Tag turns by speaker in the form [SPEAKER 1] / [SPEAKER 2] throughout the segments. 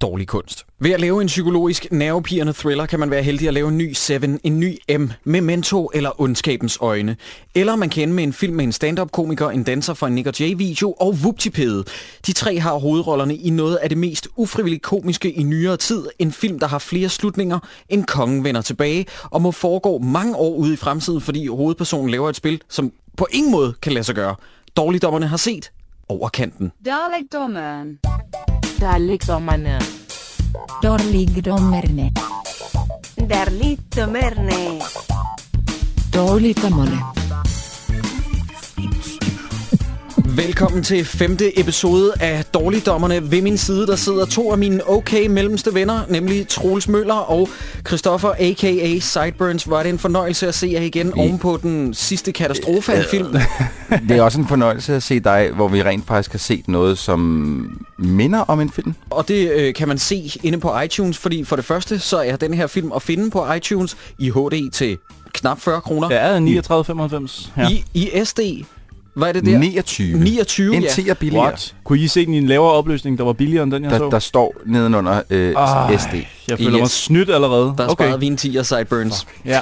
[SPEAKER 1] dårlig kunst. Ved at lave en psykologisk nervepirrende thriller, kan man være heldig at lave en ny Seven, en ny M, Memento eller Ondskabens Øjne. Eller man kan ende med en film med en stand-up-komiker, en danser fra en Nick J-video og Vuptipede. De tre har hovedrollerne i noget af det mest ufrivilligt komiske i nyere tid, en film, der har flere slutninger, end kongen vender tilbage, og må foregå mange år ude i fremtiden, fordi hovedpersonen laver et spil, som på ingen måde kan lade sig gøre. Dårligdommerne har set over kanten.
[SPEAKER 2] Dårligdommeren.
[SPEAKER 3] Dårligdommerne.
[SPEAKER 2] Dårligdommerne.
[SPEAKER 4] Darligdommerne.
[SPEAKER 3] Dårligdommerne.
[SPEAKER 1] Velkommen til femte episode af Dårligdommerne. Ved min side, der sidder to af mine okay mellemste venner, nemlig Troels Møller og Christoffer, a.k.a. Sideburns. Var det en fornøjelse at se jer igen
[SPEAKER 5] Ja.
[SPEAKER 1] ovenpå den sidste katastrofe af en film?
[SPEAKER 5] Det er også en fornøjelse at se dig, hvor vi rent faktisk har set noget, som minder om en film.
[SPEAKER 1] Og det øh, kan man se inde på iTunes, fordi for det første, så er den her film at finde på iTunes i HD til knap 40 kroner. Ja.
[SPEAKER 6] Ja, 39,95. Ja.
[SPEAKER 1] I, I SD, hvad er det der?
[SPEAKER 5] 29.
[SPEAKER 1] 29,
[SPEAKER 5] en
[SPEAKER 1] ja.
[SPEAKER 5] 10 er billigere.
[SPEAKER 6] What? Altså- Kunne I se den i en lavere opløsning, der var billigere end den, jeg
[SPEAKER 5] Der,
[SPEAKER 6] så?
[SPEAKER 5] der står nedenunder øh,
[SPEAKER 6] Ej,
[SPEAKER 5] SD.
[SPEAKER 6] Jeg føler yes. mig
[SPEAKER 1] Yes.
[SPEAKER 6] snydt allerede.
[SPEAKER 1] Der sparede vi en 10'er, Sideburns.
[SPEAKER 6] Ja.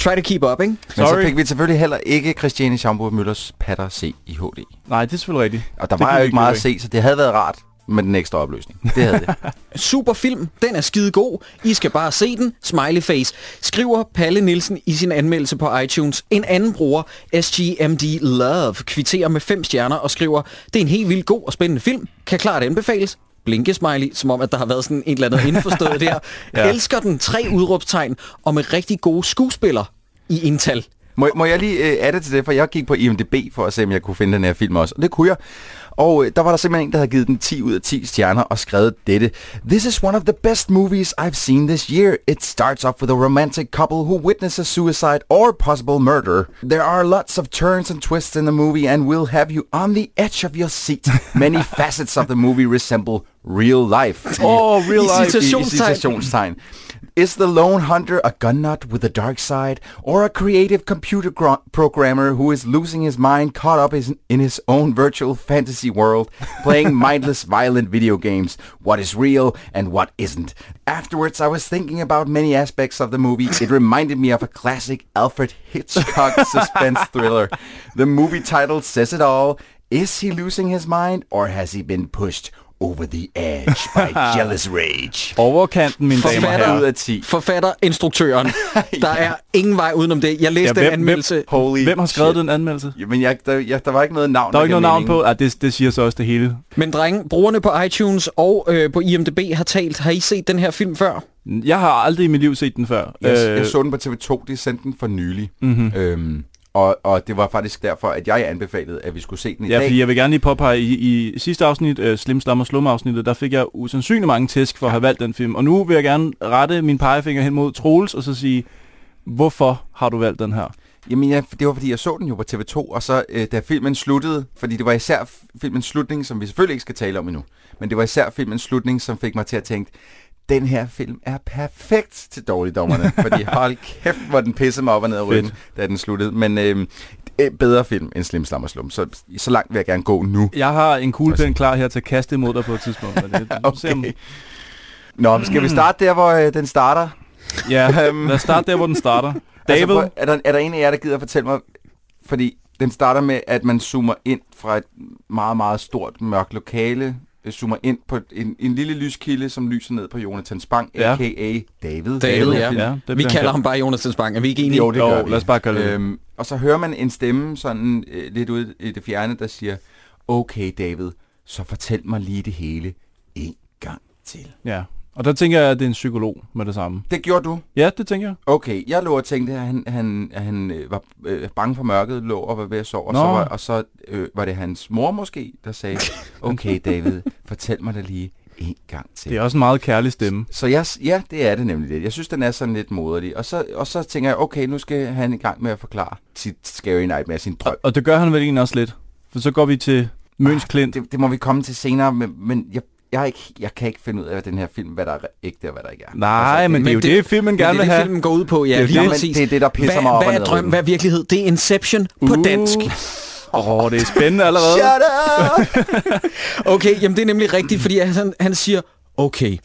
[SPEAKER 1] Try to keep up, ikke?
[SPEAKER 5] Men
[SPEAKER 6] Sorry.
[SPEAKER 5] så fik vi selvfølgelig heller ikke Christiane Schaumburg Møllers patter se i HD.
[SPEAKER 6] Nej, det er selvfølgelig rigtigt.
[SPEAKER 5] Og der
[SPEAKER 6] Det
[SPEAKER 5] var
[SPEAKER 6] kunne
[SPEAKER 5] jo
[SPEAKER 6] vi
[SPEAKER 5] ikke meget at
[SPEAKER 6] ikke.
[SPEAKER 5] se, så det havde været rart med den ekstra opløsning. Det havde det.
[SPEAKER 1] Super film, den er skide god. I skal bare se den. Smiley face. Skriver Palle Nielsen i sin anmeldelse på iTunes. En anden bruger, SGMD Love, kvitterer med fem stjerner og skriver, det er en helt vildt god og spændende film. Kan klart anbefales. Blinke smiley, som om at der har været sådan et eller andet indforstået der. ja. Elsker den. Tre udråbstegn og med rigtig gode skuespillere i ental.
[SPEAKER 5] Må, må jeg lige øh, adde til det, for jeg gik på IMDB for at se, om jeg kunne finde den her film også. Og det kunne jeg. Og øh, der var der simpelthen en, der havde givet den 10 ud af 10 stjerner og skrevet dette. This is one of the best movies I've seen this year. It starts off with a romantic couple who witnesses suicide or possible murder. There are lots of turns and twists in the movie and will have you on the edge of your seat. Many facets of the movie resemble real life.
[SPEAKER 6] Oh, real
[SPEAKER 5] I
[SPEAKER 6] life.
[SPEAKER 1] Citationstegn.
[SPEAKER 5] I, i citationstegn. Is the lone hunter a gun nut with a dark side, or a creative computer gro- programmer who is losing his mind caught up is- in his own virtual fantasy world, playing mindless, violent video games? What is real and what isn't? Afterwards, I was thinking about many aspects of the movie. It reminded me of a classic Alfred Hitchcock suspense thriller. The movie title says it all. Is he losing his mind, or has he been pushed over the edge by jealous rage?
[SPEAKER 6] Overkanten, mine damer og
[SPEAKER 5] Forfatter ud
[SPEAKER 6] herrer.
[SPEAKER 5] af 10.
[SPEAKER 1] Forfatter, instruktøren. Der er ingen vej udenom det. Jeg læste ja,
[SPEAKER 6] Ja,
[SPEAKER 1] den
[SPEAKER 6] hvem-
[SPEAKER 1] anmeldelse.
[SPEAKER 5] Holy
[SPEAKER 6] Hvem har skrevet
[SPEAKER 5] shit.
[SPEAKER 6] den anmeldelse?
[SPEAKER 5] Jamen, jeg, der, jeg, der var ikke noget navn.
[SPEAKER 6] Der er ikke
[SPEAKER 5] gav
[SPEAKER 6] noget navn
[SPEAKER 5] mening.
[SPEAKER 6] på. Ah, det, det siger så også det hele.
[SPEAKER 1] Men drenge, brugerne på iTunes og øh, på IMDb har talt. Har I set den her film før?
[SPEAKER 6] Jeg har aldrig i mit liv set den før. Øh,
[SPEAKER 5] Jeg, jeg så den på TV2, de sendte den for nylig.
[SPEAKER 6] Mhm.
[SPEAKER 5] Mm-hmm. Øhm, og, og det var faktisk derfor, at jeg anbefalede, at vi skulle se den i
[SPEAKER 6] Ja,
[SPEAKER 5] dag.
[SPEAKER 6] fordi jeg vil gerne lige påpege, i, i sidste afsnit, øh, Slim Slam og Slum afsnittet, der fik jeg usandsynligt mange tæsk for at have valgt den film. Og nu vil jeg gerne rette min pegefinger hen mod Troels og så sige, hvorfor har du valgt den her?
[SPEAKER 5] Jamen, jeg, det var fordi, jeg så den jo på TV2, og så øh, da filmen sluttede, fordi det var især f- filmens slutning, som vi selvfølgelig ikke skal tale om endnu, men det var især filmens slutning, som fik mig til at tænke, den her film er perfekt til dårligdommerne, fordi hold kæft, hvor den pissede mig op og ned af ryggen, da den sluttede. Men øh, øh, bedre film end Slim Slam og Slum, så, så langt vil jeg gerne gå nu.
[SPEAKER 6] Jeg har en kuglepen klar her til at kaste imod dig på et tidspunkt. Men det, okay. se, om,
[SPEAKER 5] Nå, men skal vi starte der, hvor øh, den starter?
[SPEAKER 6] ja,
[SPEAKER 5] Øhm.
[SPEAKER 6] lad os starte der, hvor den starter. David,
[SPEAKER 5] Altså, prøv- er, der, er der en af jer, der gider at fortælle mig, fordi den starter med, at man zoomer ind fra et meget, meget stort mørkt lokale, øh, zoomer ind på en, en lille lyskilde, som lyser ned på Jonathan Spang,
[SPEAKER 6] Ja.
[SPEAKER 5] ja. a.k.a. David.
[SPEAKER 1] David, ja.
[SPEAKER 6] ja, det
[SPEAKER 1] Vi
[SPEAKER 6] bliver-
[SPEAKER 1] kalder ham bare Jonas Spang. Er vi ikke enige?
[SPEAKER 5] Jo, det
[SPEAKER 6] Jo,
[SPEAKER 5] gør vi.
[SPEAKER 6] lad os bare kalde det.
[SPEAKER 5] øhm, Og så hører man en stemme sådan øh, lidt ud i det fjerne, der siger, okay David, så fortæl mig lige det hele en gang til.
[SPEAKER 6] Ja, og der tænker jeg, at det er en psykolog med det samme.
[SPEAKER 5] Det gjorde du.
[SPEAKER 6] Ja, det tænker jeg.
[SPEAKER 5] Okay, jeg lå og tænkte, at han, han, at han øh, var øh, bange for mørket, lå og var ved at sove, og
[SPEAKER 6] Nå.
[SPEAKER 5] så, var, og så øh, var det hans mor måske, der sagde, okay David, fortæl mig det lige en gang til.
[SPEAKER 6] Det er også en meget kærlig stemme.
[SPEAKER 5] Så jeg, s- ja, det er det nemlig lidt. Jeg synes, den er sådan lidt moderlig. Og så, og så tænker jeg, okay, nu skal han i gang med at forklare sit scary nightmare, sin drøm.
[SPEAKER 6] Og det gør han vel egentlig også lidt. For så går vi til Møns Klint.
[SPEAKER 5] Det, det må vi komme til senere, men, men jeg, jeg, er ikke, jeg kan ikke finde ud af hvad den her film, hvad der er ægte og hvad der ikke er.
[SPEAKER 6] Nej, men det er jo
[SPEAKER 1] men det-
[SPEAKER 6] det, filmen gerne
[SPEAKER 1] det
[SPEAKER 6] vil
[SPEAKER 1] er det,
[SPEAKER 6] have.
[SPEAKER 1] filmen går ud på, ja,
[SPEAKER 6] Det
[SPEAKER 1] det,
[SPEAKER 6] er jo
[SPEAKER 1] lige
[SPEAKER 6] det.
[SPEAKER 5] Jamen,
[SPEAKER 1] præcis.
[SPEAKER 5] det er det, der pisser
[SPEAKER 1] hvad,
[SPEAKER 5] mig op og
[SPEAKER 1] hvad er
[SPEAKER 5] ned.
[SPEAKER 1] drøm, hvad er virkelighed? Det er Inception på
[SPEAKER 6] Uh.
[SPEAKER 1] dansk.
[SPEAKER 6] Åh, oh, det er spændende allerede.
[SPEAKER 5] Shut up!
[SPEAKER 1] Okay, jamen det er nemlig rigtigt, fordi han, han siger, okay,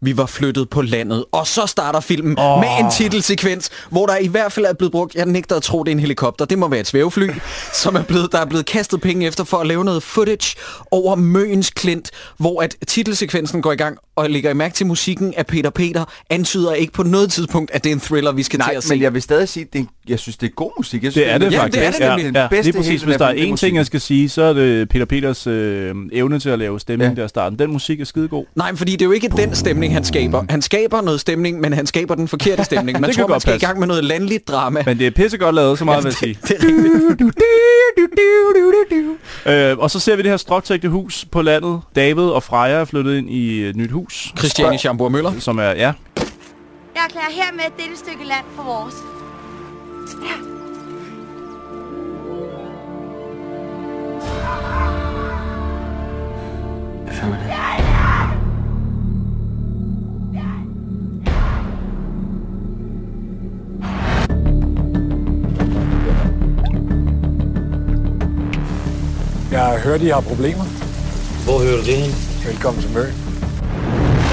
[SPEAKER 1] vi var flyttet på landet. Og så starter filmen oh. med en titelsekvens, hvor der i hvert fald er blevet brugt, jeg nægter at tro, det er en helikopter, det må være et svævefly, som er blevet, der er blevet kastet penge efter for at lave noget footage over Møens Klint, hvor at titelsekvensen går i gang, og lægger I mærke til musikken af Peter Peter, antyder ikke på noget tidspunkt, at det er en thriller, vi skal til
[SPEAKER 5] Nej,
[SPEAKER 1] at se.
[SPEAKER 5] men jeg vil stadig sige, det, jeg synes, det er god musik. Jeg synes,
[SPEAKER 6] Det er det
[SPEAKER 1] det er
[SPEAKER 6] faktisk.
[SPEAKER 1] det nemlig.
[SPEAKER 5] Den bedste
[SPEAKER 6] Lige
[SPEAKER 5] i hele
[SPEAKER 6] præcis.
[SPEAKER 5] den
[SPEAKER 6] Hvis
[SPEAKER 5] her
[SPEAKER 6] der er
[SPEAKER 5] film, det
[SPEAKER 6] én
[SPEAKER 5] musikken.
[SPEAKER 6] ting, jeg skal sige, så er det Peter Peters øh, evne til at lave stemning
[SPEAKER 5] Ja.
[SPEAKER 6] ja. der i starten. Den musik er skidegod.
[SPEAKER 1] Nej, fordi det er jo ikke den stemning, han skaber. Han skaber noget stemning, men han skaber den forkerte stemning. Man
[SPEAKER 6] Det kan
[SPEAKER 1] tror, man
[SPEAKER 6] godt
[SPEAKER 1] skal i
[SPEAKER 6] passe.
[SPEAKER 1] gang med noget landligt drama.
[SPEAKER 6] Men det er pissegodt lavet, så meget vil jeg sige.
[SPEAKER 1] Det er rigtigt.
[SPEAKER 6] Øh, og så ser vi det her stråtægte hus på landet. David og Freja er flyttet ind i et nyt hus.
[SPEAKER 1] Christiane Schamburg Møller.
[SPEAKER 6] Som er, ja.
[SPEAKER 2] Jeg erklærer hermed dette stykke land for vores.
[SPEAKER 4] Jeg har hørt, I har problemer. Hvor hører du det hen? Velkommen til Møn.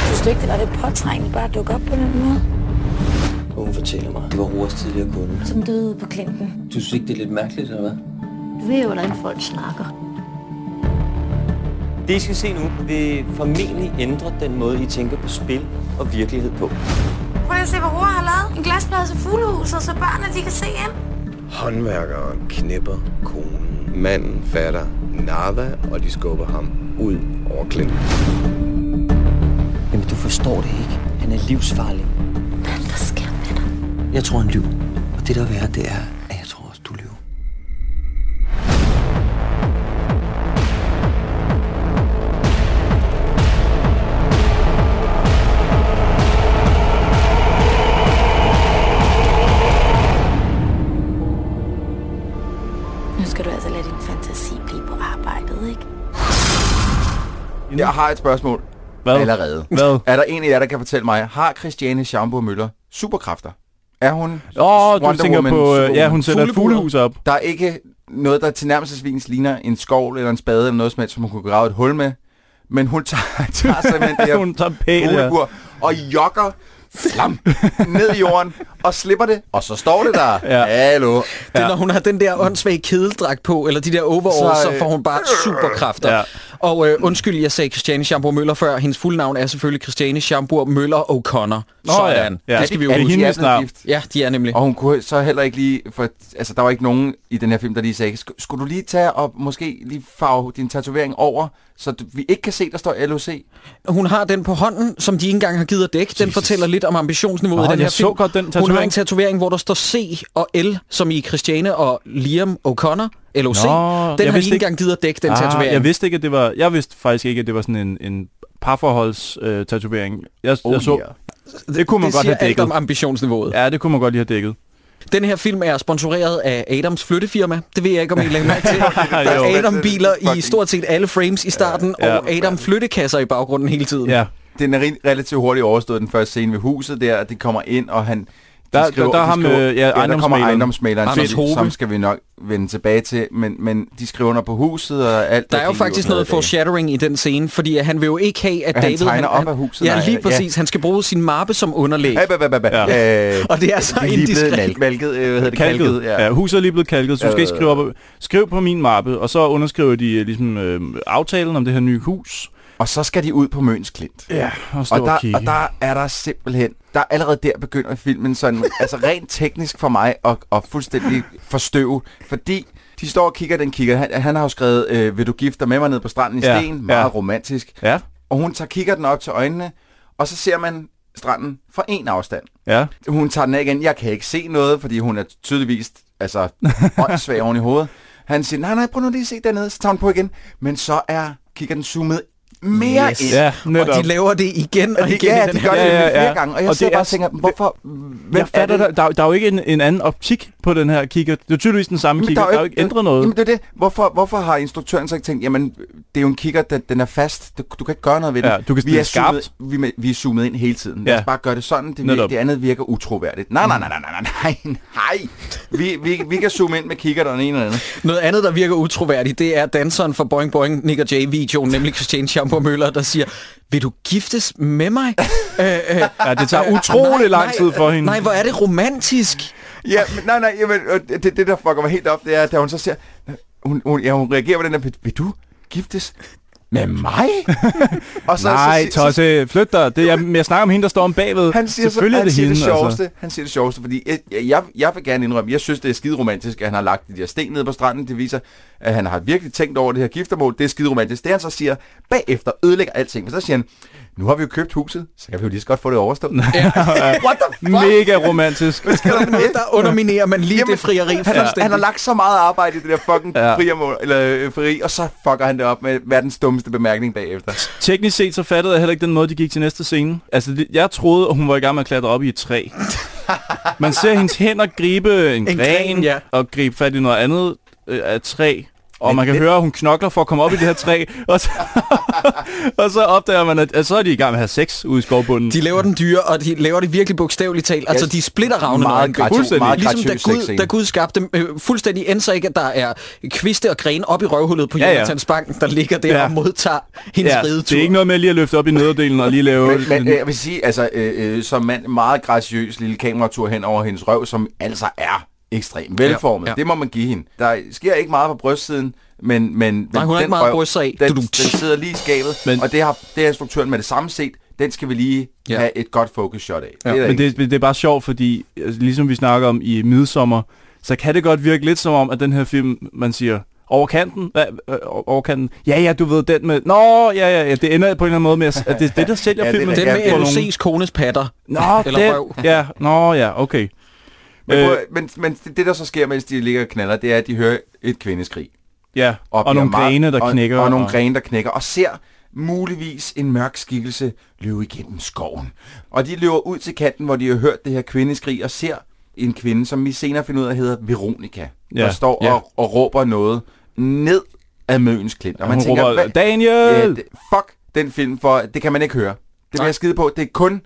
[SPEAKER 7] Synes du ikke, det var det påtrængende bare at dukke op på den måde?
[SPEAKER 8] Hun fortæller mig, det var Roras tidligere kunde.
[SPEAKER 7] Som døde ude på klinten.
[SPEAKER 8] Du synes ikke, det er lidt mærkeligt, eller hvad?
[SPEAKER 7] Du ved jo, hvordan folk snakker.
[SPEAKER 8] Det, I skal se nu, vil formentlig ændre den måde, I tænker på spil og virkelighed på.
[SPEAKER 7] Prøv lige at se, hvad Rora har lavet. En glasplade til fuglehuset, så børnene de kan se ind.
[SPEAKER 9] Håndværkeren knipper konen. Manden fatter Nava, og de skubber ham ud over klinten.
[SPEAKER 8] Jamen, du forstår det ikke. Han er livsfarlig.
[SPEAKER 7] Hvad er det, der sker med dig?
[SPEAKER 8] Jeg tror, han lyver. Og det, der er værre, det er, at jeg tror også, du lyver.
[SPEAKER 7] Nu skal du altså lade din fantasi blive på arbejdet, ikke?
[SPEAKER 5] Jeg har et spørgsmål
[SPEAKER 6] Hvad?
[SPEAKER 5] allerede.
[SPEAKER 6] Hvad?
[SPEAKER 5] Er der en af jer, der kan fortælle mig, har Christiane Schaumburg Møller superkræfter? Er hun
[SPEAKER 6] Åh, oh, du
[SPEAKER 5] Wonder
[SPEAKER 6] tænker
[SPEAKER 5] Woman,
[SPEAKER 6] på, øh, ja,
[SPEAKER 5] Superwoman?
[SPEAKER 6] hun sætter et
[SPEAKER 1] Fuglebuder.
[SPEAKER 6] fuglehus op.
[SPEAKER 5] Der er ikke noget, der tilnærmelsesvis ligner en skovl eller en spade eller noget som helst, som hun kunne grave et hul med. Men hun tager, tager simpelthen det her
[SPEAKER 6] Hun tager pæl, ja.
[SPEAKER 5] fuglebur og jokker flam ned i jorden og slipper det. Og så står det der.
[SPEAKER 6] Ja.
[SPEAKER 5] Hallo.
[SPEAKER 1] Det, er, når hun har den der åndssvage kedeldragt på, eller de der overalls, så,
[SPEAKER 5] Så,
[SPEAKER 1] øh, så
[SPEAKER 5] øh,
[SPEAKER 1] får hun bare superkræfter. Ja.
[SPEAKER 6] Ja.
[SPEAKER 1] Og øh, undskyld, jeg sagde Christiane Schamburg Møller før. Hendes fulde navn er selvfølgelig Christiane Schamburg Møller O'Connor.
[SPEAKER 6] Nå, ja.
[SPEAKER 1] Sådan.
[SPEAKER 6] Ja.
[SPEAKER 1] Det skal vi jo
[SPEAKER 6] Er det
[SPEAKER 1] huske.
[SPEAKER 6] hende? hendes navn.
[SPEAKER 5] gift.
[SPEAKER 1] Ja, de er nemlig.
[SPEAKER 5] Og hun kunne så heller ikke lige, for altså, der var ikke nogen i den her film, der lige sagde, "Sk- skulle du lige tage og måske lige farve din tatovering over, så du, vi ikke kan se, der står LOC?
[SPEAKER 1] Hun har den på hånden, som de ikke engang har givet at dække. Den fortæller lidt om ambitionsniveauet
[SPEAKER 6] Nå,
[SPEAKER 1] i den
[SPEAKER 6] jeg
[SPEAKER 1] her
[SPEAKER 6] så
[SPEAKER 1] film.
[SPEAKER 6] godt den
[SPEAKER 1] Hun har
[SPEAKER 6] tatovering.
[SPEAKER 1] en tatovering, hvor der står C og L, som i Christiane og Liam O'Connor, LOC.
[SPEAKER 6] Nå, jeg
[SPEAKER 1] den har de ikke
[SPEAKER 6] vidste ikke- Ah,
[SPEAKER 1] engang givet at dække, den tatovering.
[SPEAKER 6] Jeg vidste ikke, at det var, jeg vidste faktisk ikke, at det var sådan en, en parforholds øh, tatovering. Jeg, oh, jeg så,
[SPEAKER 5] yeah.
[SPEAKER 6] det kunne man
[SPEAKER 1] det
[SPEAKER 6] godt
[SPEAKER 1] siger
[SPEAKER 6] have
[SPEAKER 1] alt
[SPEAKER 6] dækket.
[SPEAKER 1] om ambitionsniveauet.
[SPEAKER 6] Ja, det kunne man godt lige have dækket.
[SPEAKER 1] Den her film er sponsoreret af Adams flyttefirma. Det ved jeg ikke, om I lægger mærke til. Der
[SPEAKER 6] Jo.
[SPEAKER 1] er Adam-biler i
[SPEAKER 5] Fucking-
[SPEAKER 1] stort set alle frames i starten,
[SPEAKER 6] Ja, ja.
[SPEAKER 1] og Adam-flyttekasser i baggrunden hele tiden.
[SPEAKER 6] Ja.
[SPEAKER 5] Den er ri- relativt hurtigt overstået, den første scene ved huset der, at de kommer ind, og han... de
[SPEAKER 6] Der- der- der er ham,
[SPEAKER 5] skriver,
[SPEAKER 6] øh, ja,
[SPEAKER 5] der kommer
[SPEAKER 6] ejendomsmægleren.
[SPEAKER 5] ejendomsmaleren,
[SPEAKER 1] Anders
[SPEAKER 5] som,
[SPEAKER 1] Hove.
[SPEAKER 5] som skal vi nok vende tilbage til, men, men de skriver under på huset og alt.
[SPEAKER 1] Der er jo faktisk noget foreshadowing i den scene, fordi at han vil jo ikke have, at
[SPEAKER 5] At han
[SPEAKER 1] David...
[SPEAKER 5] tegner op af huset,
[SPEAKER 1] Ja,
[SPEAKER 5] nej,
[SPEAKER 1] lige
[SPEAKER 5] ja.
[SPEAKER 1] præcis. Han skal bruge sin mappe som underlæg.
[SPEAKER 5] Ja, ba, ba, ba, ba. Øh,
[SPEAKER 1] Og det er så
[SPEAKER 5] de lige blevet
[SPEAKER 1] indiskret.
[SPEAKER 5] mal- malket, øh, hvad hedder det, kalket,
[SPEAKER 6] Kalket. Ja. ja. Huset er lige blevet kalket, så du skal ikke skrive op. ad- Skriv på min mappe, og så underskriver de øh, ligesom øh, aftalen om det her nye hus.
[SPEAKER 5] Og så skal de ud på Møns Klint.
[SPEAKER 6] Ja, og stå
[SPEAKER 5] Og
[SPEAKER 6] og,
[SPEAKER 5] der,
[SPEAKER 6] kigge.
[SPEAKER 5] og der er der simpelthen, der er allerede der begynder filmen sådan, altså rent teknisk for mig at, at fuldstændig forstøve, fordi de står og kigger, den kigger. Han, han har jo skrevet, øh, vil du gifte dig med mig ned på stranden i
[SPEAKER 6] Ja,
[SPEAKER 5] sten? Meget
[SPEAKER 6] ja.
[SPEAKER 5] romantisk.
[SPEAKER 6] Ja,
[SPEAKER 5] Og hun tager kigger den op til øjnene, og så ser man stranden fra en afstand.
[SPEAKER 6] ja.
[SPEAKER 5] Hun tager den af igen. Jeg kan ikke se noget, fordi hun er tydeligvis altså, åndssvag oven i hovedet. Han siger, nej, nej, prøv nu lige at se dernede. Så tager hun på igen. Men så er kigger den zoomet mere
[SPEAKER 1] Yes.
[SPEAKER 5] yes. ind.
[SPEAKER 1] Ja,
[SPEAKER 6] netop.
[SPEAKER 1] Og de laver det igen og
[SPEAKER 5] Ja, det,
[SPEAKER 1] igen
[SPEAKER 5] ja,
[SPEAKER 1] i den
[SPEAKER 5] de
[SPEAKER 1] her.
[SPEAKER 5] gør det
[SPEAKER 6] Ja, ja,
[SPEAKER 5] ja, flere
[SPEAKER 6] ja.
[SPEAKER 5] gange, og jeg
[SPEAKER 6] Og
[SPEAKER 5] og sidder
[SPEAKER 6] det
[SPEAKER 5] bare
[SPEAKER 6] er
[SPEAKER 5] og tænker,
[SPEAKER 6] s-
[SPEAKER 5] hvorfor,
[SPEAKER 6] Hvem
[SPEAKER 5] hvem
[SPEAKER 6] jeg fatter,
[SPEAKER 5] er det,
[SPEAKER 6] der, der, der er jo ikke en, en anden optik på den her kigger. Det er jo tydeligvis den samme kigger. Der er jo ikke ændret noget.
[SPEAKER 5] Jamen det er det. Hvorfor, hvorfor har instruktøren så ikke tænkt, jamen det er jo en kigger, den, den er fast, du, du kan ikke gøre noget ved den.
[SPEAKER 6] Ja, du kan
[SPEAKER 5] vi,
[SPEAKER 6] stille
[SPEAKER 5] er zoomet,
[SPEAKER 6] skarpt.
[SPEAKER 5] vi, med- vi er zoomet ind hele tiden. Lad
[SPEAKER 6] Ja.
[SPEAKER 5] os bare gøre det sådan, det, vir-
[SPEAKER 6] Netop.
[SPEAKER 5] det andet virker utroværdigt. Nej, nej, nej, nej, nej, nej, nej, nej. Vi, vi, vi kan zoome ind med kigger, der er en eller anden.
[SPEAKER 1] Noget andet, der virker utroværdigt, det er danseren fra Boing Boing Nick og Jay-videoen, nemlig Christian Schamper Møller, der siger, vil du giftes med mig? øh, øh,
[SPEAKER 6] Ja, det tager
[SPEAKER 1] øh,
[SPEAKER 6] utrolig
[SPEAKER 1] nej,
[SPEAKER 6] lang
[SPEAKER 1] nej,
[SPEAKER 6] tid for
[SPEAKER 1] øh,
[SPEAKER 6] hende.
[SPEAKER 1] Nej, hvor er det romantisk.
[SPEAKER 5] Ja, men, nej, nej, jamen, øh, det, det der fucker mig helt op, det er, da hun så ser, øh, hun, hun, ja, hun reagerer på den der, vil, vil du giftes med mig? og
[SPEAKER 6] Nej,
[SPEAKER 5] så, så,
[SPEAKER 6] Tosse, flyt dig. Det, jeg, jeg snakker om hende, der står om bagved.
[SPEAKER 5] han siger, så, han
[SPEAKER 6] Selvfølgelig er det
[SPEAKER 5] siger
[SPEAKER 6] hende.
[SPEAKER 5] det sjoveste,
[SPEAKER 6] Altså.
[SPEAKER 5] altså. han siger det sjoveste, fordi jeg, jeg, jeg vil gerne indrømme, jeg synes, det er skide romantisk, at han har lagt de der sten ned på stranden. Det viser, at han har virkelig tænkt over det her giftermål. Det er skide romantisk. Det han så siger bagefter ødelægger alting, for så siger han, nu har vi jo købt huset, så kan vi jo lige så godt få det overstået. Ja. What the fuck?
[SPEAKER 6] Mega romantisk.
[SPEAKER 5] Skal der med?
[SPEAKER 1] Der underminerer man lige
[SPEAKER 5] Jamen,
[SPEAKER 1] det frieri
[SPEAKER 5] Han, har,
[SPEAKER 1] fuldstændig.
[SPEAKER 5] han har lagt så meget arbejde i det der fucking
[SPEAKER 6] Ja.
[SPEAKER 5] ja. friermål, eller øh, frieri, og så fucker han det op med verdens dummeste bemærkning bagefter.
[SPEAKER 6] Teknisk set så fattede jeg heller ikke den måde, de gik til næste scene. Altså, det- jeg troede, at hun var i gang med at klatre op i et træ. Man ser hendes hænder gribe en,
[SPEAKER 1] En
[SPEAKER 6] en
[SPEAKER 1] gren,
[SPEAKER 6] gren, gren
[SPEAKER 1] ja.
[SPEAKER 6] ja. og gribe fat i noget andet øh, af træ. Og
[SPEAKER 5] Men
[SPEAKER 6] man kan
[SPEAKER 5] det-
[SPEAKER 6] høre, at hun knokler for at komme op i det her træ. Og så, og så opdager man, at, at så er de i gang med at have sex ude i skovbunden.
[SPEAKER 1] De laver den dyre, og de laver det virkelig bogstaveligt talt. Altså, de splitter ravne
[SPEAKER 5] Meget
[SPEAKER 1] nøgenkøb.
[SPEAKER 5] gratu-
[SPEAKER 6] Fuldstændig.
[SPEAKER 5] meget
[SPEAKER 1] Ligesom da
[SPEAKER 5] gratuit
[SPEAKER 1] Gud,
[SPEAKER 5] sexscene.
[SPEAKER 1] da Gud skabte dem, øh, fuldstændig end så ikke, at der er kviste og gren op i røvhullet på
[SPEAKER 6] Ja, ja.
[SPEAKER 1] Jonathans bank, der ligger der
[SPEAKER 6] Ja.
[SPEAKER 1] og modtager hendes
[SPEAKER 6] ja,
[SPEAKER 1] ridetur.
[SPEAKER 6] det er ikke noget med lige at løfte op i nederdelen og lige lave...
[SPEAKER 5] Men, men øh, jeg vil sige, altså, øh, øh, som mand, meget graciøs lille kameratur hen over hendes røv, som altså er ekstremt
[SPEAKER 1] Ja,
[SPEAKER 5] velformet. Ja,
[SPEAKER 1] ja.
[SPEAKER 5] ja. Det må man give hende. Der sker ikke meget på brystsiden, men, men
[SPEAKER 1] Nej, hun har ikke meget bryst af.
[SPEAKER 5] Den,
[SPEAKER 1] Du-du.
[SPEAKER 5] den sidder lige i skabet,
[SPEAKER 6] Men-
[SPEAKER 5] men, og det har, det har instruktøren med det samme set. Den skal vi lige
[SPEAKER 1] Ja.
[SPEAKER 5] ja. have et godt focus shot af.
[SPEAKER 1] Ja,
[SPEAKER 5] det er der
[SPEAKER 6] Men
[SPEAKER 5] ikke-
[SPEAKER 6] det, det er bare sjovt, fordi altså, ligesom vi snakker om i midsommer, så kan det godt virke lidt som om, at den her film, man siger, over kanten, hva, øh, over kanten, ja ja, du ved den med, nå ja ja, ja det ender på en eller anden måde med, at at det er det, der sælger
[SPEAKER 5] Ja, det er
[SPEAKER 6] filmen.
[SPEAKER 5] rigtigt.
[SPEAKER 1] Den med
[SPEAKER 6] For nogen.
[SPEAKER 1] LOC's kones patter.
[SPEAKER 6] Nå,
[SPEAKER 1] Eller
[SPEAKER 6] den,
[SPEAKER 1] røv.
[SPEAKER 6] ja, nå ja, okay.
[SPEAKER 5] men, prøv,
[SPEAKER 6] øh.
[SPEAKER 5] at- men, men det, det, der så sker, mens de ligger og knaller, det er, at de hører et kvindeskrig.
[SPEAKER 6] Ja, og,
[SPEAKER 5] bliver
[SPEAKER 6] og nogle
[SPEAKER 5] meget-
[SPEAKER 6] grene, der
[SPEAKER 5] og,
[SPEAKER 6] knækker.
[SPEAKER 5] Og nogle grene, der knækker. Og ser muligvis en mørk skikkelse løbe igennem skoven. Og de løber ud til kanten, hvor de har hørt det her kvindeskrig, og ser en kvinde, som vi senere finder ud af hedder Veronica,
[SPEAKER 6] Ja,
[SPEAKER 5] der står
[SPEAKER 1] ja.
[SPEAKER 5] og, og råber noget ned af Møns Klint. Og
[SPEAKER 6] man hun tænker, råber,
[SPEAKER 5] hvad-
[SPEAKER 6] Daniel!
[SPEAKER 5] Ja, det- fuck den film, for det kan man ikke høre. Det vil
[SPEAKER 1] Nej.
[SPEAKER 5] jeg skide på. Det er kun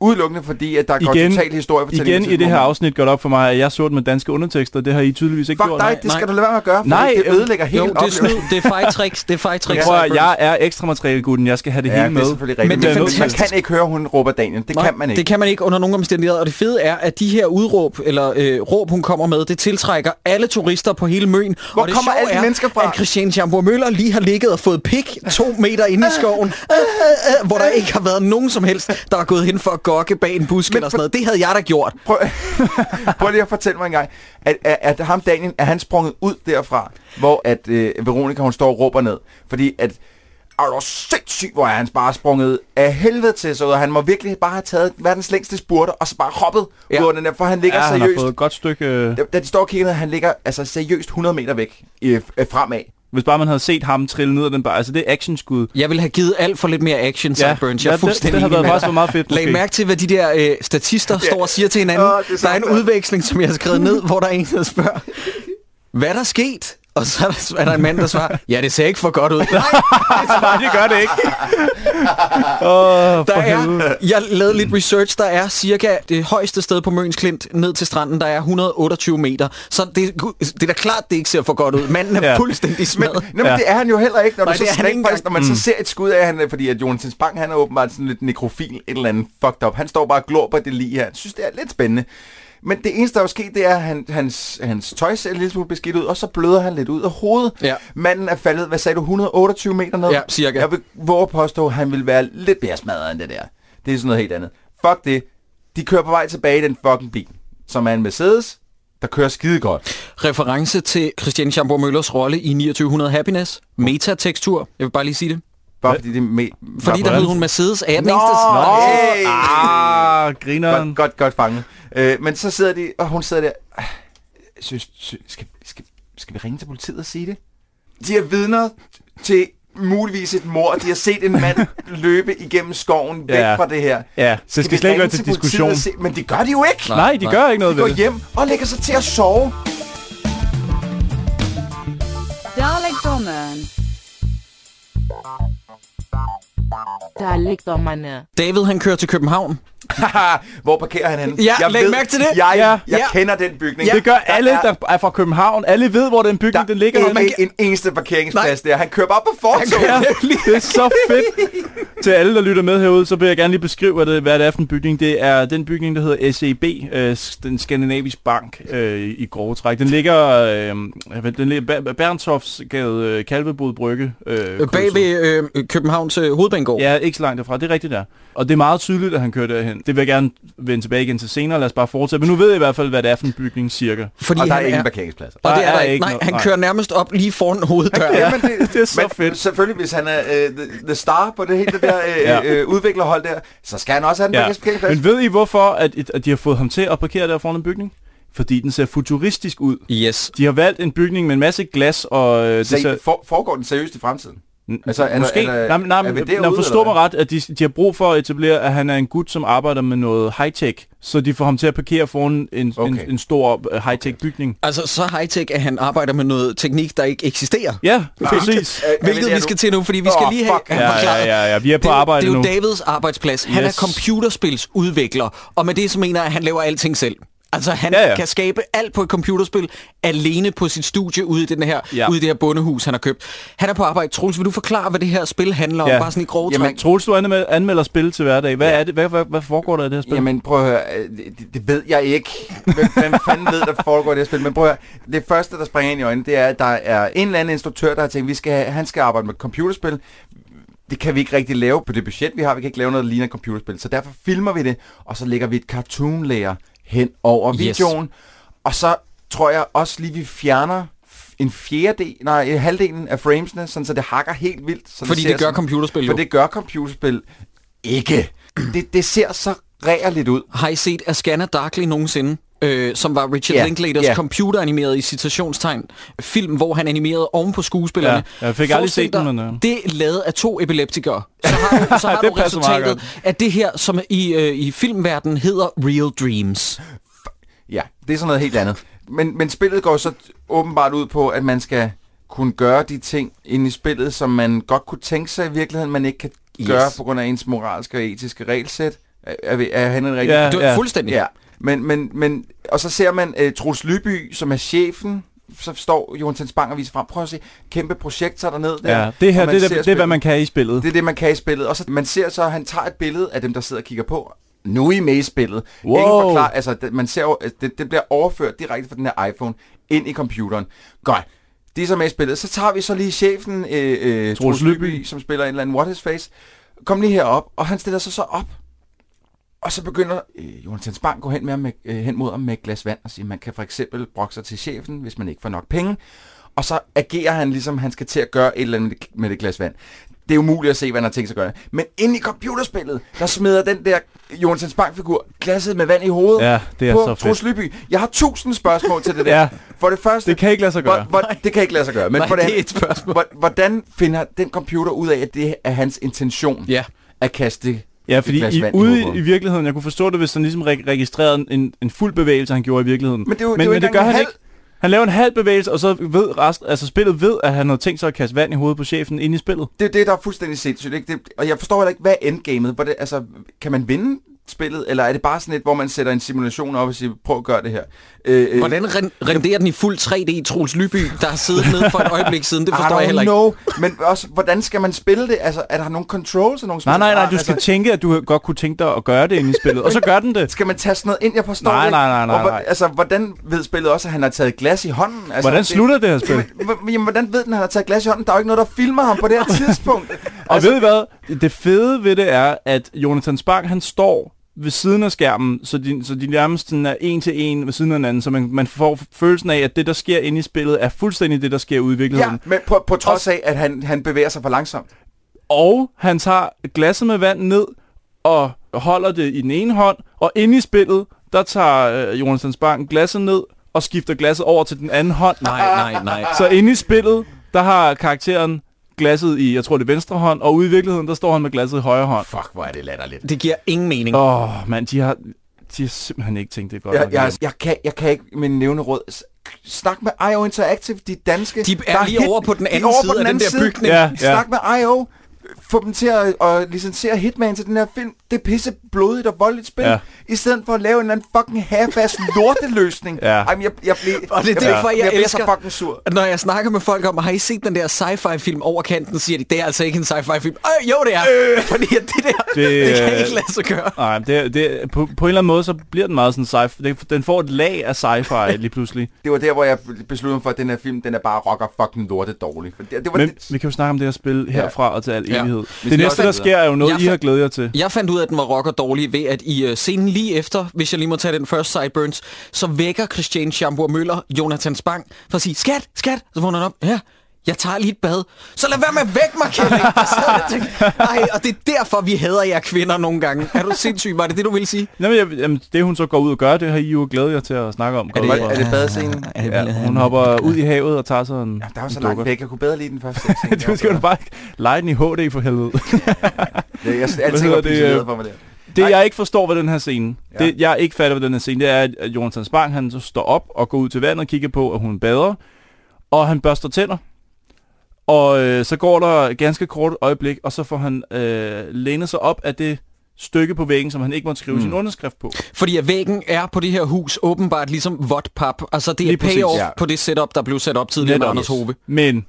[SPEAKER 5] udelukkende fordi, at der går
[SPEAKER 6] Igen-
[SPEAKER 5] total historiefortælling.
[SPEAKER 6] Igen
[SPEAKER 5] til
[SPEAKER 6] i det her
[SPEAKER 5] moment.
[SPEAKER 6] afsnit går det op for mig, at jeg så den med danske undertekster, det har I tydeligvis ikke gjort.
[SPEAKER 5] Fuck dig, det skal du lade være med at gøre, for
[SPEAKER 6] Nej,
[SPEAKER 5] det
[SPEAKER 6] øhm,
[SPEAKER 5] ødelægger hele
[SPEAKER 1] Jo, det er snyd,
[SPEAKER 5] oplevelsen.
[SPEAKER 1] det er fejtricks, det er fejtricks.
[SPEAKER 6] Jeg, tror, at jeg er ekstra materialegutten, jeg skal have det
[SPEAKER 5] Ja,
[SPEAKER 6] hele med.
[SPEAKER 5] det er selvfølgelig rigtigt.
[SPEAKER 1] Men
[SPEAKER 5] Men,
[SPEAKER 1] det er
[SPEAKER 5] det men man
[SPEAKER 1] fantastisk.
[SPEAKER 5] kan ikke høre, hun råber Daniel. Det kan man ikke.
[SPEAKER 1] Det kan man ikke under nogen omstændigheder. Og det fede er, at de her udråb, eller øh, råb, hun kommer med, det tiltrækker alle turister på hele Møn.
[SPEAKER 5] Hvor
[SPEAKER 1] og det
[SPEAKER 5] kommer
[SPEAKER 1] sjove
[SPEAKER 5] alle de
[SPEAKER 1] er,
[SPEAKER 5] mennesker fra?
[SPEAKER 1] at Christian Schamburg Møller lige har ligget og fået pik to meter inde i skoven, øh, øh, øh, hvor der ikke har været nogen som helst, der er gået hen for at gokke bag en busk eller sådan noget. Det havde jeg da gjort.
[SPEAKER 5] Prøv, prøv lige at fortælle mig en gang, at, at, at ham Daniel, er han sprunget ud derfra, hvor at øh, Veronica, hun står og råber ned, fordi at er du sindssygt, hvor er han bare sprunget af helvede til sig ud, og han må virkelig bare have taget verdens længste spurter, og så bare hoppet
[SPEAKER 1] Ja.
[SPEAKER 5] ja. ud over den der, for han
[SPEAKER 6] Ja,
[SPEAKER 5] ligger
[SPEAKER 6] han har
[SPEAKER 5] seriøst.
[SPEAKER 6] fået et godt stykke... øh,
[SPEAKER 5] Da- Da de står og kigger ned, han ligger altså seriøst 100 meter væk øh, øh, fremad.
[SPEAKER 6] Hvis bare man havde set ham trille ned ad den bare, altså det er actionskud.
[SPEAKER 1] Jeg ville have givet alt for lidt mere action, ja, Burns. Jeg er
[SPEAKER 6] det, det,
[SPEAKER 1] fuldstændig
[SPEAKER 6] har
[SPEAKER 1] enig med
[SPEAKER 6] været
[SPEAKER 1] dig.
[SPEAKER 6] faktisk været meget fedt.
[SPEAKER 1] Lag
[SPEAKER 6] måske.
[SPEAKER 1] mærke til, hvad de der øh, statister står og siger til hinanden.
[SPEAKER 5] Åh, det er
[SPEAKER 1] Oh, der er
[SPEAKER 5] sådan
[SPEAKER 1] en
[SPEAKER 5] der.
[SPEAKER 1] udveksling, som jeg har skrevet ned, hvor der er en, der spørger, hvad er der sket? Og så er der, er der en mand, der svarer, ja, det ser ikke for godt ud. Nej,
[SPEAKER 6] Nej, det gør det ikke. Åh,
[SPEAKER 1] der
[SPEAKER 6] for helvede.
[SPEAKER 1] er, jeg lavede lidt research, der er cirka det højeste sted på Møns Klint ned til stranden, der er 128 meter. Så det, det er da klart, det ikke ser for godt ud. Manden er
[SPEAKER 6] Ja.
[SPEAKER 1] ja. fuldstændig
[SPEAKER 5] Men,
[SPEAKER 1] smadret.
[SPEAKER 5] nej, men
[SPEAKER 6] Ja.
[SPEAKER 5] ja. det er han jo heller ikke, når
[SPEAKER 1] Nej,
[SPEAKER 5] du så
[SPEAKER 1] det er han
[SPEAKER 5] rent
[SPEAKER 1] ikke
[SPEAKER 5] faktisk, når man mm. så ser et skud af han, fordi at Jonas Bang, han er åbenbart sådan lidt nekrofil, et eller andet fucked up. Han står bare og glor på det lige her. Jeg synes, det er lidt spændende. Men det eneste, der er sket, det er, at han, hans, hans tøj ser lidt smule beskidt ud, og så bløder han lidt ud af hovedet.
[SPEAKER 1] Ja.
[SPEAKER 5] Manden er faldet, hvad sagde du, 128 meter ned?
[SPEAKER 1] Ja, cirka.
[SPEAKER 5] Jeg vil våge at påstå, at han ville være lidt mere smadret end det der. Det er sådan noget helt andet. Fuck det. De kører på vej tilbage i den fucking bil, som er en Mercedes, der kører skide godt.
[SPEAKER 1] Reference til Christian Schamburg Møllers rolle i 2900 Happiness. Metatekstur. Jeg vil bare lige sige det.
[SPEAKER 5] Bare fordi det er me-
[SPEAKER 1] Fordi der hed hun Mercedes 18.
[SPEAKER 5] Nå, hey.
[SPEAKER 6] Ah, grineren.
[SPEAKER 5] Godt, godt, godt fanget. Øh, men så sidder de, og hun sidder der. "Ah, Synes, synes, skal, skal, skal vi ringe til politiet og sige det? De er vidner til muligvis et mor, de har set en mand løbe igennem skoven væk
[SPEAKER 6] Ja.
[SPEAKER 5] fra det her.
[SPEAKER 6] Ja, det skal,
[SPEAKER 5] vi
[SPEAKER 6] slet ikke være
[SPEAKER 5] ringe
[SPEAKER 6] til
[SPEAKER 5] politiet
[SPEAKER 6] diskussion.
[SPEAKER 5] og Se? Men det gør de jo ikke.
[SPEAKER 6] Nej, de
[SPEAKER 1] Nej.
[SPEAKER 6] gør ikke
[SPEAKER 5] De
[SPEAKER 6] noget ved
[SPEAKER 5] går
[SPEAKER 6] det.
[SPEAKER 5] hjem og lægger sig til at sove.
[SPEAKER 10] Dårligdommen.
[SPEAKER 3] Dårligdommerne.
[SPEAKER 1] David, han kører til København.
[SPEAKER 5] Haha, Hvor parkerer han henne?
[SPEAKER 1] Ja, læg mærke til det.
[SPEAKER 5] Jeg,
[SPEAKER 6] Ja.
[SPEAKER 5] jeg
[SPEAKER 1] Ja.
[SPEAKER 5] kender den bygning.
[SPEAKER 6] Det gør alle, der er fra København. Alle ved, hvor den
[SPEAKER 5] Der
[SPEAKER 6] bygning den ligger.
[SPEAKER 5] er
[SPEAKER 6] henne.
[SPEAKER 5] ikke en eneste parkeringsplads der. Han kører bare på
[SPEAKER 6] Ja,
[SPEAKER 5] fortoget.
[SPEAKER 6] det er så fedt. Til alle, der lytter med herude, så vil jeg gerne lige beskrive, hvad det, hvad det er for en bygning. Det er den bygning, der hedder SEB, øh, s- den skandinaviske bank øh, i grove træk. Den ligger, øh, hvad- den ligger Ber- Berntofsgade, øh, Kalvebod Brygge. Øh,
[SPEAKER 1] Øh, Bag ved øh, Københavns øh, hovedbanegård.
[SPEAKER 6] Ja, ikke så langt derfra. Det er rigtigt der. Og det er meget tydeligt, at han kører derhen. Det vil jeg gerne vende tilbage igen til senere. Lad os bare fortsætte. Men nu ved jeg i hvert fald, hvad det er for en bygning cirka.
[SPEAKER 1] Fordi
[SPEAKER 5] Og der er
[SPEAKER 1] han
[SPEAKER 5] ingen parkeringspladser.
[SPEAKER 1] og det er
[SPEAKER 6] Der
[SPEAKER 1] der
[SPEAKER 6] er
[SPEAKER 1] ikke.
[SPEAKER 6] ikke
[SPEAKER 1] Nej,
[SPEAKER 6] noget-
[SPEAKER 1] han
[SPEAKER 6] nej.
[SPEAKER 1] kører nærmest op lige foran hoveddøren.
[SPEAKER 5] Ja,
[SPEAKER 1] Ja.
[SPEAKER 5] men det,
[SPEAKER 6] Det er så
[SPEAKER 5] men
[SPEAKER 6] fedt.
[SPEAKER 5] Selvfølgelig, hvis han er øh, the, the star på det hele det der øh,
[SPEAKER 6] Ja.
[SPEAKER 5] øh, udviklerhold der, så skal han også have en
[SPEAKER 6] Ja.
[SPEAKER 5] parkeringsplads.
[SPEAKER 6] Men ved I, hvorfor at, at de har fået ham til at parkere der foran en bygning? Fordi den ser futuristisk ud.
[SPEAKER 1] Yes.
[SPEAKER 6] De har valgt en bygning med en masse glas og... Øh, det
[SPEAKER 5] Så,
[SPEAKER 6] ser,
[SPEAKER 5] I- for, foregår den seriøst i fremtiden? altså,
[SPEAKER 6] altså,
[SPEAKER 5] er der-
[SPEAKER 6] måske...
[SPEAKER 5] altså, er der-
[SPEAKER 6] nej, men- nej,
[SPEAKER 5] er vi
[SPEAKER 6] men-
[SPEAKER 5] derude,
[SPEAKER 6] nej, forstå
[SPEAKER 5] eller
[SPEAKER 6] mig ret, at de, de har brug for at etablere, at han er en gut, som arbejder med noget high-tech. Så de får ham til at parkere foran en,
[SPEAKER 5] Okay.
[SPEAKER 6] okay. en, en stor øh, high-tech bygning.
[SPEAKER 1] Altså, så high-tech, at han arbejder med noget teknik, der ikke eksisterer.
[SPEAKER 6] Ja, præcis.
[SPEAKER 5] Er- er vi
[SPEAKER 1] Hvilket
[SPEAKER 5] der
[SPEAKER 1] vi
[SPEAKER 5] nu?
[SPEAKER 1] skal til nu, fordi vi skal
[SPEAKER 5] Åh,
[SPEAKER 1] lige have
[SPEAKER 5] fuck.
[SPEAKER 1] have
[SPEAKER 6] Ja,
[SPEAKER 1] forklaret.
[SPEAKER 6] ja, ja, ja. Vi er på
[SPEAKER 1] det, jo-
[SPEAKER 6] arbejde
[SPEAKER 1] Det er
[SPEAKER 6] nu.
[SPEAKER 1] jo Davids arbejdsplads. Han er
[SPEAKER 6] Yes.
[SPEAKER 1] computerspilsudvikler, og med det så mener jeg, at han laver alting selv. Altså, han ja,
[SPEAKER 6] Ja,
[SPEAKER 1] ja.
[SPEAKER 6] ja.
[SPEAKER 1] kan skabe alt på et computerspil alene på sit studie ude i, den her, ja.
[SPEAKER 6] Ja.
[SPEAKER 1] ude i det her bondehus, han har købt. Han er på arbejde. Troels, vil du forklare, hvad det her spil handler om?
[SPEAKER 6] Ja.
[SPEAKER 1] Bare sådan i grove
[SPEAKER 5] Jamen,
[SPEAKER 1] træk.
[SPEAKER 6] Men Troels, du anmel- anmelder spil til hverdag. Hvad, er det, hvad, hvad, hvad foregår der i det her spil?
[SPEAKER 5] Jamen prøv at høre, øh, det, det ved jeg ikke. Hvem, hvem fanden ved, der foregår i det her spil? Men prøv at høre, det første, der springer ind i øjnene, det er, at der er en eller anden instruktør, der har tænkt, vi skal have, han skal arbejde med computerspil. Det kan vi ikke rigtig lave på det budget, vi har. Vi kan ikke lave noget, der ligner computerspil. Så derfor filmer vi det, og så lægger vi et cartoon layer hen over
[SPEAKER 1] Yes.
[SPEAKER 5] videoen. Og så tror jeg også lige, vi fjerner en fjerdedel, nej, en halvdelen af framesene, sådan, så det hakker helt vildt. Så
[SPEAKER 1] Fordi
[SPEAKER 5] ser
[SPEAKER 1] det gør
[SPEAKER 5] sådan-
[SPEAKER 1] computerspil jo.
[SPEAKER 5] For det gør computerspil ikke. Det, det ser så rærligt ud.
[SPEAKER 1] Har I set Ascana Darkly nogensinde? Øh, som var Richard
[SPEAKER 5] Ja,
[SPEAKER 1] yeah, Linklaters
[SPEAKER 5] ja.
[SPEAKER 1] yeah. computeranimerede i citationstegn film, hvor han animerede oven på skuespillerne.
[SPEAKER 6] Ja, jeg fik aldrig
[SPEAKER 1] Forestil
[SPEAKER 6] set den,
[SPEAKER 1] dig,
[SPEAKER 6] men, øh.
[SPEAKER 1] Det lavet af to epileptikere. Så har du, så har
[SPEAKER 6] Det
[SPEAKER 1] du
[SPEAKER 6] passer meget
[SPEAKER 1] resultatet af det her, som i, øh, i filmverdenen hedder Real Dreams.
[SPEAKER 5] Ja, det er sådan noget helt andet. Men, men spillet går så åbenbart ud på, at man skal kunne gøre de ting inde i spillet, som man godt kunne tænke sig i virkeligheden, man ikke kan yes. gøre på grund af ens moralske og etiske regelsæt. Er, er, vi- er han en rigtig?
[SPEAKER 6] Ja,
[SPEAKER 1] Du,
[SPEAKER 6] ja.
[SPEAKER 1] Fuldstændig.
[SPEAKER 5] ja. Men, men, men, og så ser man uh, Troels Lyby, som er chefen, så står Jon Tensbang og viser frem, prøv at se, kæmpe projekter dernede der.
[SPEAKER 6] ja, det her,
[SPEAKER 5] og man
[SPEAKER 6] det,
[SPEAKER 5] ser
[SPEAKER 6] der, det er, hvad
[SPEAKER 5] spillet.
[SPEAKER 6] man kan i spillet.
[SPEAKER 5] Det er det, man kan i spillet. Og så man ser så, at han tager et billede af dem, der sidder og kigger på. Nu er I med i spillet.
[SPEAKER 6] Wow.
[SPEAKER 5] Ingen forklar, altså, det, man ser, jo- altså, det, det bliver overført direkte fra den her iPhone ind i computeren. Godt. De er så med i spillet. Så tager vi så lige chefen, øh, øh, Troels
[SPEAKER 6] Lyby.
[SPEAKER 5] Lyby, som spiller en eller anden What His Face. Kom lige herop, og han stiller sig så op. Og så begynder øh, Jonathan Spang gå hen, med ham med, øh, hen mod ham med et glas vand og sige, man kan for eksempel brokke sig til chefen, hvis man ikke får nok penge. Og så agerer han ligesom, han skal til at gøre et eller andet med det- med det glas vand. Det er umuligt at se, hvad han har tænkt sig at gøre. Men inde i computerspillet, der smider den der Jonathan Spang-figur glasset med vand i hovedet
[SPEAKER 6] Ja, det er
[SPEAKER 5] på
[SPEAKER 6] så fedt.
[SPEAKER 5] Troels Lyby. Jeg har tusind spørgsmål til det der.
[SPEAKER 6] Ja.
[SPEAKER 5] For det første...
[SPEAKER 6] Det kan ikke lade sig gøre.
[SPEAKER 5] Hvor, hvor, det kan ikke lade sig gøre. Men
[SPEAKER 1] Nej,
[SPEAKER 5] hvordan,
[SPEAKER 1] det er et spørgsmål.
[SPEAKER 5] hvor- Hvordan finder den computer ud af, at det er hans intention
[SPEAKER 1] Ja.
[SPEAKER 5] at kaste
[SPEAKER 6] Ja,
[SPEAKER 5] et
[SPEAKER 6] fordi
[SPEAKER 5] glas
[SPEAKER 6] i,
[SPEAKER 5] vand
[SPEAKER 6] ude
[SPEAKER 5] i hovedet?
[SPEAKER 6] i, i virkeligheden, jeg kunne forstå det, hvis han ligesom re- registrerede en, en fuld bevægelse, han gjorde i virkeligheden.
[SPEAKER 5] Men det er jo- det er
[SPEAKER 6] men,
[SPEAKER 5] jo
[SPEAKER 6] men
[SPEAKER 5] ikke
[SPEAKER 6] det gør
[SPEAKER 5] engang en
[SPEAKER 6] han ikke. Han laver en halv bevægelse, og så ved resten, altså spillet ved, at han havde tænkt sig at kaste vand i hovedet på chefen inde i spillet.
[SPEAKER 5] Det er det, der er fuldstændig sindssygt. Ikke? Det, og jeg forstår heller ikke, hvad er endgamet? Hvor det, altså, kan man vinde spillet, eller er det bare sådan et, hvor man sætter en simulation op og siger, prøv at gøre det her? Øh, øh,
[SPEAKER 1] Hvordan ren- renderer den i fuld 3D Troels Lyby, der har siddet nede for et øjeblik siden? Det forstår
[SPEAKER 5] I
[SPEAKER 1] jeg heller
[SPEAKER 5] don't
[SPEAKER 1] ikke.
[SPEAKER 5] know. Men også, hvordan skal man spille det? Altså, er der nogle controls og nogle
[SPEAKER 6] Nej, nej, nej, du
[SPEAKER 5] altså,
[SPEAKER 6] skal tænke, at du godt kunne tænke dig at gøre det inde i spillet, og så gør den det.
[SPEAKER 5] Skal man tage sådan noget ind? Jeg forstår
[SPEAKER 6] Nej,
[SPEAKER 5] det ikke.
[SPEAKER 6] nej, nej, nej,
[SPEAKER 5] Og hvor-
[SPEAKER 6] nej.
[SPEAKER 5] Altså, hvordan ved spillet også, at han har taget glas i hånden? Altså,
[SPEAKER 6] Hvordan
[SPEAKER 5] det-
[SPEAKER 6] slutter det her spil?
[SPEAKER 5] Jamen, jamen, hvordan ved den, at han har taget glas i hånden? Der er jo ikke noget, der filmer ham på det her tidspunkt.
[SPEAKER 6] Og
[SPEAKER 5] Altså-
[SPEAKER 6] ved I hvad? Det fede ved det er, at Jonathan Spang, han står ved siden af skærmen, så de, så de nærmest sådan er en til en ved siden af hinanden, så man, man får følelsen af, at det, der sker inde i spillet, er fuldstændig det, der sker ude i virkeligheden.
[SPEAKER 5] Ja, men på, på trods af, at han, han bevæger sig for langsomt.
[SPEAKER 6] Og han tager glasset med vand ned og holder det i den ene hånd, og inde i spillet, der tager øh, Jonathan Spang glasset ned og skifter glasset over til den anden hånd.
[SPEAKER 1] Nej, nej, nej.
[SPEAKER 6] Så inde i spillet, der har karakteren glasset i, jeg tror det er venstre hånd, og ude i virkeligheden, der står han med glasset i højre hånd.
[SPEAKER 5] Fuck, hvor er det latterligt.
[SPEAKER 1] Det giver ingen mening.
[SPEAKER 6] Åh, oh, mand, de har, de har simpelthen ikke tænkt det godt.
[SPEAKER 5] Jeg,
[SPEAKER 6] nok
[SPEAKER 5] jeg,
[SPEAKER 6] igennem.
[SPEAKER 5] jeg, kan, jeg kan ikke med nævne råd. S- Snak med IO Interactive, de danske.
[SPEAKER 1] De er
[SPEAKER 5] der
[SPEAKER 1] lige
[SPEAKER 5] hit-
[SPEAKER 1] over på den
[SPEAKER 5] de er
[SPEAKER 1] anden
[SPEAKER 5] over
[SPEAKER 1] side
[SPEAKER 5] på
[SPEAKER 1] af den der bygning.
[SPEAKER 6] Ja, ja.
[SPEAKER 5] Snak med IO. Få dem til at, at licensiere Hitman til den her film. Det er pisse blodigt og voldeligt spil.
[SPEAKER 6] Ja.
[SPEAKER 5] Ja. I stedet for at lave en eller anden fucking half-ass lorteløsning.
[SPEAKER 6] Ja.
[SPEAKER 5] Ej, men jeg, jeg blev,
[SPEAKER 1] Og det er
[SPEAKER 5] jeg,
[SPEAKER 1] derfor, jeg
[SPEAKER 5] jeg blev
[SPEAKER 1] elsker-
[SPEAKER 5] så fucking sur.
[SPEAKER 1] Når jeg snakker med folk om, har I set den der sci-fi-film over kanten, siger de, det er altså ikke en sci-fi-film. Øh, jo, det er. Øh. Fordi at det der, det,
[SPEAKER 6] Det,
[SPEAKER 1] det kan
[SPEAKER 6] øh,
[SPEAKER 1] ikke lade sig gøre.
[SPEAKER 6] Nej, det, det, på, på en eller anden måde, så bliver den meget sådan sci-fi. Den- Den får et lag af sci-fi lige pludselig.
[SPEAKER 5] Det var der, hvor jeg besluttede mig for, at den her film, den er bare rocker fucking lortet dårlig. For Det, det var
[SPEAKER 6] Men
[SPEAKER 5] det,
[SPEAKER 6] vi kan jo snakke om det her spil herfra og til al
[SPEAKER 1] Ja.
[SPEAKER 6] evighed.
[SPEAKER 5] skal
[SPEAKER 6] Det næste,
[SPEAKER 5] også
[SPEAKER 6] der
[SPEAKER 5] videre.
[SPEAKER 6] sker, er jo noget,
[SPEAKER 1] Jeg
[SPEAKER 6] I har
[SPEAKER 1] fandt-
[SPEAKER 6] glædet jer til.
[SPEAKER 1] Jeg fandt ud af, at den var rock og dårlig ved, at i øh, scenen lige efter, hvis jeg lige må tage den første sideburns, så vækker Christiane Schamburg Møller Jonathan Spang for at sige, skat, skat, så vågner han op, ja, jeg tager lige et bad. Så lad være med at vække mig, Kjell. ikke? Der sad jeg og tænkte, Nej, og det er derfor, vi hader jer kvinder nogle gange. Er du sindssyg? Var det det, du ville sige?
[SPEAKER 6] Jamen, jeg, jamen, det hun så går ud og gør, det har I jo glædet jer til at snakke om. går
[SPEAKER 5] det,
[SPEAKER 6] ud fra.
[SPEAKER 5] er det badescenen?
[SPEAKER 6] Ja, hun hopper ud i havet og tager sådan en
[SPEAKER 5] Der var så
[SPEAKER 6] en
[SPEAKER 5] langt
[SPEAKER 6] dukker.
[SPEAKER 5] væk, jeg kunne bedre lide den første. scene.
[SPEAKER 6] Du skal jo bare ikke lege den i HD for helvede.
[SPEAKER 5] Jeg, jeg, jeg,
[SPEAKER 6] Hvad
[SPEAKER 5] jeg, jeg,
[SPEAKER 6] hedder
[SPEAKER 5] jeg,
[SPEAKER 6] det,
[SPEAKER 5] jeg,
[SPEAKER 6] øh,
[SPEAKER 5] for mig der.
[SPEAKER 6] Det
[SPEAKER 5] Nej.
[SPEAKER 6] jeg ikke forstår ved den her scene,
[SPEAKER 5] Ja.
[SPEAKER 6] ja. det jeg ikke fatter ved den her scene, det er, at at Jonathan Spang han så står op og går ud til vandet og kigger på, at hun bader, og han børster tænder. Og øh, så går der ganske kort øjeblik, og så får han øh, lænet sig op af det stykke på væggen, som han ikke måtte skrive mm. sin underskrift på.
[SPEAKER 1] Fordi at væggen er på det her hus åbenbart ligesom vodpap. Altså, det er
[SPEAKER 6] Lige
[SPEAKER 1] et
[SPEAKER 6] præcist,
[SPEAKER 1] payoff
[SPEAKER 5] ja.
[SPEAKER 1] på det setup, der blev sat op tidligere med
[SPEAKER 6] Netop.
[SPEAKER 1] Anders Hove.
[SPEAKER 6] Men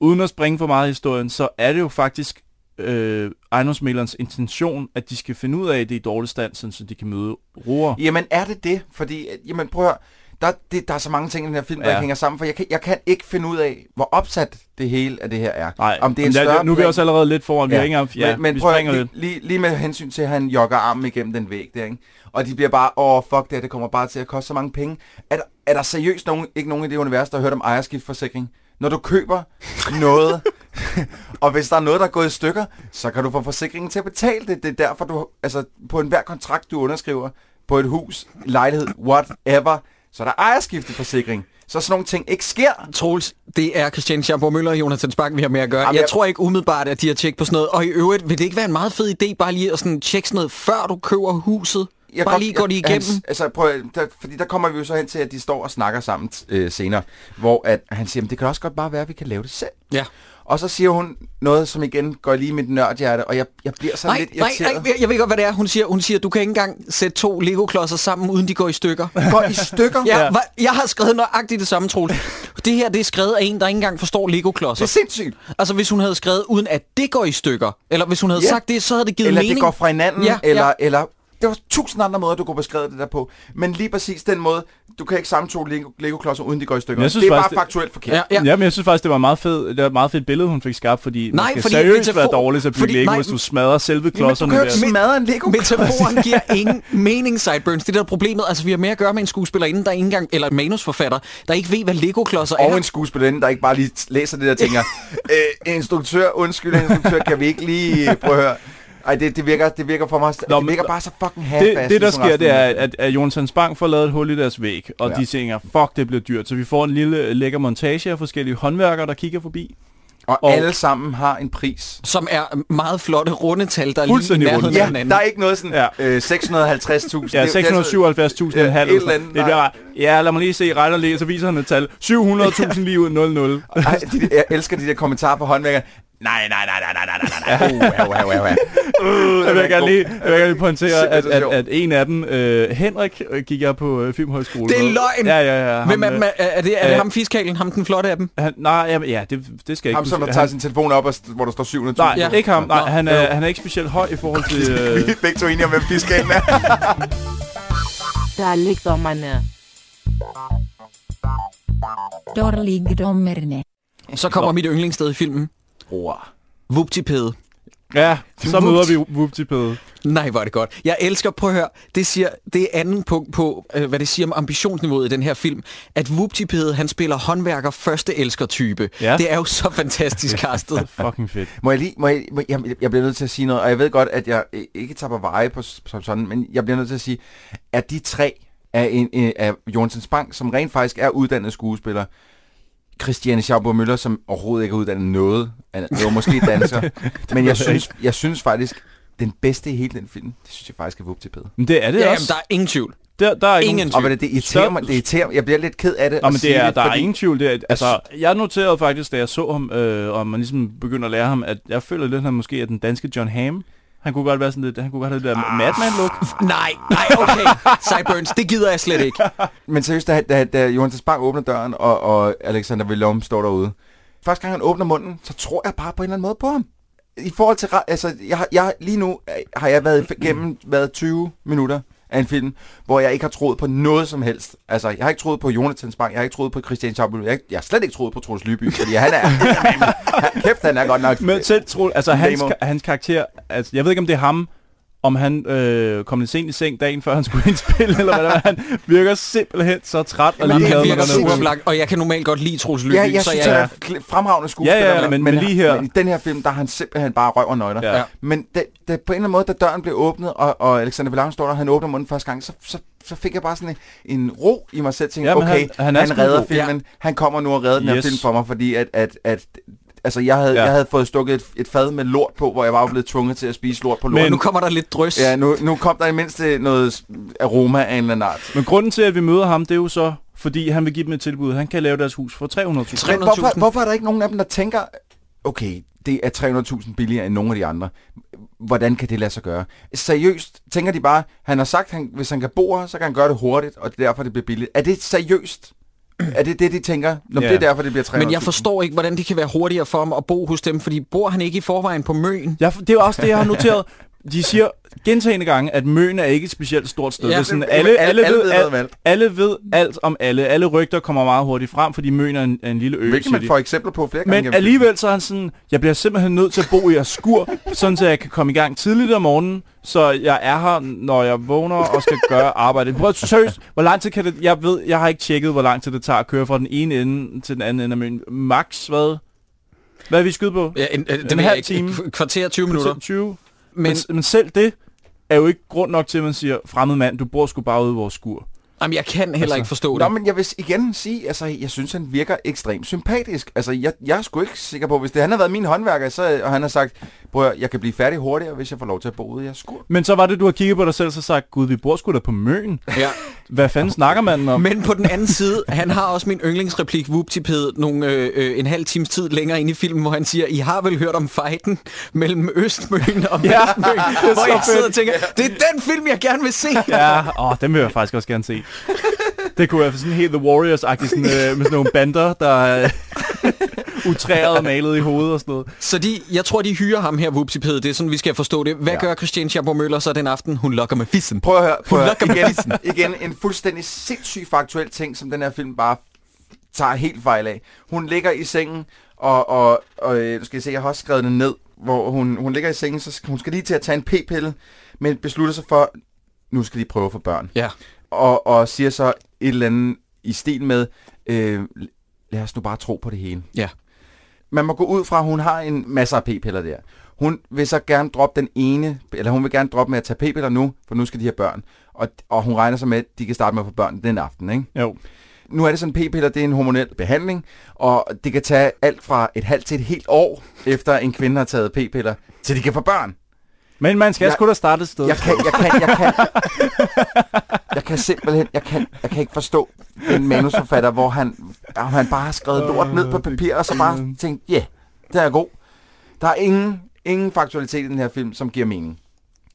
[SPEAKER 6] uden at springe for meget i historien, så er det jo faktisk øh, ejendomsmælerens intention, at de skal finde ud af, at det er i dårlig stand, sådan, så de kan møde roer.
[SPEAKER 5] Jamen er det det? Fordi, øh, jamen prøv at høre, der, det, der er så mange ting i den her film, der
[SPEAKER 6] Ja.
[SPEAKER 5] ikke hænger sammen, for jeg kan, jeg kan ikke finde ud af, hvor opsat det hele af det her er.
[SPEAKER 6] Nej,
[SPEAKER 5] om det er en
[SPEAKER 6] men
[SPEAKER 5] større
[SPEAKER 6] nu er vi
[SPEAKER 5] plan-
[SPEAKER 6] også allerede lidt foran. Ja. Vi, er ikke engang, ja,
[SPEAKER 5] men, men
[SPEAKER 6] vi
[SPEAKER 5] prøv at,
[SPEAKER 6] springer
[SPEAKER 5] høre,
[SPEAKER 6] lidt.
[SPEAKER 5] lige, lige, lige med hensyn til, at han jogger armen igennem den væg der, ikke? Og de bliver bare, åh, fuck det, her, det kommer bare til at koste så mange penge. Er der, er der seriøst nogen, ikke nogen i det univers, der har hørt om ejerskiftforsikring? Når du køber noget, og hvis der er noget, der er gået i stykker, så kan du få forsikringen til at betale det. Det er derfor, du, altså, på enhver kontrakt, du underskriver, på et hus, lejlighed, whatever, så er der ejerskifteforsikring. Så sådan nogle ting ikke sker.
[SPEAKER 1] Troels, det er Christian Schamburg Møller og Jonathan Spang, vi har med at gøre.
[SPEAKER 5] Jamen,
[SPEAKER 1] Jamen, jeg
[SPEAKER 5] jeg-
[SPEAKER 1] tror ikke umiddelbart, at de har tjekket på sådan noget. Og i øvrigt, vil det ikke være en meget fed idé bare lige at sådan tjekke sådan noget, før du køber huset? Jeg bare
[SPEAKER 5] godt-
[SPEAKER 1] lige går de
[SPEAKER 5] jeg-
[SPEAKER 1] igennem.
[SPEAKER 5] Han, altså, prøv, at- der, fordi der kommer vi jo så hen til, at de står og snakker sammen øh, senere, hvor at han siger, "Men det kan også godt bare være, at vi kan lave det selv.
[SPEAKER 1] Ja.
[SPEAKER 5] Og så siger hun noget, som igen går lige i mit nørdhjerte, og jeg, jeg bliver sådan
[SPEAKER 1] Nej,
[SPEAKER 5] lidt
[SPEAKER 1] nej,
[SPEAKER 5] irriteret.
[SPEAKER 1] nej, jeg- jeg ved godt, hvad det er. Hun siger, hun siger, du kan ikke engang sætte to Lego-klodser sammen, uden de går i stykker.
[SPEAKER 5] Går i stykker.
[SPEAKER 1] Ja, hva, jeg har skrevet nøjagtigt det samme, Troels. Det her, det er skrevet af en, der ikke engang forstår
[SPEAKER 5] Det er
[SPEAKER 1] Lego-klodser.
[SPEAKER 5] sindssygt.
[SPEAKER 1] Altså, hvis hun havde skrevet, uden at det går i stykker, eller hvis hun havde
[SPEAKER 5] Ja.
[SPEAKER 1] sagt det, så havde det givet
[SPEAKER 5] Eller
[SPEAKER 1] mening.
[SPEAKER 5] det går fra hinanden,
[SPEAKER 1] Ja,
[SPEAKER 5] ja, eller,
[SPEAKER 1] ja.
[SPEAKER 5] ja. eller... Der var tusind andre måder, du kunne beskrive det der på. Men lige præcis den måde, du kan ikke samle to Lego- Lego-klodser, uden de går i stykker.
[SPEAKER 6] Jeg synes
[SPEAKER 5] det er bare
[SPEAKER 6] faktisk, det-
[SPEAKER 5] faktuelt forkert.
[SPEAKER 1] Ja,
[SPEAKER 5] Ja.
[SPEAKER 1] ja.
[SPEAKER 6] Ja. Jamen, jeg synes faktisk, det var, meget fed, det var et meget fedt billede, hun fik skabt, fordi nej,
[SPEAKER 1] Nej,
[SPEAKER 6] man skal
[SPEAKER 1] fordi
[SPEAKER 6] fordi seriøst
[SPEAKER 1] metafor-
[SPEAKER 6] være dårlig til at bygge
[SPEAKER 1] fordi-
[SPEAKER 6] fordi, Lego,
[SPEAKER 1] nej,
[SPEAKER 6] hvis du smadrer selve
[SPEAKER 5] Men du
[SPEAKER 6] klodserne
[SPEAKER 5] kan jo ikke
[SPEAKER 6] der.
[SPEAKER 5] smadre en lego
[SPEAKER 1] Metaforen giver ingen mening, Sideburns. Det der er problemet. Altså, vi har mere at gøre med en skuespillerinde, der ikke engang, eller en manusforfatter, der ikke ved, hvad Lego-klodser er.
[SPEAKER 5] Og en skuespillerinde, der ikke bare lige t- læser det der og tænker, øh, instruktør, undskyld instruktør, kan vi ikke lige prøve at høre? Ej, det, det, virker, det virker for mig,
[SPEAKER 6] Nå,
[SPEAKER 5] Nå, det
[SPEAKER 6] men-
[SPEAKER 5] virker bare så fucking ligesom half
[SPEAKER 6] Det, det, der sker, det er, at, at Jonathan Spang får lavet et hul i deres væg, og
[SPEAKER 5] Ja.
[SPEAKER 6] ja. de tænker, fuck, det bliver dyrt. Så vi får en lille øh, lækker montage af forskellige håndværkere, der kigger forbi.
[SPEAKER 5] Og,
[SPEAKER 6] og-
[SPEAKER 5] alle sammen har en pris.
[SPEAKER 1] som er meget flotte rundetal, der er lige i
[SPEAKER 6] Fuldstændig
[SPEAKER 1] nærheden
[SPEAKER 6] runde.
[SPEAKER 1] af
[SPEAKER 5] Ja,
[SPEAKER 1] hinanden.
[SPEAKER 5] der er ikke noget sådan
[SPEAKER 6] Ja.
[SPEAKER 5] ja. øh, 650.000.
[SPEAKER 6] Ja, 677.000
[SPEAKER 5] Det- det er altså-
[SPEAKER 6] ja,
[SPEAKER 5] ja,
[SPEAKER 6] halv.
[SPEAKER 5] et
[SPEAKER 6] eller sådan
[SPEAKER 5] eller
[SPEAKER 6] noget. Det
[SPEAKER 5] andet,
[SPEAKER 6] bliver, ja, lad mig lige se regner lige, og så viser han et tal. 700.000 lige ud 00.
[SPEAKER 5] Ej, de, der- jeg elsker de der kommentarer fra håndværkerne. Nej, nej, nej, nej, nej, nej, nej, nej. Uh, uh, uh, uh, uh.
[SPEAKER 6] Jeg vil gerne lige, jeg vil gerne lige pointere, at,
[SPEAKER 5] Simpelthen
[SPEAKER 6] at,
[SPEAKER 5] så
[SPEAKER 6] at en af dem, øh, Henrik, øh, gik jeg på øh, Filmhøjskole.
[SPEAKER 1] Det er
[SPEAKER 6] med.
[SPEAKER 1] løgn!
[SPEAKER 6] Ja, ja, ja. ham,
[SPEAKER 1] Hvem er,
[SPEAKER 6] øh,
[SPEAKER 1] dem, er, er det, er det
[SPEAKER 6] øh,
[SPEAKER 1] ham fiskalen, ham den flotte af dem?
[SPEAKER 6] Han, nej, jamen, ja, det, det skal jeg
[SPEAKER 5] Ham,
[SPEAKER 6] ikke
[SPEAKER 5] som
[SPEAKER 6] huske.
[SPEAKER 5] der
[SPEAKER 6] Han-
[SPEAKER 5] tager sin telefon op, og st- hvor der står 700.000.
[SPEAKER 6] Nej,
[SPEAKER 1] Ja.
[SPEAKER 6] ja. ikke ham.
[SPEAKER 1] Nå,
[SPEAKER 6] Nej, han er,
[SPEAKER 1] jo.
[SPEAKER 6] han er ikke specielt høj i forhold til... Øh,
[SPEAKER 5] Vi er begge to enige om, hvem fiskalen er.
[SPEAKER 3] Der ligger man ned.
[SPEAKER 10] Der ligger dommerne.
[SPEAKER 1] Så kommer mit yndlingssted i filmen. Vuptipede.
[SPEAKER 6] ja, så møder vi Wuptipede.
[SPEAKER 1] Nej, hvor er det godt. Jeg elsker, prøv at høre, det, siger, det er anden punkt på, øh, hvad det siger om ambitionsniveauet i den her film, at Vuptipede, han spiller håndværker første elsker type.
[SPEAKER 6] Ja.
[SPEAKER 1] Det er jo så fantastisk castet.
[SPEAKER 6] Fucking fedt.
[SPEAKER 5] Må jeg lige, må jeg, må, jeg, jeg bliver nødt til at sige noget, og jeg ved godt, at jeg øh, ikke tager på veje på s- som sådan, men jeg bliver nødt til at sige, at de tre af, en, øh, af Jonsen Spang, som rent faktisk er uddannet skuespiller, Christiane Schauburg Møller, som overhovedet ikke har uddannet noget. Han er jo måske danser. men jeg synes, jeg synes faktisk, den bedste i hele den film, det synes jeg faktisk er Vup til Pede.
[SPEAKER 6] Men det er det
[SPEAKER 1] Ja, jamen,
[SPEAKER 6] også.
[SPEAKER 1] der er ingen tvivl.
[SPEAKER 6] der, der er ikke
[SPEAKER 1] ingen
[SPEAKER 6] nogen-
[SPEAKER 1] tvivl.
[SPEAKER 5] Og hvad er det, det irriterer mig, det irriterer mig. Jeg bliver lidt ked af det.
[SPEAKER 6] Nå,
[SPEAKER 5] at
[SPEAKER 6] men
[SPEAKER 5] sige
[SPEAKER 6] det er,
[SPEAKER 5] det,
[SPEAKER 6] der er
[SPEAKER 5] fordi-
[SPEAKER 6] ingen tvivl. Det er, altså, jeg noterede faktisk, da jeg så ham, øh, og man ligesom begynder at lære ham, at jeg føler lidt, at han måske er den danske John Hamm. Han kunne godt være sådan lidt, han kunne godt have det der
[SPEAKER 1] Ah.
[SPEAKER 6] madman-look.
[SPEAKER 1] Nej, nej, okay. Cyburns, det gider jeg slet ikke.
[SPEAKER 5] Men seriøst, da, da, da Johannes Bang åbner døren, og, og Alexander Villum står derude. Første gang han åbner munden, så tror jeg bare på en eller anden måde på ham. I forhold til, re- altså, jeg, har- jeg, lige nu øh, har jeg været igennem været 20 minutter af en film, hvor jeg ikke har troet på noget som helst. Altså, jeg har ikke troet på Jonathan Spang, jeg har ikke troet på Christian Schaubel, jeg, har ikke- jeg har slet ikke troet på Troels Lyby, fordi han er, han, kæft, han er godt nok.
[SPEAKER 6] Men selv Troel, altså hans,
[SPEAKER 5] Øh, Nemo.
[SPEAKER 6] ka- hans karakter, altså, jeg ved ikke om det er ham, om han øh, kom lidt sent i seng dagen før han skulle indspille, eller hvad det var. Han virker simpelthen så træt og
[SPEAKER 5] Jamen, det
[SPEAKER 1] Han
[SPEAKER 6] ligeglad med,
[SPEAKER 1] virker
[SPEAKER 5] noget
[SPEAKER 6] hvad
[SPEAKER 1] super
[SPEAKER 6] der er
[SPEAKER 5] sindssygt.
[SPEAKER 1] blank, og jeg kan normalt godt lide Troels Lyby,
[SPEAKER 5] Ja, jeg
[SPEAKER 1] så
[SPEAKER 5] synes,
[SPEAKER 1] jeg,
[SPEAKER 5] han er kl- fremragende skuespiller,
[SPEAKER 6] Ja, ja, men- men lige her-
[SPEAKER 5] men i den her film, der er han simpelthen bare røv og nøgler.
[SPEAKER 6] Ja. Ja.
[SPEAKER 5] Men da, da, på en eller anden måde, da døren blev åbnet, og, og Alexander Villard står der, og han åbner munden første gang, så, så, så fik jeg bare sådan en, en ro i mig selv, tænkte,
[SPEAKER 6] Ja,
[SPEAKER 5] ja,
[SPEAKER 6] men
[SPEAKER 5] okay,
[SPEAKER 6] han-
[SPEAKER 5] han,
[SPEAKER 6] han
[SPEAKER 5] han,
[SPEAKER 6] er
[SPEAKER 5] han
[SPEAKER 6] sgu
[SPEAKER 5] redder
[SPEAKER 6] god.
[SPEAKER 5] filmen, han kommer nu og redder den her
[SPEAKER 6] Yes.
[SPEAKER 5] film for mig, fordi at, at, at altså, jeg havde,
[SPEAKER 6] Ja.
[SPEAKER 5] jeg havde fået stukket et, et fad med lort på, hvor jeg var blevet tvunget til at spise lort på lort.
[SPEAKER 1] men nu kommer der lidt drøs.
[SPEAKER 5] Ja, nu, nu kom der i mindste noget s- aroma af en eller anden art.
[SPEAKER 6] Men grunden til, at vi møder ham, det er jo så, fordi han vil give dem et tilbud. Han kan lave deres hus for 300.000.
[SPEAKER 5] Men hvorfor,
[SPEAKER 1] 300.000.
[SPEAKER 5] hvorfor er der ikke nogen af dem, der tænker, okay, det er 300.000 billigere end nogle af de andre. Hvordan kan det lade sig gøre? Seriøst, tænker de bare, han har sagt, han, hvis han kan bo her, så kan han gøre det hurtigt, og det er derfor, det bliver billigt. Er det seriøst? Er det det, de tænker? Nå,
[SPEAKER 6] Ja.
[SPEAKER 5] yeah. det er derfor, det bliver 300.000.
[SPEAKER 1] Men jeg forstår ikke, hvordan det kan være hurtigere for ham at bo hos dem, fordi bor han ikke i forvejen på møen?
[SPEAKER 6] Jeg, det er jo også det, jeg har noteret. De siger gentagende gange, at Møn er ikke et specielt stort sted.
[SPEAKER 1] Ja,
[SPEAKER 6] Ja, det er sådan,
[SPEAKER 5] det-
[SPEAKER 6] alle,
[SPEAKER 5] alle-
[SPEAKER 6] alle,
[SPEAKER 5] alle
[SPEAKER 6] ved,
[SPEAKER 5] ved noget om
[SPEAKER 6] al,
[SPEAKER 5] alt.
[SPEAKER 6] alle ved alt om alle. Alle rygter kommer meget hurtigt frem, fordi Møn er en, er en lille ø.
[SPEAKER 5] Hvilket
[SPEAKER 6] siger de.
[SPEAKER 5] man får eksempler på flere gange.
[SPEAKER 6] Men
[SPEAKER 5] gennem
[SPEAKER 6] alligevel så er han sådan, jeg bliver simpelthen nødt til at bo i jeres skur, sådan så jeg kan komme i gang tidligt om morgenen, så jeg er her, når jeg vågner og skal gøre arbejde. Prøv at seriøst, hvor lang tid kan det, jeg ved, jeg har ikke tjekket, hvor lang tid det tager at køre fra den ene ende til den anden ende af møn. Max, hvad? Hvad er vi skyde på?
[SPEAKER 1] Ja, en, øh, det
[SPEAKER 6] En
[SPEAKER 1] ved jeg
[SPEAKER 6] halv
[SPEAKER 1] ikke.
[SPEAKER 6] time.
[SPEAKER 1] Et Kvarter 20 minutter.
[SPEAKER 6] 20? Men,
[SPEAKER 1] Men
[SPEAKER 6] men selv det er jo ikke grund nok til, at man siger, fremmed mand, du bor sgu bare ude i vores skur.
[SPEAKER 1] jamen, jeg kan
[SPEAKER 6] Altså.
[SPEAKER 1] heller ikke forstå
[SPEAKER 5] Nå,
[SPEAKER 1] det.
[SPEAKER 5] men jeg vil s- igen sige, altså, jeg synes, han virker ekstremt sympatisk. Altså, jeg, jeg er sgu ikke sikker på, hvis det han havde været min håndværker, så, og han har sagt, prøv at, høre, jeg kan blive færdig hurtigere, hvis jeg får lov til at bo ude i jeres skur.
[SPEAKER 6] Men så var det, du har kigget på dig selv og så sagt, gud, vi bor sgu da på møn.
[SPEAKER 1] Ja.
[SPEAKER 6] Hvad fanden snakker man om?
[SPEAKER 1] Men på den anden side, han har også min yndlingsreplik, Wuptiped, nogle, øh, øh, en halv times tid længere ind i filmen, hvor han siger, I har vel hørt om fejden mellem Østmøn og
[SPEAKER 6] Ja,
[SPEAKER 1] Vestmøn,
[SPEAKER 6] det
[SPEAKER 1] hvor
[SPEAKER 6] er så
[SPEAKER 1] jeg sidder og
[SPEAKER 6] fedt.
[SPEAKER 1] tænker, det er den film, jeg gerne vil se.
[SPEAKER 6] Ja, åh, den vil jeg faktisk også gerne se. Det kunne være sådan helt The Warriors-agtigt, sådan, øh, med sådan nogle bander, der er utræret og malet i hovedet og sådan noget.
[SPEAKER 1] Så de, jeg tror, de hyrer ham her, Wuptiped, det er sådan, vi skal forstå det. Hvad ja.
[SPEAKER 5] Ja.
[SPEAKER 1] gør Christian Schaborg Møller så den aften, hun lokker med fissen?
[SPEAKER 5] Prøv at høre, prøv at
[SPEAKER 1] Hun
[SPEAKER 5] høre.
[SPEAKER 1] lokker
[SPEAKER 5] Igen, igen, en fuldstændig sindssyg faktuel ting, som den her film bare tager helt fejl af. Hun ligger i sengen, og, og, og øh, nu skal jeg se, jeg har også skrevet det ned, hvor hun, hun ligger i sengen, så skal, hun skal lige til at tage en p-pille, men beslutter sig for, nu skal de prøve for børn.
[SPEAKER 1] Ja.
[SPEAKER 5] og, og siger så et eller andet i stil med, øh, lad os nu bare tro på det hele.
[SPEAKER 1] Ja.
[SPEAKER 5] Man må gå ud fra, at hun har en masse af p-piller der. Hun vil så gerne droppe den ene, eller hun vil gerne droppe med at tage p-piller nu, for nu skal de have børn. Og, og hun regner sig med, at de kan starte med at få børn den aften, ikke?
[SPEAKER 6] Jo.
[SPEAKER 5] Nu er det sådan, p-piller det er en hormonel behandling, og det kan tage alt fra et halvt til et helt år, efter en kvinde har taget p-piller, til de kan få børn.
[SPEAKER 6] Men man skal
[SPEAKER 5] Jeg-
[SPEAKER 6] sgu da starte et sted.
[SPEAKER 5] Jeg kan, jeg kan, jeg kan. Jeg kan simpelthen, jeg kan, jeg kan ikke forstå en manusforfatter, hvor han, hvor han bare har skrevet lort ned på papir, og så bare tænkt, ja, yeah, det er god. Der er ingen, ingen faktualitet i den her film, som giver mening.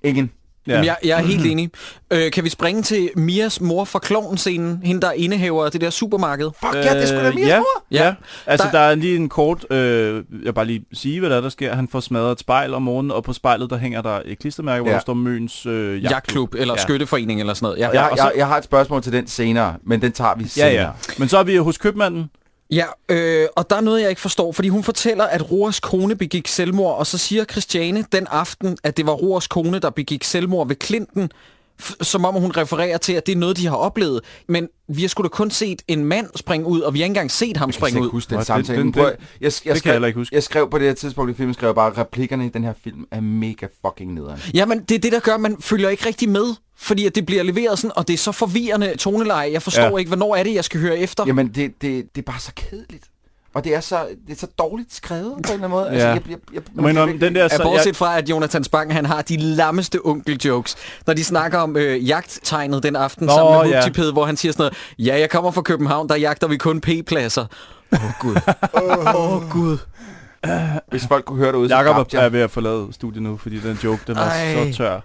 [SPEAKER 5] Ingen.
[SPEAKER 1] Ja. Jamen, jeg, jeg er helt enig. Øh, kan vi springe til Mias mor fra klovnscenen, hende der indehaver af det der supermarked?
[SPEAKER 5] Fuck ja, det skulle da
[SPEAKER 6] Øh,
[SPEAKER 5] Mias
[SPEAKER 6] ja,
[SPEAKER 5] mor!
[SPEAKER 6] Ja.
[SPEAKER 1] Ja.
[SPEAKER 6] Altså, der...
[SPEAKER 1] Der-
[SPEAKER 6] der er lige en kort... Øh, jeg vil bare lige sige, hvad der, er, der sker. Han får smadret et spejl om morgenen, og på spejlet, der hænger der et klistermærke, hvor
[SPEAKER 5] Ja.
[SPEAKER 6] der står Møns øh,
[SPEAKER 1] Jagtklub eller ja. skytteforening eller sådan noget. Ja.
[SPEAKER 5] Jeg,
[SPEAKER 1] og så-
[SPEAKER 5] jeg, jeg har et spørgsmål til den senere, men den tager vi senere.
[SPEAKER 6] Ja, ja. Men så er vi hos købmanden.
[SPEAKER 1] Ja, øh, og der er noget, jeg ikke forstår, fordi hun fortæller, at Roars kone begik selvmord, og så siger Christiane den aften, at det var Roars kone, der begik selvmord ved Clinton, f- som om hun refererer til, at det er noget, de har oplevet. Men vi har sgu da kun set en mand springe ud, og vi har ikke engang set ham
[SPEAKER 5] Jeg kan
[SPEAKER 1] springe
[SPEAKER 5] slet
[SPEAKER 1] ud.
[SPEAKER 5] ikke huske
[SPEAKER 6] Nå,
[SPEAKER 5] den
[SPEAKER 6] den-
[SPEAKER 5] samtale.
[SPEAKER 6] den-
[SPEAKER 5] men prøv at-
[SPEAKER 6] den-
[SPEAKER 5] Jeg, jeg,
[SPEAKER 6] jeg
[SPEAKER 5] skrev,
[SPEAKER 6] heller ikke huske.
[SPEAKER 5] jeg skrev på det her tidspunkt i filmen, skrev jeg bare, at replikkerne i den her film er mega fucking nederen.
[SPEAKER 1] Jamen, det er det, der gør, at man følger ikke rigtig med, fordi at det bliver leveret sådan, og det er så forvirrende toneleje. Jeg forstår
[SPEAKER 6] Ja.
[SPEAKER 1] ja. ikke, hvornår er det, jeg skal høre efter. Jamen.
[SPEAKER 5] Jamen, det, det, det er bare så kedeligt. Og det er så, det er så dårligt skrevet på en eller anden måde. Altså,
[SPEAKER 6] Ja.
[SPEAKER 5] jeg, jeg, jeg,
[SPEAKER 6] Jeg må indrømme, den der...
[SPEAKER 1] Altså,
[SPEAKER 6] Så, jeg,
[SPEAKER 1] Bortset fra, at Jonathan Spang, han har de lammeste onkel-jokes. Når de snakker om øh, jagttegnet den aften Nå,
[SPEAKER 6] Nå,
[SPEAKER 1] sammen med
[SPEAKER 6] ja.
[SPEAKER 1] Hutiped, hvor han siger sådan noget, ja, jeg kommer fra København, der jagter vi kun p-pladser. Åh oh, gud. Åh oh, gud.
[SPEAKER 5] Hvis folk kunne høre det ud, så
[SPEAKER 6] Jacob
[SPEAKER 5] gabte
[SPEAKER 6] er,
[SPEAKER 5] jeg.
[SPEAKER 6] er ved at forlade studiet nu, fordi den joke, den var
[SPEAKER 1] Ej.
[SPEAKER 6] så tør.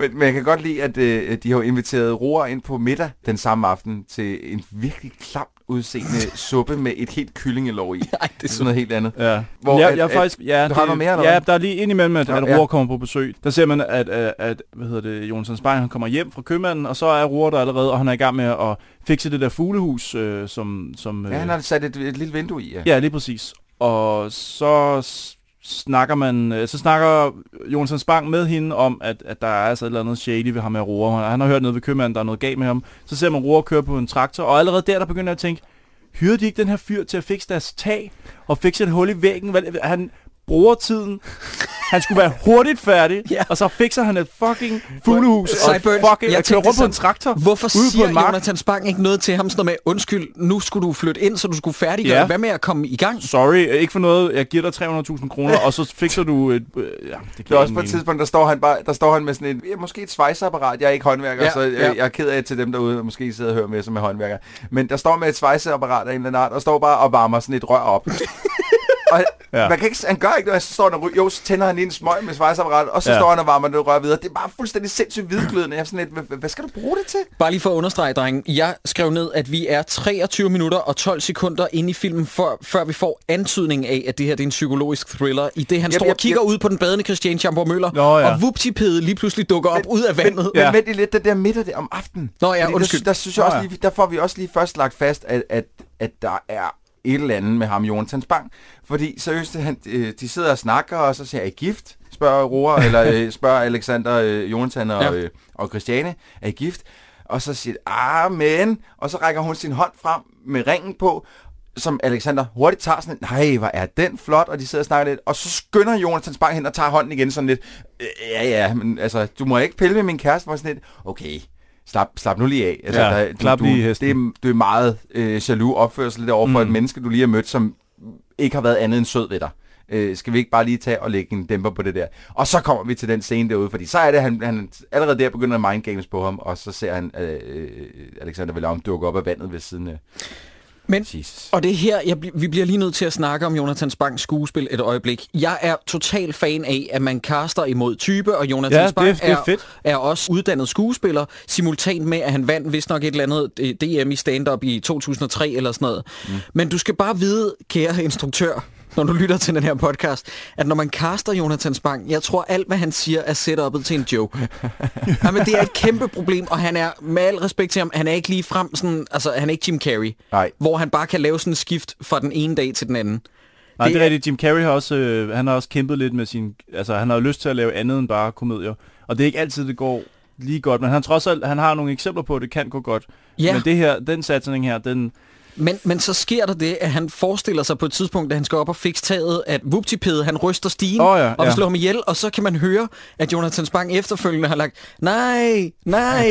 [SPEAKER 5] Men, men jeg kan godt lide, at øh, de har jo inviteret Roar ind på middag den samme aften til en virkelig klamt udseende suppe med et helt kyllingelår i.
[SPEAKER 1] Ej, det
[SPEAKER 5] Det
[SPEAKER 1] er
[SPEAKER 5] er
[SPEAKER 1] så...
[SPEAKER 5] sådan noget helt andet.
[SPEAKER 6] Ja.
[SPEAKER 5] Hvor
[SPEAKER 6] Hvor jeg,
[SPEAKER 5] at-
[SPEAKER 6] jeg er
[SPEAKER 5] at-
[SPEAKER 6] faktisk, ja,
[SPEAKER 5] du har noget mere, eller
[SPEAKER 6] ja,
[SPEAKER 5] hvad?
[SPEAKER 6] der er lige indimellem, at,
[SPEAKER 5] Nå,
[SPEAKER 6] at
[SPEAKER 5] ja.
[SPEAKER 6] Roar kommer på besøg. Der ser man, at, at, at hvad hedder det, Jonsson Spang, han kommer hjem fra købmanden, og så er Roar der allerede, og han er i gang med at fikse det der fuglehus, øh, som... som øh,
[SPEAKER 5] Ja, han har sat et, et lille vindue i, ja.
[SPEAKER 6] ja, lige præcis. Og så s- snakker man, øh, så snakker Jonsson Spang med hende om, at, at der er altså et eller andet shady ved ham med Roar. Han, han har hørt noget ved købmanden, der er noget galt med ham. Så ser man Roar køre på en traktor, og allerede der, der begynder jeg at tænke, hyrede de ikke den her fyr til at fikse deres tag og fikse et hul i væggen? Hvad- Han bruger tiden. Han skulle være hurtigt færdig,
[SPEAKER 1] Ja.
[SPEAKER 6] ja. og så fikser han et fucking fuglehus og
[SPEAKER 1] Sideburns,
[SPEAKER 6] fucking
[SPEAKER 1] jeg
[SPEAKER 6] jeg kører
[SPEAKER 1] tænkte
[SPEAKER 6] rundt på
[SPEAKER 1] sådan,
[SPEAKER 6] en traktor.
[SPEAKER 1] Hvorfor
[SPEAKER 6] ude på
[SPEAKER 1] siger
[SPEAKER 6] en mark.
[SPEAKER 1] Jonathan Spang ikke noget til ham sådan noget med, undskyld, nu skulle du flytte ind, så du skulle færdiggøre. Ja.
[SPEAKER 6] Ja.
[SPEAKER 1] Hvad med at komme i gang?
[SPEAKER 6] Sorry, ikke for noget. Jeg giver dig 300.000 kroner, og så fikser du et... Øh, ja, det
[SPEAKER 5] Det er også
[SPEAKER 6] giver
[SPEAKER 5] på
[SPEAKER 6] ingen
[SPEAKER 5] et
[SPEAKER 6] mening.
[SPEAKER 5] tidspunkt, der står han, bare, der står han med sådan et, ja, måske et svejseapparat, jeg er ikke håndværker,
[SPEAKER 1] Ja,
[SPEAKER 5] ja, så jeg,
[SPEAKER 1] ja.
[SPEAKER 5] ja. jeg er ked af til dem derude, der måske sidder og hører med som er håndværker. Men der står med et svejseapparat af en eller anden art, og står bare og varmer sådan et rør op. og ja.
[SPEAKER 6] Ja.
[SPEAKER 5] man kan ikke, han gør ikke noget, så står han og ryger, jo, så tænder han lige en smøg med svejseapparatet, og så ja.
[SPEAKER 6] Ja.
[SPEAKER 5] står han og varmer det rør videre. Det er bare fuldstændig sindssygt hvidglødende. Jeg er sådan lidt, "Hva- hvad skal du bruge det til?
[SPEAKER 1] Bare lige for at understrege, drenge. Jeg skrev ned, at vi er 23 minutter og 12 sekunder inde i filmen, før, før vi får antydning af, at det her det er en psykologisk thriller. I det, han
[SPEAKER 5] Jamen,
[SPEAKER 1] står og
[SPEAKER 5] jeg-
[SPEAKER 1] kigger
[SPEAKER 5] jeg-
[SPEAKER 1] ud på den badende Christiane Schamborg Møller,
[SPEAKER 6] Nå, ja.
[SPEAKER 1] og vuptipede lige pludselig dukker op ud af vandet.
[SPEAKER 5] Men
[SPEAKER 6] Ja.
[SPEAKER 5] vent lige lidt, den der middag der om aftenen.
[SPEAKER 1] Nå ja,
[SPEAKER 5] Fordi
[SPEAKER 1] undskyld.
[SPEAKER 5] Der, der, synes jeg
[SPEAKER 6] Nå
[SPEAKER 5] også
[SPEAKER 6] ja.
[SPEAKER 5] lige, der får vi også lige først lagt fast, at, at, at der er et eller andet med ham, Jonathan Spang. Fordi seriøst, han, øh, de sidder og snakker, og så siger jeg, er I gift? Spørger Roar, eller øh, spørger Alexander, øh, Jonathan og,
[SPEAKER 1] Ja.
[SPEAKER 5] ja. øh, og Christiane, er I gift? Og så siger de, ah, men... Og så rækker hun sin hånd frem med ringen på, som Alexander hurtigt tager sådan lidt, nej, hvor er den flot, og de sidder og snakker lidt, og så skynder Jonathan Spang hen og tager hånden igen sådan lidt, "Øh, ja, ja, men altså, du må ikke pille ved min kæreste, hvor sådan lidt, okay, slap, slap nu lige af. Altså,
[SPEAKER 6] Ja, klap lige hesten.
[SPEAKER 5] det, er, det er meget øh, jaloux opførsel lidt over for mm.
[SPEAKER 6] Mm.
[SPEAKER 5] et menneske, du lige har mødt, som ikke har været andet end sød ved dig. Øh, skal vi ikke bare lige tage og lægge en dæmper på det der? Og så kommer vi til den scene derude, fordi så er det, han, han allerede der begynder at mind games på ham, og så ser han øh, øh, Alexander Vellum dukke op af vandet ved siden af.
[SPEAKER 1] Men-
[SPEAKER 5] Jesus.
[SPEAKER 1] Og det er her, jeg, bl- vi bliver lige nødt til at snakke om Jonathan Spangs skuespil et øjeblik. Jeg er total fan af, at man kaster imod type, og Jonathan
[SPEAKER 6] Ja, det er-
[SPEAKER 1] Spang
[SPEAKER 6] det er
[SPEAKER 1] er,
[SPEAKER 6] fedt.
[SPEAKER 1] er også uddannet skuespiller, simultant med, at han vandt vist nok et eller andet øh, DM i stand-up i 2003 eller sådan noget. Mm. Men du skal bare vide, kære instruktør, når du lytter til den her podcast, at når man kaster Jonathan Spang, jeg tror alt, hvad han siger, er setup'et til en joke. Jamen, det er et kæmpe problem, og han er, med al respekt til ham, han er ikke lige frem sådan, altså han er ikke Jim Carrey,
[SPEAKER 5] Nej.
[SPEAKER 1] hvor han bare kan lave sådan en skift fra den ene dag til den anden.
[SPEAKER 6] Nej,
[SPEAKER 1] Det
[SPEAKER 6] det, det
[SPEAKER 1] er-
[SPEAKER 6] er rigtigt. Jim Carrey har også, øh, han har også kæmpet lidt med sin... Altså, han har jo lyst til at lave andet end bare komedier. Og det er ikke altid, det går lige godt. Men han trods alt, han har nogle eksempler på, at det kan gå godt.
[SPEAKER 1] Ja.
[SPEAKER 6] Men det her, den satsning her, den...
[SPEAKER 1] Men, men så sker der det, at han forestiller sig på et tidspunkt, da han skal op og fikse taget, at Vuptipede, han ryster stigen
[SPEAKER 6] Åh ja,
[SPEAKER 1] og vil
[SPEAKER 6] ja.
[SPEAKER 1] slå ham ihjel, og så kan man høre, at Jonathan Spang efterfølgende har lagt, nej, nej,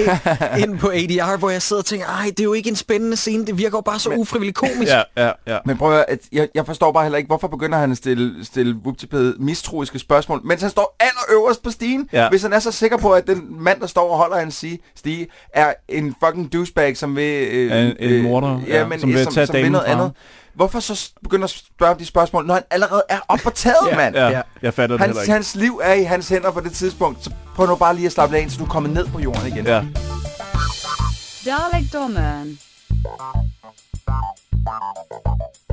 [SPEAKER 1] ind på ADR, hvor jeg sidder og tænker, ej, det er jo ikke en spændende scene, det virker jo bare så ufrivilligt komisk.
[SPEAKER 6] Ja, ja, ja.
[SPEAKER 5] Men prøv at, høre, at jeg, jeg forstår bare heller ikke, hvorfor begynder han at stille, stille Wuptipede mistroiske spørgsmål, mens han står allerøverst på stigen,
[SPEAKER 6] Ja.
[SPEAKER 5] hvis han er så sikker på, at den mand, der står og holder hans sige, stige, er en fucking douchebag, som vil... Øh,
[SPEAKER 6] Ja, en- en morder,
[SPEAKER 5] ja,
[SPEAKER 6] ja,
[SPEAKER 5] men, som
[SPEAKER 6] som vil
[SPEAKER 5] vil som,
[SPEAKER 6] tage
[SPEAKER 5] som vil
[SPEAKER 6] damen
[SPEAKER 5] noget
[SPEAKER 6] fra ham.
[SPEAKER 5] andet. Hvorfor så s- begynder at spørge om de spørgsmål, når han allerede er oppe på taget, mand?
[SPEAKER 6] ja, jeg fatter det heller
[SPEAKER 5] Hans,
[SPEAKER 6] ikke.
[SPEAKER 5] hans liv er i hans hænder på det tidspunkt, så prøv nu bare lige at slappe af, så du er kommet ned på jorden igen.
[SPEAKER 6] Ja.
[SPEAKER 2] Dårligdommen.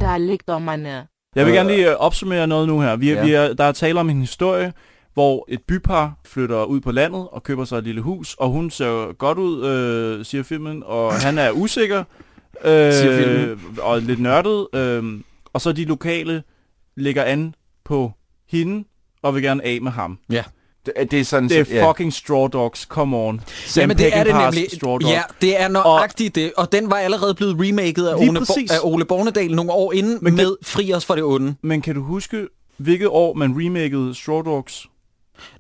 [SPEAKER 3] Der ligger dommerne.
[SPEAKER 6] Jeg vil gerne lige øh, opsummere noget nu her. Vi, ja. vi er, der er tale om en historie, hvor et bypar flytter ud på landet og køber sig et lille hus, og hun ser godt ud, øh, siger filmen, og han er usikker, øh,
[SPEAKER 1] Siger filmen.
[SPEAKER 6] og lidt nørdet, øh, og så de lokale lægger an på hende, og vil gerne af med ham.
[SPEAKER 5] Det, det er sådan...
[SPEAKER 6] Det
[SPEAKER 5] så- ja.
[SPEAKER 6] er fucking Straw Dogs, come on. Sam
[SPEAKER 1] Jamen, det er det
[SPEAKER 6] Peckinpahs
[SPEAKER 1] nemlig.
[SPEAKER 6] Straw Dogs.
[SPEAKER 1] Ja, det er nøjagtigt det. Og den var allerede blevet remaket af,
[SPEAKER 6] Lige
[SPEAKER 1] Ole,
[SPEAKER 6] præcis.
[SPEAKER 1] Bo- af Ole Bornedal nogle år inden
[SPEAKER 6] Men
[SPEAKER 1] Men
[SPEAKER 6] det-
[SPEAKER 1] med Fri os fra det onde.
[SPEAKER 6] Men kan du huske, hvilket år man remakede Straw Dogs?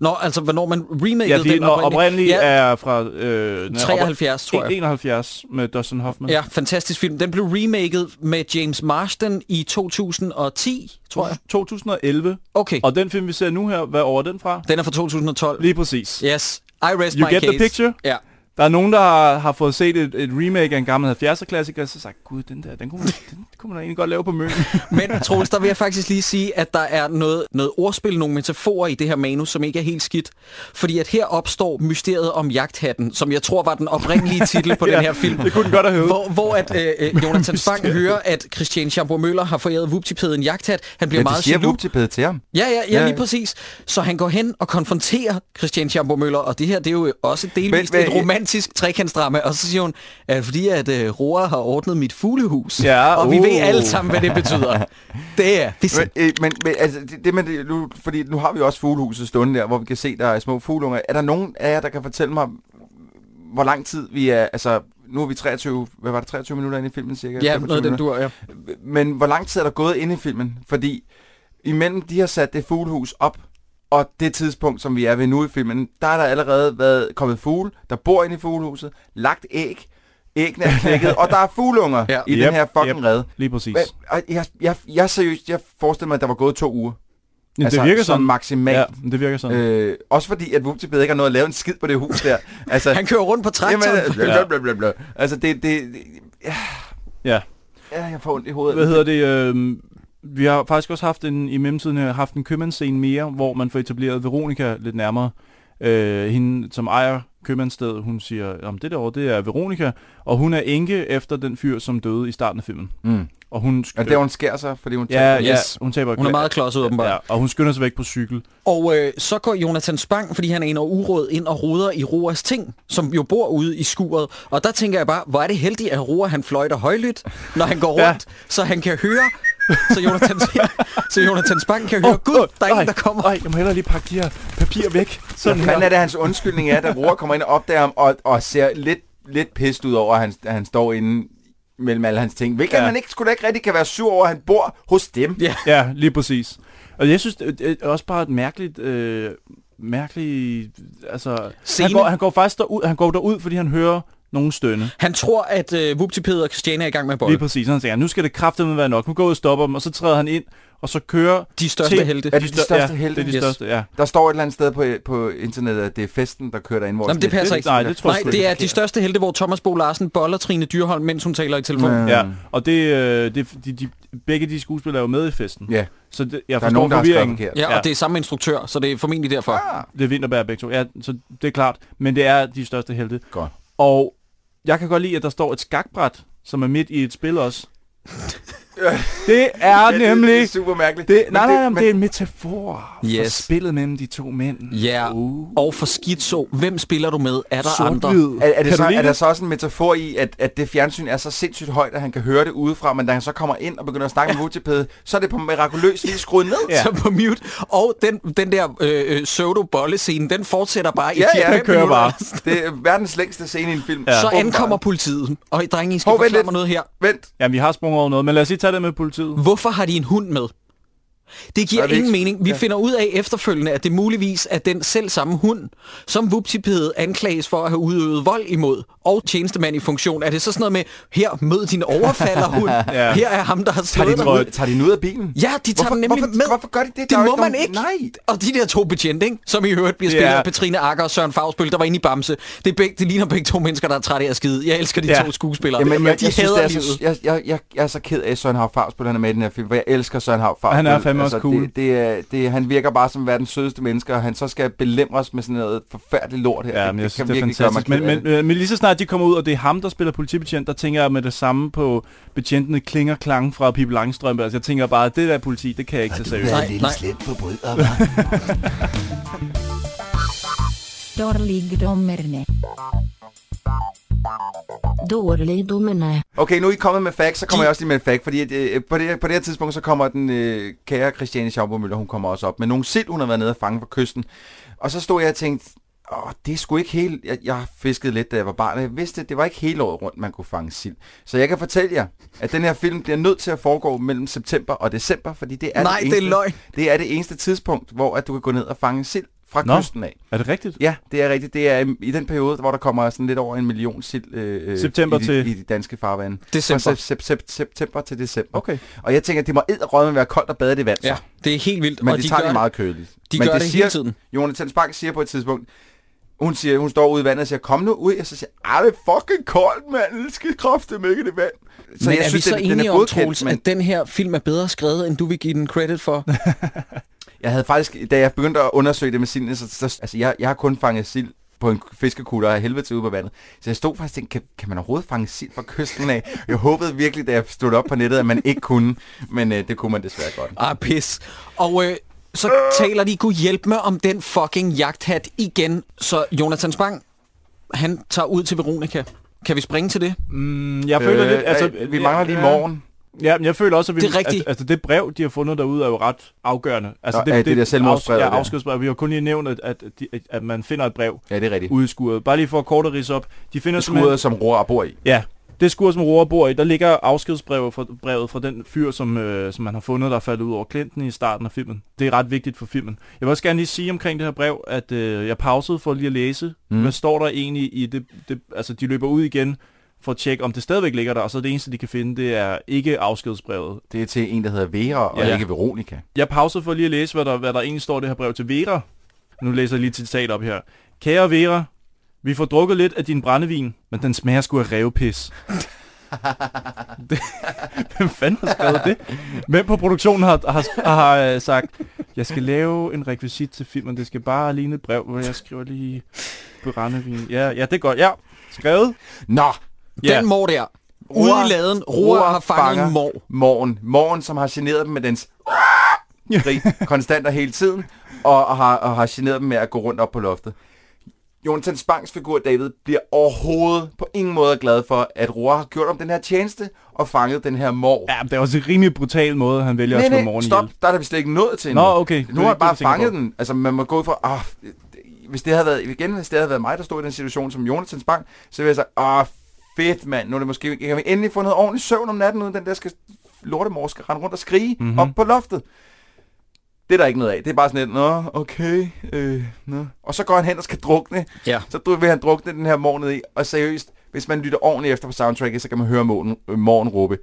[SPEAKER 1] Nå, altså, hvornår man remakede
[SPEAKER 6] Ja, fordi
[SPEAKER 1] den
[SPEAKER 6] den oprindelige
[SPEAKER 1] ja,
[SPEAKER 6] er fra... Øh, den er
[SPEAKER 1] 73, tror jeg.
[SPEAKER 6] 71 med Dustin Hoffman.
[SPEAKER 1] Ja, fantastisk film. Den blev remaket med James Marsden i 2010, tror jeg.
[SPEAKER 6] 2011.
[SPEAKER 1] Okay,
[SPEAKER 6] Og den film, vi ser nu her, hvad år er den fra?
[SPEAKER 1] den er fra 2012.
[SPEAKER 6] Lige præcis.
[SPEAKER 1] Yes, I rest
[SPEAKER 6] You
[SPEAKER 1] my
[SPEAKER 6] get
[SPEAKER 1] case.
[SPEAKER 6] the picture?
[SPEAKER 1] Ja.
[SPEAKER 6] Der er nogen, der har, har fået set et, et remake af en gammel 70'er klassiker, og så sagt, gud, den der, den kunne man, den kunne man da egentlig godt lave på møn.
[SPEAKER 1] Men Troels, der vil jeg faktisk lige sige, at der er noget, noget ordspil, nogle metaforer i det her manus, som ikke er helt skidt. Fordi at her opstår mysteriet om jagthatten, som jeg tror var den oprindelige titel på ja, den her film.
[SPEAKER 6] det kunne den godt have heddet.
[SPEAKER 1] Hvor, hvor at øh, øh, Jonathan Spang hører, at Christian Schamburg Møller har foræret Vuptiped en jagthat. Han bliver
[SPEAKER 5] Men det
[SPEAKER 1] meget
[SPEAKER 5] siger
[SPEAKER 1] jaloux.
[SPEAKER 5] Vup til Pede til ham.
[SPEAKER 1] Ja, ja, ja,
[SPEAKER 5] Ja,
[SPEAKER 1] lige
[SPEAKER 5] ja.
[SPEAKER 1] præcis. Så han går hen og konfronterer Christian Schamburg Møller, og det her det er jo også delvist
[SPEAKER 5] Men-
[SPEAKER 1] men,
[SPEAKER 5] men-
[SPEAKER 1] et romantisk trekantsdrama. Og så siger hun, er det fordi, at øh, Roa har ordnet mit fuglehus?
[SPEAKER 6] Ja,
[SPEAKER 1] og vi ved
[SPEAKER 6] uh.
[SPEAKER 1] alle sammen, hvad det betyder. Det er fisk.
[SPEAKER 5] Men, øh, men, men altså, det, det med det, nu, fordi nu har vi jo også fuglehuset stående der, hvor vi kan se, der er små fugleunger. Er der nogen af jer, der kan fortælle mig, hvor lang tid vi er, altså, nu er vi 23, hvad var det, 23 minutter inde i filmen cirka?
[SPEAKER 1] Ja,
[SPEAKER 5] 25
[SPEAKER 1] noget af den
[SPEAKER 5] minutter.
[SPEAKER 1] dur, ja.
[SPEAKER 5] Men hvor lang tid er der gået inde i filmen? Fordi imellem de har sat det fuglehus op, og det tidspunkt, som vi er ved nu i filmen, der er der allerede været kommet fugle, der bor inde i fuglehuset, lagt æg, æggene er knækket, og der er fugleunger
[SPEAKER 1] Ja.
[SPEAKER 5] ja. i yep, den her fucking yep. redde.
[SPEAKER 6] Lige præcis.
[SPEAKER 5] Men, og jeg, jeg, jeg, seriøst, jeg forestiller mig, at der var gået to uger. Altså,
[SPEAKER 6] Men, det virker
[SPEAKER 5] sådan.
[SPEAKER 6] sådan. Ja,
[SPEAKER 5] maksimalt.
[SPEAKER 6] men det virker
[SPEAKER 5] Ja.
[SPEAKER 6] sådan.
[SPEAKER 5] Øh, også fordi, at Vupti ikke har noget at lave en skid på det hus der. Altså,
[SPEAKER 1] Han kører rundt på traktoren.
[SPEAKER 5] jamen, øh, bla, bla, bla, bla. Altså, det, det, det ja,
[SPEAKER 6] Ja.
[SPEAKER 5] ja, jeg får ondt i hovedet.
[SPEAKER 6] Hvad hedder det? Øh, vi har faktisk også haft en, i mellemtiden her, haft en købmandsscene mere, hvor man får etableret Veronica lidt nærmere. Øh, hende, som ejer købmandsstedet, hun siger, om det derovre, det er Veronica, og hun er enke efter den fyr, som døde i starten af filmen.
[SPEAKER 5] Mm.
[SPEAKER 6] Og hun, sk-
[SPEAKER 5] Og der, hun skærer sig, fordi hun
[SPEAKER 6] ja,
[SPEAKER 5] tænker-
[SPEAKER 6] ja,
[SPEAKER 1] Yes.
[SPEAKER 6] hun taber
[SPEAKER 1] Hun er meget klodset, åbenbart.
[SPEAKER 6] Ja, og hun skynder sig væk på cykel.
[SPEAKER 1] Og øh, så går Jonathan Spang, fordi han er en og uråd, ind og roder i Roas ting, som jo bor ude i skuret. Og der tænker jeg bare, hvor er det heldigt, at Roa han fløjter højlydt, når han går rundt,
[SPEAKER 6] Ja.
[SPEAKER 1] ja. så han kan høre, så Jonathan, så Jonathan Spang kan høre, oh, gud, der er
[SPEAKER 6] nej,
[SPEAKER 1] en, der kommer.
[SPEAKER 6] Nej, jeg må hellere lige pakke de her papirer væk. Sådan
[SPEAKER 5] Hvad fanden er det, hans undskyldning er, da Roar kommer ind og opdager ham, og, og ser lidt, lidt pist ud over, at han, at han står inde mellem alle hans ting. Hvilket
[SPEAKER 6] Ja.
[SPEAKER 5] ja. man ikke, skulle da ikke rigtig kan være sur over, at han bor hos dem.
[SPEAKER 1] Ja.
[SPEAKER 6] Ja, lige præcis. Og jeg synes, det det er også bare et mærkeligt... Øh, mærkeligt... Altså...
[SPEAKER 1] Scene.
[SPEAKER 6] Han går, han går faktisk derud, han går derud, fordi han hører nogen stønne.
[SPEAKER 1] Han tror, at øh, Vuptiped og Christiane er i gang med
[SPEAKER 6] Lige
[SPEAKER 1] bold.
[SPEAKER 6] præcis. Og Han tænker, nu skal det kraftedeme være nok. Nu går ud og stopper dem, og så træder han ind, og så kører...
[SPEAKER 1] De største
[SPEAKER 6] til-
[SPEAKER 1] helte.
[SPEAKER 5] Er det de
[SPEAKER 6] stør-
[SPEAKER 5] største
[SPEAKER 6] ja,
[SPEAKER 5] helte?
[SPEAKER 6] det er de
[SPEAKER 1] Yes.
[SPEAKER 6] største, ja.
[SPEAKER 5] Der står et eller andet sted på, på internettet, at det er festen, der kører derinde. Hvor
[SPEAKER 1] Nå, men det passer
[SPEAKER 6] det-
[SPEAKER 1] ikke.
[SPEAKER 6] nej, det tror jeg
[SPEAKER 1] nej,
[SPEAKER 6] sgu
[SPEAKER 1] det
[SPEAKER 6] ikke.
[SPEAKER 1] er de største helte, hvor Thomas Bo Larsen boller Trine Dyrholm, mens hun taler i telefonen.
[SPEAKER 5] Ja.
[SPEAKER 6] Ja, og det, øh, det de, de, begge de skuespillere er jo med i festen.
[SPEAKER 5] Ja,
[SPEAKER 6] Så det, jeg
[SPEAKER 5] der er
[SPEAKER 6] forstår
[SPEAKER 5] nogen, der har skrevet
[SPEAKER 6] forvirringen.
[SPEAKER 5] forkert.
[SPEAKER 1] Ja, og
[SPEAKER 6] Ja.
[SPEAKER 1] det er samme instruktør, så det er formentlig derfor.
[SPEAKER 6] Det er Vinterberg begge to. Ja, så det er klart. Men det er de største helte.
[SPEAKER 5] Godt.
[SPEAKER 6] Og jeg kan godt lide, at der står et skakbræt, som er midt i et spil også. det er
[SPEAKER 5] Ja, det, det er
[SPEAKER 6] nemlig...
[SPEAKER 5] super mærkeligt.
[SPEAKER 6] Det, nej, nej, nej,
[SPEAKER 5] men
[SPEAKER 6] men det er en metafor for
[SPEAKER 1] Yes.
[SPEAKER 6] spillet mellem de to mænd.
[SPEAKER 1] Ja,
[SPEAKER 6] Uh.
[SPEAKER 1] og for skidt så, hvem spiller du med? Er der andre?
[SPEAKER 6] Sort-hvid.
[SPEAKER 5] Er, er,
[SPEAKER 6] Kan du
[SPEAKER 5] det så,
[SPEAKER 6] lide
[SPEAKER 5] er der så også en metafor i, at, at det fjernsyn er så sindssygt højt, at han kan høre det udefra, men da han så kommer ind og begynder at snakke med Vutipede, så er det på mirakuløs lige skruet ned.
[SPEAKER 1] Ja. Så på mute. Og den, den der øh, øh, pseudo-bolle-scene, den fortsætter bare i
[SPEAKER 5] Ja, ja,
[SPEAKER 1] 4-5
[SPEAKER 5] den kører
[SPEAKER 1] minutter.
[SPEAKER 6] bare.
[SPEAKER 5] Det er verdens længste scene i en film.
[SPEAKER 1] Så
[SPEAKER 5] Åbenbart.
[SPEAKER 1] ankommer politiet. Og drenge, I skal
[SPEAKER 5] Hov, vent
[SPEAKER 1] forklare
[SPEAKER 5] lidt.
[SPEAKER 1] mig noget her.
[SPEAKER 5] Vent,
[SPEAKER 6] Jamen, vi har sprunget over noget, men lad os lige tage det med politiet.
[SPEAKER 1] Hvorfor har de en hund med? Det giver
[SPEAKER 5] Nej, det er
[SPEAKER 1] ingen
[SPEAKER 5] ikke-
[SPEAKER 1] mening. Vi ja. finder ud af efterfølgende, at det muligvis er den selv samme hund, som Vuptipede anklages for at have udøvet vold imod, og tjenestemand i funktion. Er det så sådan noget med, her mød din overfalderhund, ja.
[SPEAKER 6] Ja.
[SPEAKER 1] her er ham, der har
[SPEAKER 5] tager
[SPEAKER 1] slået
[SPEAKER 5] de, den
[SPEAKER 1] dig.
[SPEAKER 5] ud, tager de den ud af bilen?
[SPEAKER 1] Ja, de tager
[SPEAKER 5] Hvorfor-
[SPEAKER 1] dem nemlig
[SPEAKER 5] hvorfor-
[SPEAKER 1] med.
[SPEAKER 5] hvorfor gør de det?
[SPEAKER 1] Det
[SPEAKER 5] Der er jo
[SPEAKER 1] må
[SPEAKER 5] ikke
[SPEAKER 1] man
[SPEAKER 5] nogen-
[SPEAKER 1] ikke.
[SPEAKER 5] Nej.
[SPEAKER 1] Og de der to betjente, ikke? som i øvrigt bliver spillet
[SPEAKER 6] Ja.
[SPEAKER 1] af Petrine Akker og Søren Fagsbøl, der var inde i Bamse. Det, er begge, det ligner begge to mennesker, der er trætte af at skide. Jeg elsker de
[SPEAKER 6] Ja.
[SPEAKER 1] to skuespillere.
[SPEAKER 5] Jamen, jeg, jeg,
[SPEAKER 1] de
[SPEAKER 5] jeg, synes,
[SPEAKER 1] hader
[SPEAKER 5] det er
[SPEAKER 1] livet.
[SPEAKER 5] så, jeg, jeg, jeg, jeg er så ked af, at Søren Hav Farsbøl, han er med i den her film, for jeg elsker Søren Hav Farsbøl.
[SPEAKER 6] Han er fandme også cool.
[SPEAKER 5] altså, Det, det er, det, er- han virker bare som verdens sødeste menneske, og han så skal belemres med sådan noget forfærdeligt lort her.
[SPEAKER 6] Ja, men jeg synes, det er fantastisk.
[SPEAKER 5] gøre mig
[SPEAKER 6] Men,
[SPEAKER 5] ked af
[SPEAKER 6] men, øh, men, men lige så snart de kommer ud, og det er ham, der spiller politibetjent, der tænker jeg med det samme på betjentene klinger klang fra Pippi Langstrømpe. Altså, jeg tænker bare, det der politi, det kan jeg ikke tage seriøst.
[SPEAKER 1] Nej, nej.
[SPEAKER 10] Dårligdommerne. Dårligdommerne.
[SPEAKER 5] Okay, nu er I kommet med facts, så kommer jeg også lige med en fact, fordi at, øh, på, det, her- på det her tidspunkt, så kommer den øh, kære Christiane Schaubo Møller, hun kommer også op med nogle sild, hun har været nede og fange på kysten. Og så stod jeg og tænkte, åh, det er sgu ikke helt... Jeg, jeg fiskede lidt, da jeg var barn, og jeg vidste, det var ikke hele året rundt, man kunne fange sild. Så jeg kan fortælle jer, at den her film bliver nødt til at foregå mellem september og december, fordi det er
[SPEAKER 1] Nej,
[SPEAKER 5] det
[SPEAKER 1] det er
[SPEAKER 5] eneste,
[SPEAKER 1] løgn.
[SPEAKER 5] det er det eneste tidspunkt, hvor at du kan gå ned og fange sild. fra
[SPEAKER 6] Nå.
[SPEAKER 5] Nå. kysten af.
[SPEAKER 6] Er det rigtigt?
[SPEAKER 5] Ja, det er rigtigt. Det er øhm, i, i den periode, hvor der kommer sådan lidt over en million sild øh, øh,
[SPEAKER 6] September
[SPEAKER 5] i, de-
[SPEAKER 6] til-
[SPEAKER 5] i de danske farvande.
[SPEAKER 1] December.
[SPEAKER 5] Fra sep, sep, sep, september til december.
[SPEAKER 6] Okay.
[SPEAKER 5] Og jeg tænker, det må edderrømme være koldt at bade i det vand, så.
[SPEAKER 1] Ja, det er helt vildt.
[SPEAKER 5] Men
[SPEAKER 1] og
[SPEAKER 5] de,
[SPEAKER 1] de
[SPEAKER 5] de tager
[SPEAKER 1] gør
[SPEAKER 5] det meget køligt.
[SPEAKER 1] De
[SPEAKER 5] Men
[SPEAKER 1] gør det hele
[SPEAKER 5] siger,
[SPEAKER 1] tiden.
[SPEAKER 5] Jonathan Spang siger på et tidspunkt, hun, siger, hun står ude i vandet og siger, kom nu ud. Og så siger jeg, "Ej, det er fucking koldt, mand. Det skal krafte med ikke det vand.
[SPEAKER 1] Så men jeg er synes, vi så
[SPEAKER 5] den, den
[SPEAKER 1] enige
[SPEAKER 5] er
[SPEAKER 1] om,
[SPEAKER 5] godkendt,
[SPEAKER 1] Troels,
[SPEAKER 5] men
[SPEAKER 1] at den her film er bedre skrevet, end du vil give den credit for?
[SPEAKER 5] jeg havde faktisk, da jeg begyndte at undersøge det med silden, så, så altså, jeg, jeg har kun fanget sild på en fiskekutter af helvede til ude på vandet. Så jeg stod faktisk og tænkte, kan, kan man overhovedet fange sild fra kysten af? Jeg håbede virkelig, da jeg stod op på nettet, at man ikke kunne, men øh, det kunne man desværre godt.
[SPEAKER 1] Ah, pis. Og øh, så taler de kunne hjælpe med om den fucking jagthat igen. Så Jonathan Spang, han tager ud til Veronica. Kan vi springe til det?
[SPEAKER 6] Mm, jeg føler lidt... Altså,
[SPEAKER 5] Øh, vi mangler lige morgen.
[SPEAKER 6] Ja, men jeg føler også, at, vi,
[SPEAKER 1] Det er rigtigt.
[SPEAKER 6] at, altså, det brev, de har fundet derude, er jo ret afgørende. Altså,
[SPEAKER 5] Nå, ja, det der selvmordsbrev
[SPEAKER 6] Ja,
[SPEAKER 5] der.
[SPEAKER 6] afskedsbrev. Vi har kun lige nævnt, at, at, de- at man finder et brev
[SPEAKER 5] Ja, det er rigtigt.
[SPEAKER 6] ude i skuret. Bare lige for at kort at ridse op. De finder simpelthen-
[SPEAKER 5] Skuret, som ror bor i.
[SPEAKER 6] Ja, det skur, som Aurora bor i, der ligger afskedsbrevet fra, brevet fra den fyr, som, øh, som man har fundet, der er faldet ud over Clinton i starten af filmen. Det er ret vigtigt for filmen. Jeg vil også gerne lige sige omkring det her brev, at øh, jeg pausede for lige at læse. Mm. Hvad står der egentlig i det, det... Altså, de løber ud igen for at tjekke, om det stadigvæk ligger der, og så det eneste, de kan finde, det er ikke afskedsbrevet.
[SPEAKER 5] Det er til en, der hedder Vera, og
[SPEAKER 6] Ja.
[SPEAKER 5] ja. ikke Veronica.
[SPEAKER 6] Jeg pausede for lige at læse, hvad der, hvad der egentlig står i det her brev til Vera. Nu læser jeg lige et citat op her. Kære Vera, vi får drukket lidt af din brændevin, men den smager sgu af revpis. det, hvem fanden har skrevet det? Hvem på produktionen har, har, har øh, sagt, jeg skal lave en rekvisit til filmen, det skal bare ligne et brev, hvor jeg skriver lige brændevin. Ja, ja, det er godt. Ja, skrevet.
[SPEAKER 5] Nå,
[SPEAKER 6] Ja.
[SPEAKER 1] Den mor der. Ude i laden. Roar har fanget en mor.
[SPEAKER 5] Morgen. Morgen, som har generet dem med dens rig konstant og hele tiden, og, og, har, og har generet dem med at gå rundt op på loftet. Jonathan Spangs figur, David, bliver overhovedet på ingen måde glad for, at Roar har gjort om den her tjeneste og fanget den her mor.
[SPEAKER 6] Ja, men det er også en rimelig brutal måde, han vælger at slå
[SPEAKER 5] nej, nej,
[SPEAKER 6] morgen
[SPEAKER 5] stop.
[SPEAKER 6] ihjel.
[SPEAKER 5] Der er der vi slet ikke nået til
[SPEAKER 6] Nå,
[SPEAKER 5] endnu.
[SPEAKER 6] okay. Det
[SPEAKER 5] Nu
[SPEAKER 6] er
[SPEAKER 5] har
[SPEAKER 6] ikke
[SPEAKER 5] jeg
[SPEAKER 6] det,
[SPEAKER 5] bare
[SPEAKER 6] jeg tænker
[SPEAKER 5] fanget
[SPEAKER 6] på.
[SPEAKER 5] den. Altså, man må gå ud fra, åh, det- hvis det havde været, igen, hvis det havde været mig, der stod i den situation som Jonathans bank, så ville jeg sige, åh, fedt mand, nu er det måske, kan vi endelig få noget ordentligt søvn om natten, uden den der skal, lortemor skal rende rundt og skrige
[SPEAKER 6] Mhm.
[SPEAKER 5] mm-hmm. op på loftet. Det er der ikke noget af. Det er bare sådan lidt, nå, okay, øh, nå. Og så går han hen og skal drukne.
[SPEAKER 1] Ja.
[SPEAKER 5] Så dr- vil han drukne den her morgen ned i. Og seriøst, hvis man lytter ordentligt efter på soundtracket, så kan man høre morgen, øh, morgen råbe.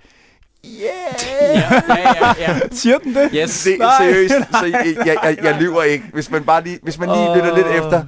[SPEAKER 5] Yeah!
[SPEAKER 1] ja, ja.
[SPEAKER 6] Siger den det?
[SPEAKER 1] Yes.
[SPEAKER 5] Se,
[SPEAKER 6] Nej,
[SPEAKER 5] seriøst, så jeg, jeg, jeg, jeg lyver ikke. Hvis man bare lige, hvis man lige
[SPEAKER 6] Åh.
[SPEAKER 5] oh. lytter lidt efter.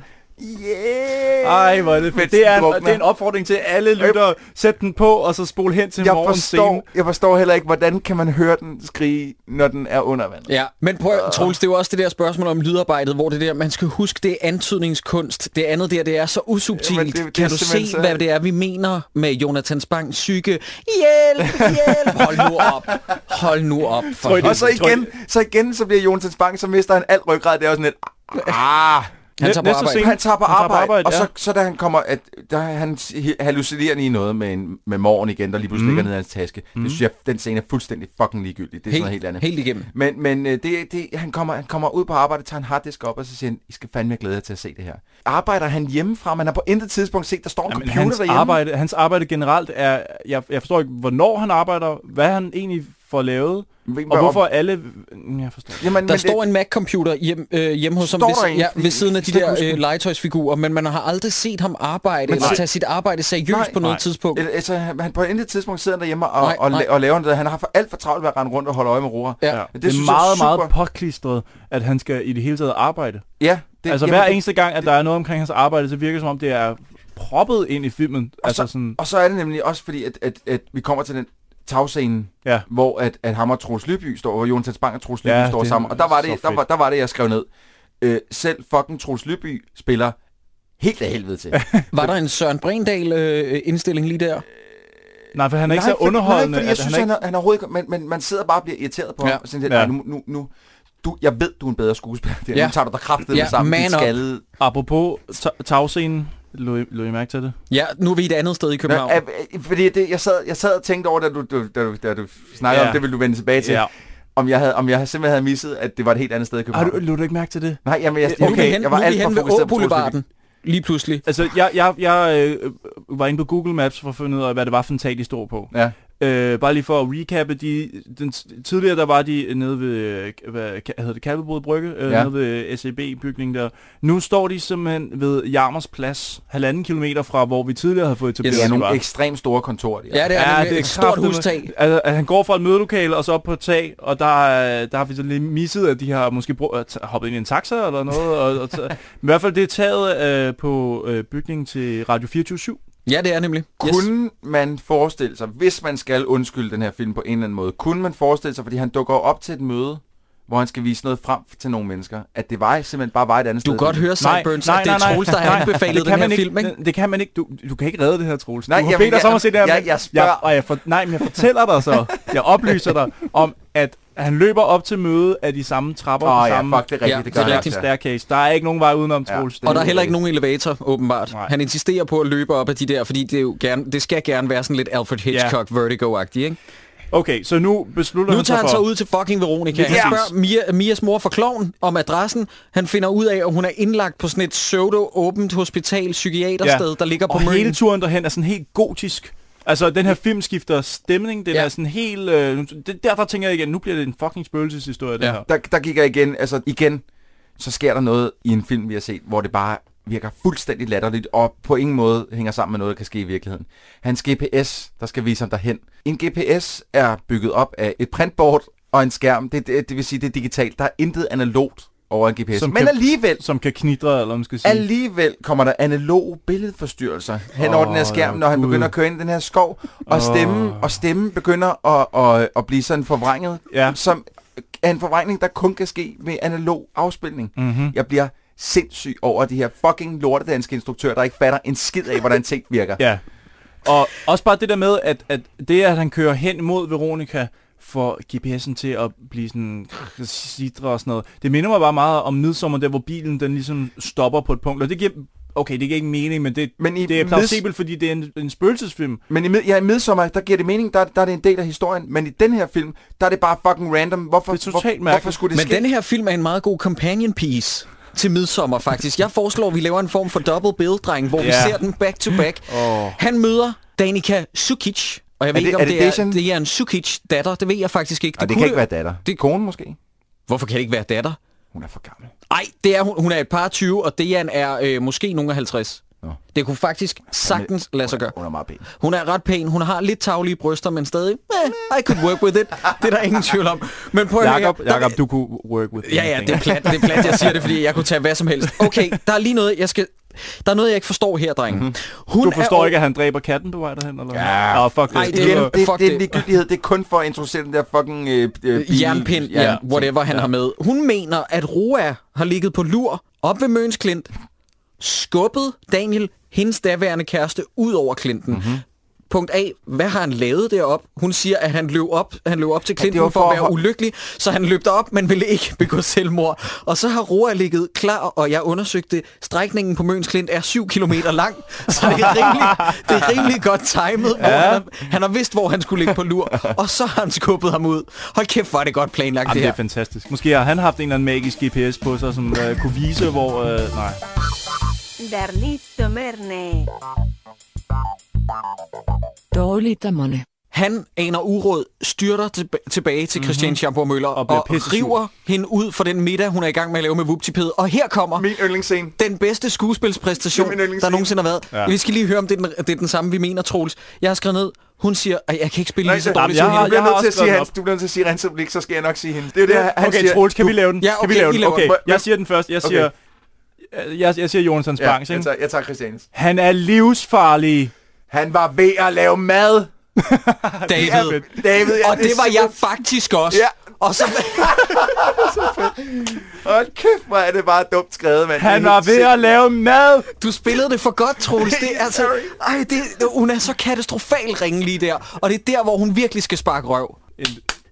[SPEAKER 5] Yeah.
[SPEAKER 6] Ej, hvor er det fedt.
[SPEAKER 5] Mens
[SPEAKER 6] Det er,
[SPEAKER 5] den
[SPEAKER 6] en,
[SPEAKER 5] drukner.
[SPEAKER 6] det er en opfordring til alle lyttere. Sæt den på, og så spol hen til
[SPEAKER 5] jeg
[SPEAKER 6] morgens scene.
[SPEAKER 5] forstår, jeg forstår heller ikke, hvordan kan man høre den skrige, når den er under vand.
[SPEAKER 1] Ja, men prøv, at- Troels, det er jo også det der spørgsmål om lydarbejdet, hvor det der, man skal huske, det er antydningskunst. Det andet der, det er så usubtilt.
[SPEAKER 5] Jamen,
[SPEAKER 1] Jamen,
[SPEAKER 5] det-
[SPEAKER 1] det,
[SPEAKER 5] det
[SPEAKER 1] kan
[SPEAKER 5] er
[SPEAKER 1] du se,
[SPEAKER 5] simpelthen
[SPEAKER 1] så...
[SPEAKER 5] så-
[SPEAKER 1] hvad det er, vi mener med Jonathan Spangs psyke? Hjælp, hjælp! Hold nu op. Hold nu op. For
[SPEAKER 6] Tror I, det-
[SPEAKER 5] Og så
[SPEAKER 6] tror
[SPEAKER 5] igen, så igen, så bliver Jonathan Spang, så mister han alt ryggrad. Det er også sådan lidt, ah,
[SPEAKER 1] Han tager på
[SPEAKER 6] Næste
[SPEAKER 1] arbejde.
[SPEAKER 6] scene.
[SPEAKER 5] han tager på
[SPEAKER 6] Han tager på
[SPEAKER 5] arbejde,
[SPEAKER 6] arbejde,
[SPEAKER 5] arbejde og så,
[SPEAKER 6] ja.
[SPEAKER 5] ja. så da han kommer, at der, han hallucinerer lige noget med, en, med morgen igen, der lige pludselig mm. ligger ned i hans taske. Mm. Det synes jeg, den scene er fuldstændig fucking ligegyldig. Det er helt, sådan noget helt andet.
[SPEAKER 1] helt igennem.
[SPEAKER 5] Men, men øh, det, det, han, kommer, han kommer ud på arbejde, tager en harddisk op, og så siger han, I skal fandme glæde jer til at se det her. Arbejder han hjemmefra? Man har på intet tidspunkt set, der står en
[SPEAKER 6] Jamen,
[SPEAKER 5] computer
[SPEAKER 6] hans,
[SPEAKER 5] derhjemme.
[SPEAKER 6] arbejde, hans arbejde generelt er... Jeg, jeg forstår ikke, hvornår han arbejder, hvad han egentlig får lavet,
[SPEAKER 5] Ved-
[SPEAKER 6] og
[SPEAKER 5] om-
[SPEAKER 6] hvorfor alle... Mm, Jeg forstår ikke.
[SPEAKER 5] Jamen,
[SPEAKER 1] Der
[SPEAKER 5] men
[SPEAKER 1] står
[SPEAKER 5] det,
[SPEAKER 1] en Mac-computer hjem, øh, hjemme hos ham
[SPEAKER 5] Står der
[SPEAKER 1] ved,
[SPEAKER 5] en?
[SPEAKER 1] ja, ved
[SPEAKER 5] Fordi
[SPEAKER 1] siden af
[SPEAKER 5] jeg
[SPEAKER 1] de
[SPEAKER 5] kan ikke
[SPEAKER 1] der
[SPEAKER 5] huske
[SPEAKER 1] øh,
[SPEAKER 5] den.
[SPEAKER 1] legetøjsfigurer, men man har aldrig set ham arbejde men, eller
[SPEAKER 5] nej.
[SPEAKER 1] tage sit arbejde seriøst
[SPEAKER 5] Nej,
[SPEAKER 1] på noget
[SPEAKER 6] nej.
[SPEAKER 1] tidspunkt.
[SPEAKER 5] eller, altså, han han på intet tidspunkt sidder han derhjemme og,
[SPEAKER 1] Nej,
[SPEAKER 5] og,
[SPEAKER 1] nej.
[SPEAKER 5] la- og laver noget. Han har for alt for travlt ved at rende rundt og holde øje med roer.
[SPEAKER 1] Ja.
[SPEAKER 6] Ja. Det,
[SPEAKER 5] det
[SPEAKER 6] det er
[SPEAKER 5] synes jeg
[SPEAKER 6] meget,
[SPEAKER 5] er super.
[SPEAKER 6] meget påklistret, at han skal i det hele taget arbejde.
[SPEAKER 5] ja
[SPEAKER 6] Det, altså hver det, eneste gang, at der er noget omkring hans arbejde, så virker det som om, det er proppet ind i filmen. Altså sådan...
[SPEAKER 5] Og så er det nemlig også fordi, at, at, at vi kommer til den tagscenen,
[SPEAKER 6] Ja.
[SPEAKER 5] hvor at, at ham og Troels Lyby står, hvor Jonathan Spang og Troels Lyby
[SPEAKER 6] Ja,
[SPEAKER 5] ja, står
[SPEAKER 6] det er
[SPEAKER 5] sammen. Og der var,
[SPEAKER 6] så
[SPEAKER 5] det, der,
[SPEAKER 6] fedt.
[SPEAKER 5] var, der var det, jeg skrev ned. Øh, selv fucking Troels Lyby spiller helt af helvede til.
[SPEAKER 1] Var der en Søren Brindal-indstilling lige der?
[SPEAKER 6] Nej, for han er ikke så
[SPEAKER 5] for-
[SPEAKER 6] underholdende.
[SPEAKER 5] Nej, fordi jeg
[SPEAKER 6] at
[SPEAKER 5] synes,
[SPEAKER 6] er
[SPEAKER 5] han, er, han er overhovedet ikke... Men, men man sidder bare og bliver irriteret på
[SPEAKER 1] Ja.
[SPEAKER 5] ja. ham. Og sådan,
[SPEAKER 6] Ja.
[SPEAKER 5] ja. nu, nu, nu, du, jeg ved, du er en bedre skuespiller. Det,
[SPEAKER 1] Ja.
[SPEAKER 5] ja. Nu tager du dig kraftet
[SPEAKER 1] Ja,
[SPEAKER 5] ja, sammen.
[SPEAKER 1] man
[SPEAKER 5] Man
[SPEAKER 1] up.
[SPEAKER 5] skal...
[SPEAKER 6] Apropos ta- tagscenen, lå I, lå I mærke til det?
[SPEAKER 1] Ja, nu er vi et andet sted i København.
[SPEAKER 5] Ja, fordi det, jeg, sad, jeg sad og tænkte over, da du, du, da du, da du snakkede
[SPEAKER 6] Ja.
[SPEAKER 5] ja. om det, ville du vende tilbage til.
[SPEAKER 6] Ja.
[SPEAKER 5] Ja. Om, jeg havde, om jeg simpelthen havde misset, at det var et helt andet sted i
[SPEAKER 6] Har
[SPEAKER 5] København.
[SPEAKER 6] du, lå du ikke mærke til det?
[SPEAKER 5] Nej, jamen, jeg,
[SPEAKER 6] Ja,
[SPEAKER 1] nu er vi
[SPEAKER 5] okay,
[SPEAKER 1] hen,
[SPEAKER 5] jeg var
[SPEAKER 1] nu er vi
[SPEAKER 5] alt for
[SPEAKER 1] hen ved
[SPEAKER 5] fokuseret på
[SPEAKER 1] Åboulevarden. Lige pludselig.
[SPEAKER 6] Altså, jeg, jeg, jeg øh, var inde på Google Maps for at finde ud af, hvad det var for en tag, de stod på.
[SPEAKER 5] Ja.
[SPEAKER 6] Øh, bare lige for at recappe, de, den, tidligere der var de nede ved, øh, hvad, ka- hedder det, Kalvebod Brygge, øh,
[SPEAKER 5] Ja.
[SPEAKER 6] ja. nede ved SEB-bygningen der. Nu står de simpelthen ved Jarmers Plads, halvanden kilometer fra, hvor vi tidligere havde fået etableret.
[SPEAKER 5] Det er
[SPEAKER 6] de
[SPEAKER 5] nogle
[SPEAKER 6] var.
[SPEAKER 5] ekstremt store kontorer, der.
[SPEAKER 1] Ja, det er, ja, det er et stort
[SPEAKER 6] kraftedeme-
[SPEAKER 1] hustag.
[SPEAKER 6] Altså, at han går fra et mødelokale og så op på et tag, og der, er- der har vi så lige misset, at de har måske brug, at t- hoppet ind i en taxa eller noget. Og, og t- I hvert fald det er taget øh, på øh, bygningen til Radio 24
[SPEAKER 1] Ja, det er nemlig. Yes.
[SPEAKER 5] Kunne man forestille sig, hvis man skal undskylde den her film på en eller anden måde, kunne man forestille sig, fordi han dukker op til et møde, hvor han skal vise noget frem til nogle mennesker, at det var simpelthen bare var et andet
[SPEAKER 1] Du
[SPEAKER 5] sted.
[SPEAKER 1] kan godt høre, Sideburns, at det er Troels, der har anbefalet den
[SPEAKER 6] kan
[SPEAKER 1] her
[SPEAKER 6] man
[SPEAKER 1] film, ikke?
[SPEAKER 6] Det, det kan man ikke. Du, du kan ikke redde det her, Troels.
[SPEAKER 5] Nej,
[SPEAKER 6] Nej, du har
[SPEAKER 5] jamen,
[SPEAKER 6] bedt os
[SPEAKER 5] jeg-
[SPEAKER 6] om at se det her.
[SPEAKER 5] jeg-
[SPEAKER 6] men
[SPEAKER 5] jeg spørger.
[SPEAKER 6] Jeg, og jeg for, nej, men jeg fortæller dig så. Jeg oplyser dig om, at han løber op til møde af de samme trapper.
[SPEAKER 5] Åh
[SPEAKER 6] de
[SPEAKER 5] oh, ja,
[SPEAKER 6] samme
[SPEAKER 5] fuck, det er rigtigt.
[SPEAKER 1] Ja,
[SPEAKER 5] det
[SPEAKER 6] det
[SPEAKER 5] gør
[SPEAKER 6] er
[SPEAKER 5] jeg altså.
[SPEAKER 6] rigtig
[SPEAKER 5] også, ja.
[SPEAKER 6] staircase. Der er ikke nogen vej udenom,
[SPEAKER 5] Ja.
[SPEAKER 6] Troels.
[SPEAKER 1] Og der er heller ikke nogen elevator, åbenbart.
[SPEAKER 6] Nej.
[SPEAKER 1] Han insisterer på at løbe op ad de der, fordi det, er jo gerne, det skal gerne være sådan lidt Alfred Hitchcock Vertigo-agtigt, ikke?
[SPEAKER 6] Okay, så nu beslutter
[SPEAKER 1] Nu
[SPEAKER 6] man
[SPEAKER 1] tager han
[SPEAKER 6] for...
[SPEAKER 1] så ud til fucking Veronica. Han
[SPEAKER 6] Ja.
[SPEAKER 1] spørger Mia, Mias mor for kloven om adressen. Han finder ud af, at hun er indlagt på sådan et pseudo-åbent hospital psykiatersted, der ligger på
[SPEAKER 6] og hele
[SPEAKER 1] Møn.
[SPEAKER 6] turen derhen er sådan helt gotisk. Altså, den her film skifter stemning. Den
[SPEAKER 1] Ja.
[SPEAKER 6] ja. er sådan helt... Øh, det, derfor tænker jeg igen, nu bliver det en fucking spøgelseshistorie, det
[SPEAKER 1] Ja.
[SPEAKER 6] ja. her.
[SPEAKER 5] Der, der gik jeg igen, altså igen, så sker der noget i en film, vi har set, hvor det bare virker fuldstændig latterligt, og på ingen måde hænger sammen med noget, der kan ske i virkeligheden. Hans GPS, der skal vise ham derhen. En GPS er bygget op af et printboard og en skærm, det, det, det vil sige, det er digitalt. Der er intet analogt over en GPS.
[SPEAKER 6] Som
[SPEAKER 5] Men
[SPEAKER 6] kan-
[SPEAKER 5] alligevel,
[SPEAKER 6] Som kan knitre, eller hvad man skal sige.
[SPEAKER 5] alligevel kommer der analoge billedforstyrrelser hen over
[SPEAKER 6] Åh,
[SPEAKER 5] den her skærm,
[SPEAKER 6] ja,
[SPEAKER 5] når han
[SPEAKER 6] Gud.
[SPEAKER 5] begynder at køre ind i den her skov, og stemmen, og stemmen begynder at, at, at blive sådan forvrænget,
[SPEAKER 6] Ja.
[SPEAKER 5] som er en forvrængning, der kun kan ske med analog afspilning.
[SPEAKER 6] Mhm.
[SPEAKER 5] Jeg bliver sindssyg over de her fucking lortedanske instruktører, der ikke fatter en skid af, hvordan ting virker.
[SPEAKER 6] Ja. Og også bare det der med, at, at det, at han kører hen mod Veronica, får GPS'en til at blive sådan sidre og sådan noget. Det minder mig bare meget om midsommer, der hvor bilen den ligesom stopper på et punkt. Og det giver... Okay, det giver ikke mening, men det,
[SPEAKER 5] Men i
[SPEAKER 6] det er
[SPEAKER 5] mids-
[SPEAKER 6] plausibelt, fordi det er en, en spøgelsesfilm.
[SPEAKER 5] Men i, mid, ja, i midsommer, der giver det mening, der, der er det en del af historien, men i den her film, der er det bare fucking random. Hvorfor,
[SPEAKER 6] Det er totalt
[SPEAKER 5] hvor, hvorfor
[SPEAKER 6] mærkeligt.
[SPEAKER 5] skulle det
[SPEAKER 1] Men
[SPEAKER 5] ske?
[SPEAKER 1] den her film er en meget god companion piece til midsommer faktisk. Jeg foreslår, at vi laver en form for double bill, dreng, hvor vi
[SPEAKER 6] Ja.
[SPEAKER 1] ser den back to back.
[SPEAKER 6] Åh.
[SPEAKER 1] Han møder Danica Sukic. Og jeg ved
[SPEAKER 5] det-
[SPEAKER 1] ikke, om
[SPEAKER 5] er
[SPEAKER 1] det,
[SPEAKER 5] det
[SPEAKER 1] det, er,
[SPEAKER 5] Dacian?
[SPEAKER 1] det er en Sukic datter. Det ved jeg faktisk ikke.
[SPEAKER 5] Og det
[SPEAKER 1] kunne
[SPEAKER 5] kan ikke være datter. Det er kone måske.
[SPEAKER 1] Hvorfor kan det ikke være datter?
[SPEAKER 5] Hun er for gammel.
[SPEAKER 1] Nej, det er hun. Hun er et par 20, og Dejan er øh, måske nogen af 50.
[SPEAKER 5] Nå.
[SPEAKER 1] Det kunne faktisk sagtens lade sig gøre.
[SPEAKER 5] Hun er meget pæn.
[SPEAKER 1] Hun er ret pæn. Hun har lidt taglige bryster, men stadig, eh, I could work with it. Det er der ingen tvivl om. Men prøv at høre her.
[SPEAKER 6] Jakob,
[SPEAKER 1] Der-
[SPEAKER 6] Jakob, du kunne work with
[SPEAKER 1] Ja, ja, det er plat, det er plat, jeg siger det, fordi jeg kunne tage hvad som helst. Okay, der er lige noget, jeg skal... Der er noget, jeg ikke forstår her, drenge. Mm-hmm. Hun
[SPEAKER 6] Mhm. Du
[SPEAKER 1] er,
[SPEAKER 6] forstår ikke, at han dræber katten på vej derhen, eller hvad?
[SPEAKER 5] Ja.
[SPEAKER 6] Nå, fuck det.
[SPEAKER 1] Ej,
[SPEAKER 5] Igen,
[SPEAKER 1] lyder-
[SPEAKER 5] det, det,
[SPEAKER 1] fuck
[SPEAKER 5] det er
[SPEAKER 1] det.
[SPEAKER 5] en ligegyldighed. Det er kun for at introducere den der fucking øh, øh, bil-
[SPEAKER 1] jernpind, ja, whatever han ja. har med. Hun mener, at Roa har ligget på lur op ved Møns Klint, skubbet Daniel, hendes daværende kæreste, ud over Klinten.
[SPEAKER 5] Mhm.
[SPEAKER 1] Mm-hmm. Punkt A, hvad har han lavet derop? Hun siger, at han løb op, han løb op til
[SPEAKER 5] det
[SPEAKER 1] Klinten
[SPEAKER 5] var
[SPEAKER 1] for, for
[SPEAKER 5] for
[SPEAKER 1] at
[SPEAKER 5] at
[SPEAKER 1] være
[SPEAKER 5] hol-
[SPEAKER 1] ulykkelig, så han løb derop, men ville ikke begå selvmord. Og så har Roa ligget klar, og jeg undersøgte, strækningen på Møns Klint er 7 km lang, så det er rimelig, det er rimelig godt timet. Ja. Han, har, han har vidst, hvor han skulle ligge på lur, og så har han skubbet ham ud. Hold kæft, hvor er det godt planlagt
[SPEAKER 6] Jamen,
[SPEAKER 1] det
[SPEAKER 6] det er
[SPEAKER 1] her.
[SPEAKER 6] fantastisk. Måske har han haft en eller anden magisk GPS på sig, som øh, kunne vise, hvor... Øh, nej.
[SPEAKER 2] Darlito Merne.
[SPEAKER 10] Dårligt af mig.
[SPEAKER 1] Han aner uråd, styrter tilba- tilbage til Christian Schamburg Møller og,
[SPEAKER 6] Mhm. Og
[SPEAKER 1] og
[SPEAKER 6] bliver pissesur.
[SPEAKER 1] river hende ud for den middag, hun er i gang med at lave med Vuptiped. Og her kommer
[SPEAKER 5] Min yndlingsscene.
[SPEAKER 1] den bedste skuespilspræstation,
[SPEAKER 5] Det er min
[SPEAKER 1] der
[SPEAKER 5] yndlingsscene.
[SPEAKER 1] nogensinde har været. Ja.
[SPEAKER 6] Ja.
[SPEAKER 1] Vi skal lige høre, om det er, den, det er den samme, vi mener, Troels. Jeg har skrevet ned, hun siger, at jeg kan ikke spille
[SPEAKER 5] Nej,
[SPEAKER 1] lige så
[SPEAKER 5] det-
[SPEAKER 1] dårligt som
[SPEAKER 6] Jamen, jeg
[SPEAKER 1] hende.
[SPEAKER 5] Du bliver
[SPEAKER 6] har
[SPEAKER 5] nødt til
[SPEAKER 6] også
[SPEAKER 5] at sige
[SPEAKER 6] skrevet
[SPEAKER 5] hans,
[SPEAKER 6] den
[SPEAKER 5] du bliver nødt til at sige hans replik, så skal jeg nok sige hende. Det er det, han
[SPEAKER 6] okay,
[SPEAKER 5] siger.
[SPEAKER 6] Troels, kan
[SPEAKER 5] Du-
[SPEAKER 6] vi lave den?
[SPEAKER 1] Ja,
[SPEAKER 6] kan vi
[SPEAKER 1] okay,
[SPEAKER 6] lave
[SPEAKER 1] I
[SPEAKER 6] den?
[SPEAKER 1] laver
[SPEAKER 6] Okay,
[SPEAKER 1] den.
[SPEAKER 6] jeg siger den først. Jeg siger, okay. jeg, jeg siger Jonas Hans
[SPEAKER 5] Ja,
[SPEAKER 6] Bangs,
[SPEAKER 5] jeg
[SPEAKER 6] ikke?
[SPEAKER 5] tager, jeg tager Christians.
[SPEAKER 6] Han er livsfarlig.
[SPEAKER 5] Han var ved at lave mad.
[SPEAKER 1] David.
[SPEAKER 5] David, ja,
[SPEAKER 1] Og det var jeg
[SPEAKER 5] simpelthen-
[SPEAKER 1] faktisk også.
[SPEAKER 5] Ja.
[SPEAKER 1] Og så,
[SPEAKER 5] Hold kæft, hvor er det bare dumt skrevet, mand.
[SPEAKER 6] Han
[SPEAKER 5] Det er
[SPEAKER 6] var
[SPEAKER 5] helt
[SPEAKER 6] ved at lave mad.
[SPEAKER 1] du spillede det for godt, Troels. Det er altså,
[SPEAKER 5] Sorry.
[SPEAKER 1] ej, det, hun er så katastrofal ringe lige der. Og det er der, hvor hun virkelig skal sparke røv.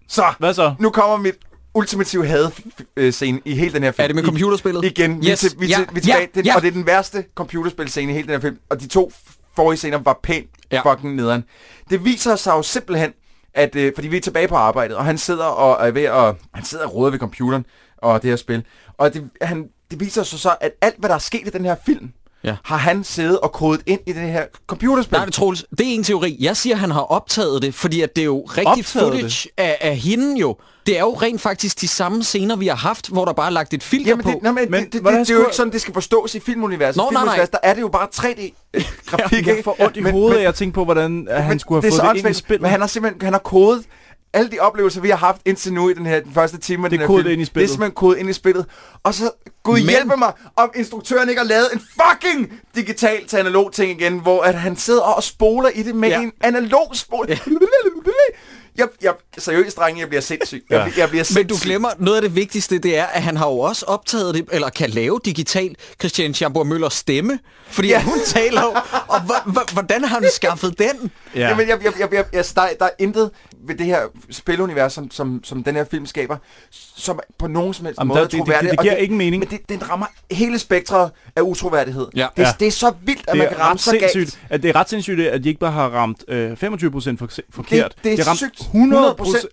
[SPEAKER 5] Så,
[SPEAKER 6] Hvad så?
[SPEAKER 5] nu kommer mit ultimative had-scene i hele den her film.
[SPEAKER 1] Er det med
[SPEAKER 5] I-
[SPEAKER 1] computerspillet?
[SPEAKER 5] Igen, vi er
[SPEAKER 1] Yes,
[SPEAKER 5] til- vi er
[SPEAKER 1] ja,
[SPEAKER 5] til- vi er
[SPEAKER 1] ja,
[SPEAKER 5] tilbage, Den-
[SPEAKER 1] ja.
[SPEAKER 5] og det er den værste computerspilscene i hele den her film. Og de to forrige scener var pænt
[SPEAKER 1] Ja.
[SPEAKER 5] fucking nederen. Det viser sig jo simpelthen, at, øh, fordi vi er tilbage på arbejdet, og han sidder og er ved at, han sidder og roder ved computeren og det her spil. Og det, han, det viser sig så, at alt hvad der er sket i den her film,
[SPEAKER 1] Ja.
[SPEAKER 5] har han siddet og kodet ind i det her computerspil.
[SPEAKER 1] Nej, men Troels, det er en teori. Jeg siger, at han har optaget det, fordi at det er jo rigtig
[SPEAKER 6] Optaget
[SPEAKER 1] footage af, af hende jo. Det er jo rent faktisk de samme scener, vi har haft, hvor der bare er lagt et filter
[SPEAKER 5] Jamen,
[SPEAKER 1] på.
[SPEAKER 5] det, nej, men,
[SPEAKER 6] Men
[SPEAKER 5] men det, det, det,
[SPEAKER 6] hvordan
[SPEAKER 5] det, er jo
[SPEAKER 6] skulle-
[SPEAKER 5] ikke sådan, det skal forstås i filmuniverset.
[SPEAKER 1] Nå, nej, nej.
[SPEAKER 5] Filmuniverset, Der er det jo bare 3D-grafik.
[SPEAKER 6] Jeg får ondt i hovedet, af at jeg tænkte på, hvordan at han skulle have
[SPEAKER 5] det er
[SPEAKER 6] fået
[SPEAKER 5] så
[SPEAKER 6] det ind i
[SPEAKER 5] åndssvagt,
[SPEAKER 6] spillet.
[SPEAKER 5] Men han har simpelthen han har kodet alle de oplevelser, vi har haft indtil nu i den her den første time. af
[SPEAKER 6] Det
[SPEAKER 5] den her
[SPEAKER 6] er kodet
[SPEAKER 5] film.
[SPEAKER 6] ind i
[SPEAKER 5] Det er
[SPEAKER 6] spillet.
[SPEAKER 5] simpelthen kodet ind i spillet. Og så, gud
[SPEAKER 1] Men-
[SPEAKER 5] men... hjælpe mig, om instruktøren ikke har lavet en fucking digital til analog ting igen, hvor at han sidder og spoler i det med
[SPEAKER 1] Ja.
[SPEAKER 5] ja. en analog spol. Ja. Jeg, jeg, seriøst, drenge, jeg bliver sindssyg. Jeg, ja. jeg bliver
[SPEAKER 1] Men du
[SPEAKER 5] sindssyg.
[SPEAKER 1] glemmer, noget af det vigtigste, det er, at han har jo også optaget det, eller kan lave digitalt Christian Schamburg Møllers stemme. Fordi ja. hun taler jo, og h- h- hvordan har han skaffet den?
[SPEAKER 5] Ja. Jamen, jeg, jeg, jeg, jeg, jeg, der, er- der er intet ved det her spilunivers, som, som, som den her film skaber, som på nogen som helst
[SPEAKER 6] Jamen,
[SPEAKER 5] måde
[SPEAKER 6] der-
[SPEAKER 5] er
[SPEAKER 6] det- det-
[SPEAKER 5] troværdig.
[SPEAKER 6] det
[SPEAKER 5] og
[SPEAKER 6] giver ikke mening.
[SPEAKER 5] Men det, den rammer hele spektret af utroværdighed.
[SPEAKER 1] Ja.
[SPEAKER 5] Det,
[SPEAKER 6] Ja.
[SPEAKER 5] det er så vildt, at
[SPEAKER 6] det
[SPEAKER 5] man
[SPEAKER 6] er
[SPEAKER 5] kan ramme
[SPEAKER 6] ret
[SPEAKER 5] så galt.
[SPEAKER 6] sindssygt, at det er ret sindssygt, at de ikke bare har ramt øh, 25 procent forkert.
[SPEAKER 5] det er
[SPEAKER 6] de har ramt
[SPEAKER 5] sygt.
[SPEAKER 6] 100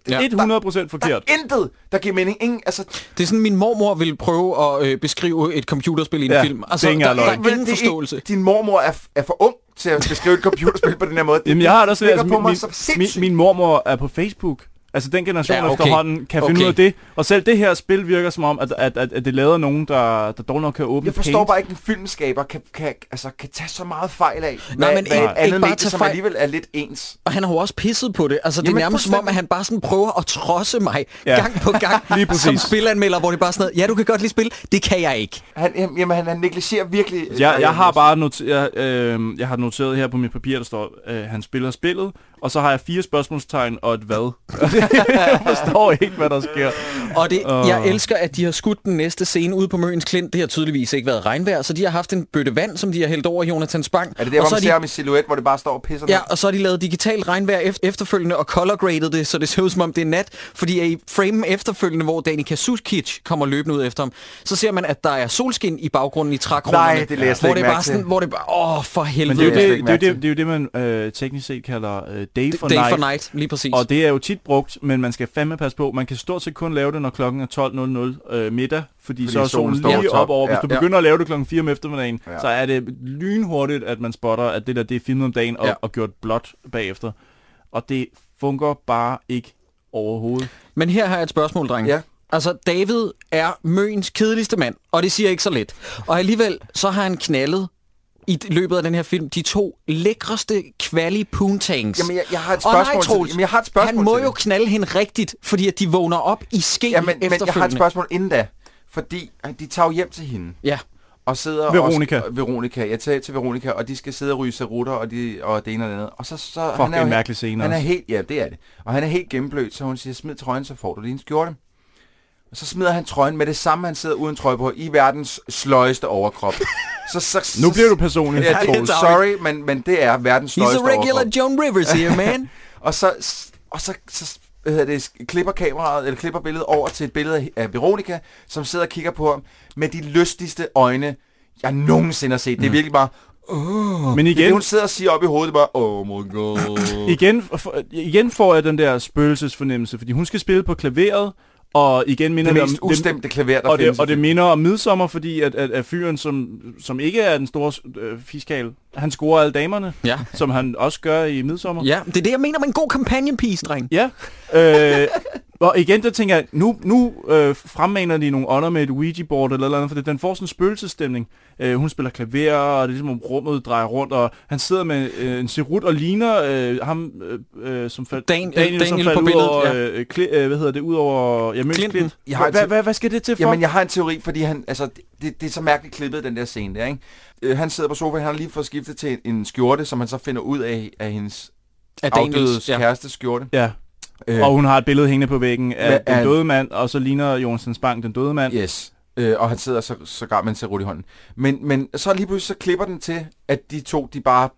[SPEAKER 1] Ja.
[SPEAKER 6] 100 procent
[SPEAKER 5] Der
[SPEAKER 6] forkert.
[SPEAKER 5] er intet, der giver mening. Ingen, altså,
[SPEAKER 1] Det er sådan, min mormor ville prøve at øh, beskrive et computerspil i en
[SPEAKER 6] Ja,
[SPEAKER 1] film.
[SPEAKER 6] det er
[SPEAKER 1] Altså,
[SPEAKER 6] ikke
[SPEAKER 1] der, der
[SPEAKER 6] engang
[SPEAKER 1] er
[SPEAKER 6] løgn.
[SPEAKER 5] det er
[SPEAKER 1] ingen
[SPEAKER 5] ikke-
[SPEAKER 1] forståelse.
[SPEAKER 5] Din mormor er, f- er for ung til at beskrive et computerspil på den her måde. Det-
[SPEAKER 6] Jamen, jeg har det også
[SPEAKER 5] det ligger
[SPEAKER 6] ved, altså,
[SPEAKER 5] på
[SPEAKER 6] min,
[SPEAKER 5] mig så
[SPEAKER 6] min, min,
[SPEAKER 5] sindssygt.
[SPEAKER 6] min mormor er på Facebook. Altså, den generation
[SPEAKER 1] Ja,
[SPEAKER 6] ja,
[SPEAKER 1] okay.
[SPEAKER 6] okay. efterhånden kan finde
[SPEAKER 1] Okay.
[SPEAKER 6] ud af det. Og selv det her spil virker som om, at, at, at, at det lader nogen, der, der dog nok kan åbne
[SPEAKER 5] Jeg forstår
[SPEAKER 6] paint.
[SPEAKER 5] bare ikke, at en filmskaber kan, kan, altså, kan tage så meget fejl af,
[SPEAKER 1] Nej,
[SPEAKER 5] hvad-
[SPEAKER 1] men
[SPEAKER 5] hvad
[SPEAKER 1] ikke-
[SPEAKER 5] et
[SPEAKER 1] ikke
[SPEAKER 5] andet
[SPEAKER 1] bare
[SPEAKER 5] medie,
[SPEAKER 1] tage
[SPEAKER 5] som
[SPEAKER 1] fejl.
[SPEAKER 5] alligevel er lidt ens.
[SPEAKER 1] Og han har jo også pisset på det. Altså, det er
[SPEAKER 5] Jamen,
[SPEAKER 1] nærmest som om,
[SPEAKER 5] fuldstændig.
[SPEAKER 1] at han bare sådan prøver at trodse mig ja.
[SPEAKER 6] Ja.
[SPEAKER 1] gang på gang
[SPEAKER 6] Lige
[SPEAKER 1] som
[SPEAKER 6] præcis.
[SPEAKER 1] spilanmelder, hvor det bare er sådan noget, ja, du kan godt lige spille, det kan jeg ikke.
[SPEAKER 5] Han, jamen, jamen, han, han negligerer virkelig... øh,
[SPEAKER 6] Jeg, jeg har
[SPEAKER 5] Andersen.
[SPEAKER 6] bare noteret, øh, jeg har noteret her på mit papir, der står, øh, han spiller spillet, og så har jeg fire spørgsmålstegn og et hvad. jeg forstår ikke, hvad der sker.
[SPEAKER 1] Og det,
[SPEAKER 6] Åh.
[SPEAKER 1] jeg elsker, at de har skudt den næste scene ude på Møns Klint. Det har tydeligvis ikke været regnvejr, så de har haft en bøtte vand, som de har hældt over Jonathans bank.
[SPEAKER 5] Er det der,
[SPEAKER 1] og
[SPEAKER 5] hvor
[SPEAKER 1] så
[SPEAKER 5] man
[SPEAKER 1] har
[SPEAKER 5] ser
[SPEAKER 1] de,
[SPEAKER 5] ham i silhuet, hvor det bare står og pisser
[SPEAKER 1] Ja,
[SPEAKER 5] ned?
[SPEAKER 1] og så har de lavet digitalt regnvejr ef- efterfølgende og colorgraded det, så det ser ud som om det er nat. Fordi i framen efterfølgende, hvor Danica Suskic kommer løbende ud efter ham, så ser man, at der er solskin i baggrunden i trækrummerne.
[SPEAKER 5] Nej, det læser jeg slet
[SPEAKER 1] hvor
[SPEAKER 5] ikke
[SPEAKER 1] det er bare
[SPEAKER 5] mærke til.
[SPEAKER 1] sådan, Hvor det bare, åh, for
[SPEAKER 6] Men
[SPEAKER 1] helvede.
[SPEAKER 6] det er jo
[SPEAKER 5] Det er jeg slet
[SPEAKER 6] det,
[SPEAKER 5] ikke
[SPEAKER 6] det, er
[SPEAKER 5] mærke
[SPEAKER 6] jo det, det, er jo det man øh, teknisk set kalder øh, day, for,
[SPEAKER 1] Day
[SPEAKER 6] night.
[SPEAKER 1] for night, lige præcis.
[SPEAKER 6] Og det er jo tit brugt, men man skal fandme passe på. Man kan stort set kun lave det, når klokken er 12.00 øh, middag, fordi, fordi så er solen,
[SPEAKER 5] står
[SPEAKER 6] lige
[SPEAKER 5] på top.
[SPEAKER 6] op over. Hvis
[SPEAKER 5] Ja.
[SPEAKER 6] du
[SPEAKER 1] Ja.
[SPEAKER 6] begynder at lave det klokken 4 om eftermiddagen,
[SPEAKER 5] Ja.
[SPEAKER 6] ja. så er det lynhurtigt, at man spotter, at det der det er filmet om dagen og,
[SPEAKER 1] Ja.
[SPEAKER 6] ja. og gjort blåt bagefter. Og det fungerer bare ikke overhovedet.
[SPEAKER 1] Men her har jeg et spørgsmål, drenge.
[SPEAKER 5] Ja.
[SPEAKER 1] Altså, David er Møns kedeligste mand, og det siger ikke så lidt. Og alligevel, så har han knaldet i d- løbet af den her film de to lækreste kvali poontangs.
[SPEAKER 5] Jamen, jeg, jeg har et
[SPEAKER 1] og
[SPEAKER 5] spørgsmål
[SPEAKER 1] nej, Troels,
[SPEAKER 5] til, jamen, jeg har et spørgsmål
[SPEAKER 1] han må
[SPEAKER 5] til
[SPEAKER 1] jo
[SPEAKER 5] det.
[SPEAKER 1] knalde hende rigtigt, fordi at de vågner op i ske
[SPEAKER 5] Jamen, men jeg har et
[SPEAKER 1] efterfølgende.
[SPEAKER 5] spørgsmål inden da. Fordi at de tager jo hjem til hende
[SPEAKER 1] ja,
[SPEAKER 5] og sidder...
[SPEAKER 6] Veronica.
[SPEAKER 5] Og, Veronica. Jeg tager hjem til Veronica, og de skal sidde og ryge sarutter og, de, og det ene og det andet. Og så... så
[SPEAKER 6] Fuck, det er
[SPEAKER 5] jo
[SPEAKER 6] en
[SPEAKER 5] he-
[SPEAKER 6] mærkelig scene
[SPEAKER 5] Han er
[SPEAKER 6] også.
[SPEAKER 5] helt... Ja, det er det. Og han er helt gennemblødt, så hun siger, smid trøjen, så får du din skjorte. Og så smider han trøjen med det samme, han sidder uden trøje på, i verdens sløjeste overkrop. så, så,
[SPEAKER 6] Nu
[SPEAKER 5] så-
[SPEAKER 6] bliver du personlig,
[SPEAKER 5] Ja, det er
[SPEAKER 6] Troels.
[SPEAKER 5] sorry, men, men det er verdens
[SPEAKER 1] he's
[SPEAKER 5] sløjeste
[SPEAKER 1] a regular
[SPEAKER 5] overkrop.
[SPEAKER 1] Joan Rivers here, man.
[SPEAKER 5] Og så, og så, så hvad hedder det, klipper kameraet, eller klipper billedet over til et billede af Veronica, som sidder og kigger på ham med de lystigste øjne, jeg nogensinde har set. Det er virkelig bare,
[SPEAKER 6] Men
[SPEAKER 5] det, er det,
[SPEAKER 6] Mm. igen,
[SPEAKER 5] hun sidder og siger op i hovedet, bare, oh my god.
[SPEAKER 6] igen, for, igen får jeg den der spøgelsesfornemmelse, fordi hun skal spille på klaveret, og igen minder
[SPEAKER 5] det
[SPEAKER 6] det om...
[SPEAKER 5] mest ustemte klaver, der
[SPEAKER 6] og
[SPEAKER 5] findes.
[SPEAKER 6] det, og det minder om midsommer, fordi at, at, at fyren, som, som ikke er den store øh, fiskal, han scorer alle damerne,
[SPEAKER 1] Ja.
[SPEAKER 6] som han også gør i midsommer.
[SPEAKER 1] ja, det er det, jeg mener med en god companion piece, dreng.
[SPEAKER 6] Ja. Øh, og igen, der tænker jeg, nu, nu øh, fremmaner de nogle ånder med et Ouija-board eller noget andet, for den får sådan en spøgelsesstemning. Øh, hun spiller klaver, og det er ligesom, om rummet drejer rundt, og han sidder med øh, en serut og ligner øh, ham, øh, øh, som faldt,
[SPEAKER 1] Dan-
[SPEAKER 6] som
[SPEAKER 1] Daniel
[SPEAKER 6] faldt
[SPEAKER 1] på
[SPEAKER 6] ud
[SPEAKER 1] billedet,
[SPEAKER 6] over,
[SPEAKER 1] ja.
[SPEAKER 6] øh, kli, øh, hvad hedder det, ud over, ja, Møns
[SPEAKER 1] Clinton.
[SPEAKER 6] Klint.
[SPEAKER 5] Jeg har
[SPEAKER 6] Hvad,
[SPEAKER 5] til-
[SPEAKER 6] hvad, hvad skal det til for?
[SPEAKER 5] Jamen, jeg har en teori, fordi han, altså, det, det er så mærkeligt klippet, den der scene der, ikke? Øh, han sidder på sofaen, han har lige fået skiftet til en, en skjorte, som han så finder ud af, af hendes
[SPEAKER 1] Af
[SPEAKER 5] afdødes
[SPEAKER 1] Daniels,
[SPEAKER 5] ja.
[SPEAKER 1] ja.
[SPEAKER 5] kærestes skjorte.
[SPEAKER 6] Ja.
[SPEAKER 5] Øh,
[SPEAKER 6] Og hun har et billede hængende på væggen af
[SPEAKER 5] Hvad er-
[SPEAKER 6] den døde mand, og så ligner Jonsens Bank den døde mand.
[SPEAKER 5] Yes. Øh, og han sidder så, sågar med en serut i hånden. Men, men så lige pludselig så klipper den til, at de to, de bare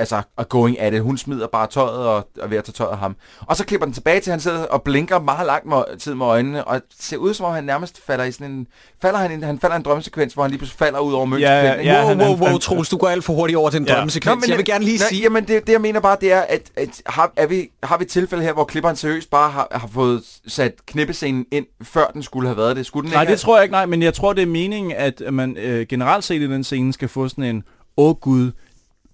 [SPEAKER 5] altså, er going at it. Hun smider bare tøjet og og er ved at tage tøjet af ham. Og så klipper den tilbage til, at han sidder og blinker meget langt med, tid med øjnene, og ser ud som om han nærmest falder i sådan en... Falder han, i en- han falder i en drømmesekvens, hvor han lige pludselig falder ud over mønskvinden.
[SPEAKER 6] ja, ja,
[SPEAKER 1] Wow,
[SPEAKER 6] han-
[SPEAKER 1] wow,
[SPEAKER 6] han-
[SPEAKER 1] wow,
[SPEAKER 6] han-
[SPEAKER 1] Troels, du går alt for hurtigt over den
[SPEAKER 6] Ja.
[SPEAKER 1] drømmesekvens. jeg vil gerne lige
[SPEAKER 5] nej,
[SPEAKER 1] sige,
[SPEAKER 5] Jamen, det, det jeg mener bare, det er, at, at har, er vi, har vi et tilfælde her, hvor klipperen seriøst bare har, har fået sat knippescenen ind, før den skulle have været det? Skulle den
[SPEAKER 6] Nej,
[SPEAKER 5] ikke
[SPEAKER 6] det tror jeg ikke, nej, men jeg tror, det er meningen, at man øh, generelt set i den scene skal få sådan en, åh gud,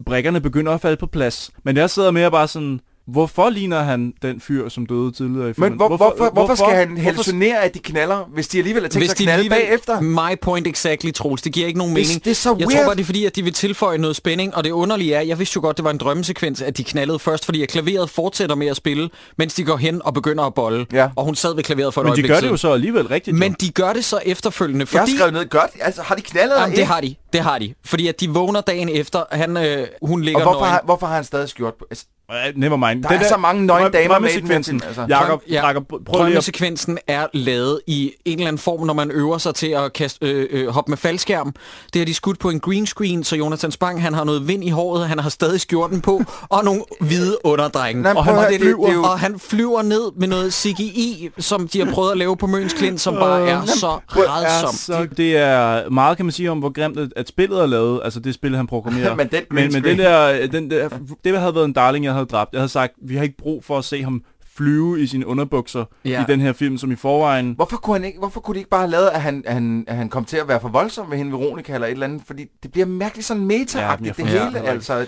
[SPEAKER 6] brækkerne begynder at falde på plads. Men jeg sidder mere bare sådan, hvorfor ligner han den fyr, som døde tidligere i filmen?
[SPEAKER 5] Men hvor, hvorfor, hvorfor, hvorfor skal han hallucinere, at de knaller, hvis de alligevel er tænkt
[SPEAKER 1] Hvis
[SPEAKER 5] sig at
[SPEAKER 1] de
[SPEAKER 5] knalde
[SPEAKER 1] alligevel-
[SPEAKER 5] bagefter?
[SPEAKER 1] My point exactly, Troels. Det giver ikke nogen
[SPEAKER 5] Hvis-
[SPEAKER 1] mening.
[SPEAKER 5] det er så
[SPEAKER 1] jeg
[SPEAKER 5] weird.
[SPEAKER 1] tror bare, det er fordi, at de vil tilføje noget spænding, og det underlige er, jeg vidste jo godt, det var en drømmesekvens, at de knaldede først, fordi at klaveret fortsætter med at spille, mens de går hen og begynder at bolle.
[SPEAKER 5] Ja.
[SPEAKER 1] Og hun sad ved klaveret for et
[SPEAKER 6] Men de
[SPEAKER 1] øjeblik
[SPEAKER 6] gør det
[SPEAKER 1] siden.
[SPEAKER 6] jo så alligevel rigtigt.
[SPEAKER 1] Men de gør det så efterfølgende,
[SPEAKER 5] Jeg har
[SPEAKER 1] fordi...
[SPEAKER 5] skrevet ned godt. Altså, har de knaldet eller
[SPEAKER 1] Jamen, det
[SPEAKER 5] ikke?
[SPEAKER 1] har de. Det har de. Fordi at de vågner dagen efter, han, øh, hun ligger
[SPEAKER 5] Og hvorfor
[SPEAKER 1] nøgen.
[SPEAKER 5] har, hvorfor har han stadig skjort på? Altså,
[SPEAKER 6] Uh, never mind.
[SPEAKER 5] Der er så mange nøgne damer med i den her film, altså.
[SPEAKER 6] Altså. Jakob,
[SPEAKER 1] Drøm- ja.
[SPEAKER 6] Jakob, pr- prøv lige at...
[SPEAKER 1] Drømmesekvensen er lavet i en eller anden form, når man øver sig til at kaste, øh, øh, hoppe med faldskærm. Det har de skudt på en green screen, så Jonathan Spang han har noget vind i håret, han har stadig skjorten på, og nogle hvide underdrenge.
[SPEAKER 5] Nej, men
[SPEAKER 1] og, han,
[SPEAKER 5] prøv at høre,
[SPEAKER 1] og, det,
[SPEAKER 5] det-
[SPEAKER 1] flyver,
[SPEAKER 5] det er jo-
[SPEAKER 1] og han flyver ned med noget CGI, som de har prøvet at lave på Møns Klint, som bare er så
[SPEAKER 6] er
[SPEAKER 1] rædsomt.
[SPEAKER 6] så, det er meget, kan man sige, om hvor grimt at, at spillet er lavet. Altså det spil, han programmerer.
[SPEAKER 5] Men den green
[SPEAKER 6] men, men
[SPEAKER 5] screen.
[SPEAKER 6] det, der, den der, det havde været en darling, jeg havde dræbt. Jeg havde sagt, vi har ikke brug for at se ham flyve i sine underbukser
[SPEAKER 1] Ja.
[SPEAKER 6] ja. i den her film, som i forvejen...
[SPEAKER 5] hvorfor, kunne han ikke, hvorfor kunne de ikke bare have lavet, at han, at han, at han kom til at være for voldsom ved hende Veronica eller et eller andet? Fordi det bliver mærkeligt sådan meta
[SPEAKER 6] Ja, men
[SPEAKER 5] ja,
[SPEAKER 6] jeg
[SPEAKER 5] det
[SPEAKER 6] forstår
[SPEAKER 5] hele.
[SPEAKER 6] det ikke.
[SPEAKER 5] Altså,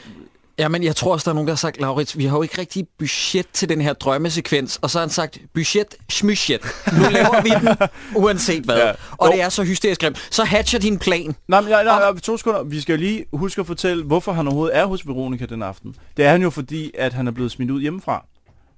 [SPEAKER 1] Ja, men jeg tror også, der er nogen, der har sagt, Laurits, vi har jo ikke rigtig budget til den her drømmesekvens. Og så har han sagt, budget, smysjet. Nu laver vi den, uanset hvad. Ja.
[SPEAKER 6] Ja.
[SPEAKER 1] Og
[SPEAKER 6] Jo.
[SPEAKER 1] det er så hysterisk grimt. Så hatcher din plan.
[SPEAKER 6] Nej, men nej, nej, nej, to sekunder. Vi skal jo lige huske at fortælle, hvorfor han overhovedet er hos Veronica den aften. Det er han jo fordi, at han er blevet smidt ud hjemmefra.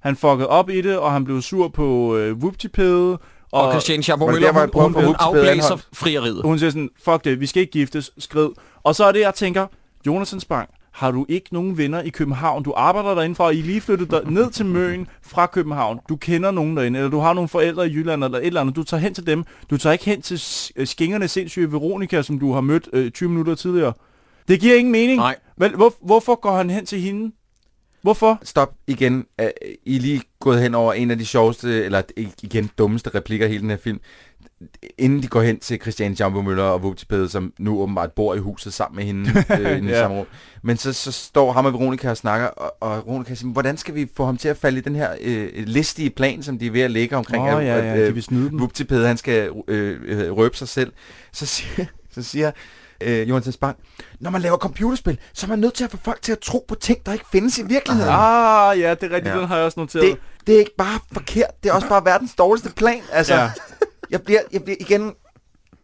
[SPEAKER 6] Han fuckede op i det, og han blev sur på øh, Wuptipede,
[SPEAKER 1] Og, og Christian Schamborg
[SPEAKER 5] Var det der,
[SPEAKER 1] Møller,
[SPEAKER 5] hvor jeg prøvede
[SPEAKER 1] hun,
[SPEAKER 5] at få
[SPEAKER 1] hun, hun
[SPEAKER 5] Huxley
[SPEAKER 1] afblæser
[SPEAKER 5] anholdt?
[SPEAKER 1] frieriet.
[SPEAKER 6] hun siger sådan, fuck det, vi skal ikke giftes, skrid. Og så er det, jeg tænker, Jonathan Spang, har du ikke nogen venner i København? Du arbejder derinde fra, og I er lige flyttet der, ned til Møen fra København. Du kender nogen derinde, eller du har nogle forældre i Jylland, eller et eller andet. Du tager hen til dem. Du tager ikke hen til s- øh, skingerne sindssyge Veronica, som du har mødt øh, 20 minutter tidligere. Det giver ingen mening.
[SPEAKER 1] Nej.
[SPEAKER 6] Vel, hvor, hvorfor går han hen til hende? Hvorfor?
[SPEAKER 5] stop igen. Uh, I er lige gået hen over en af de sjoveste, eller ikke igen dummeste replikker i hele den her film. Inden de går hen til Christiane Jambo Møller og Vupti Pede, som nu åbenbart bor i huset sammen med hende øh, inde i
[SPEAKER 6] Ja.
[SPEAKER 5] samme rum. Men så, så står ham og Veronica og snakker, og, og Veronica siger, hvordan skal vi få ham til at falde i den her øh, listige plan, som de er ved at lægge omkring,
[SPEAKER 6] Åh,
[SPEAKER 5] at,
[SPEAKER 6] ja, ja,
[SPEAKER 5] at
[SPEAKER 6] de vil snyde dem.
[SPEAKER 5] Vupti Pede, han skal øh, øh, røbe sig selv. Så siger, så siger øh, Jonathan Spang, når man laver computerspil, så er man nødt til at få folk til at tro på ting, der ikke findes i virkeligheden.
[SPEAKER 6] Ah, ja, det er rigtigt,
[SPEAKER 5] Ja.
[SPEAKER 6] ja. den har jeg også noteret.
[SPEAKER 5] Det, det er ikke bare forkert, det er også bare verdens dårligste plan. Altså, ja.
[SPEAKER 6] Ja.
[SPEAKER 5] jeg, bliver, jeg bliver igen...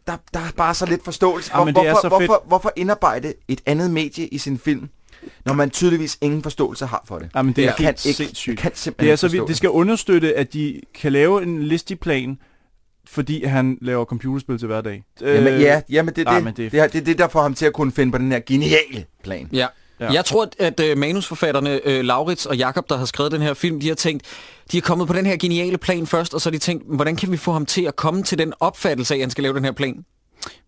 [SPEAKER 5] Der, der er bare så lidt forståelse.
[SPEAKER 6] Ah, men det er
[SPEAKER 5] hvorfor,
[SPEAKER 6] så fedt.
[SPEAKER 5] hvorfor, hvorfor indarbejde et andet medie i sin film, når man tydeligvis ingen forståelse har for det?
[SPEAKER 6] Jamen, det er
[SPEAKER 5] jeg kan
[SPEAKER 6] helt
[SPEAKER 5] ikke,
[SPEAKER 6] sindssygt.
[SPEAKER 5] Jeg kan simpelthen
[SPEAKER 6] Det, er så,
[SPEAKER 5] ikke
[SPEAKER 6] vi,
[SPEAKER 5] forstå
[SPEAKER 6] det skal understøtte, at de kan lave en listig plan, fordi han laver computerspil til hverdag. Øh,
[SPEAKER 5] Jamen, ja, jamen, det, er
[SPEAKER 6] nej,
[SPEAKER 5] det,
[SPEAKER 6] men det er-
[SPEAKER 5] det, er, det er det, der får ham til at kunne finde på den her geniale plan.
[SPEAKER 1] Ja.
[SPEAKER 6] Ja.
[SPEAKER 1] Jeg tror, at øh, manusforfatterne øh, Laurits og Jakob, der har skrevet den her film, de har tænkt, de er kommet på den her geniale plan først, og så har de tænkt, hvordan kan vi få ham til at komme til den opfattelse af, at han skal lave den her plan?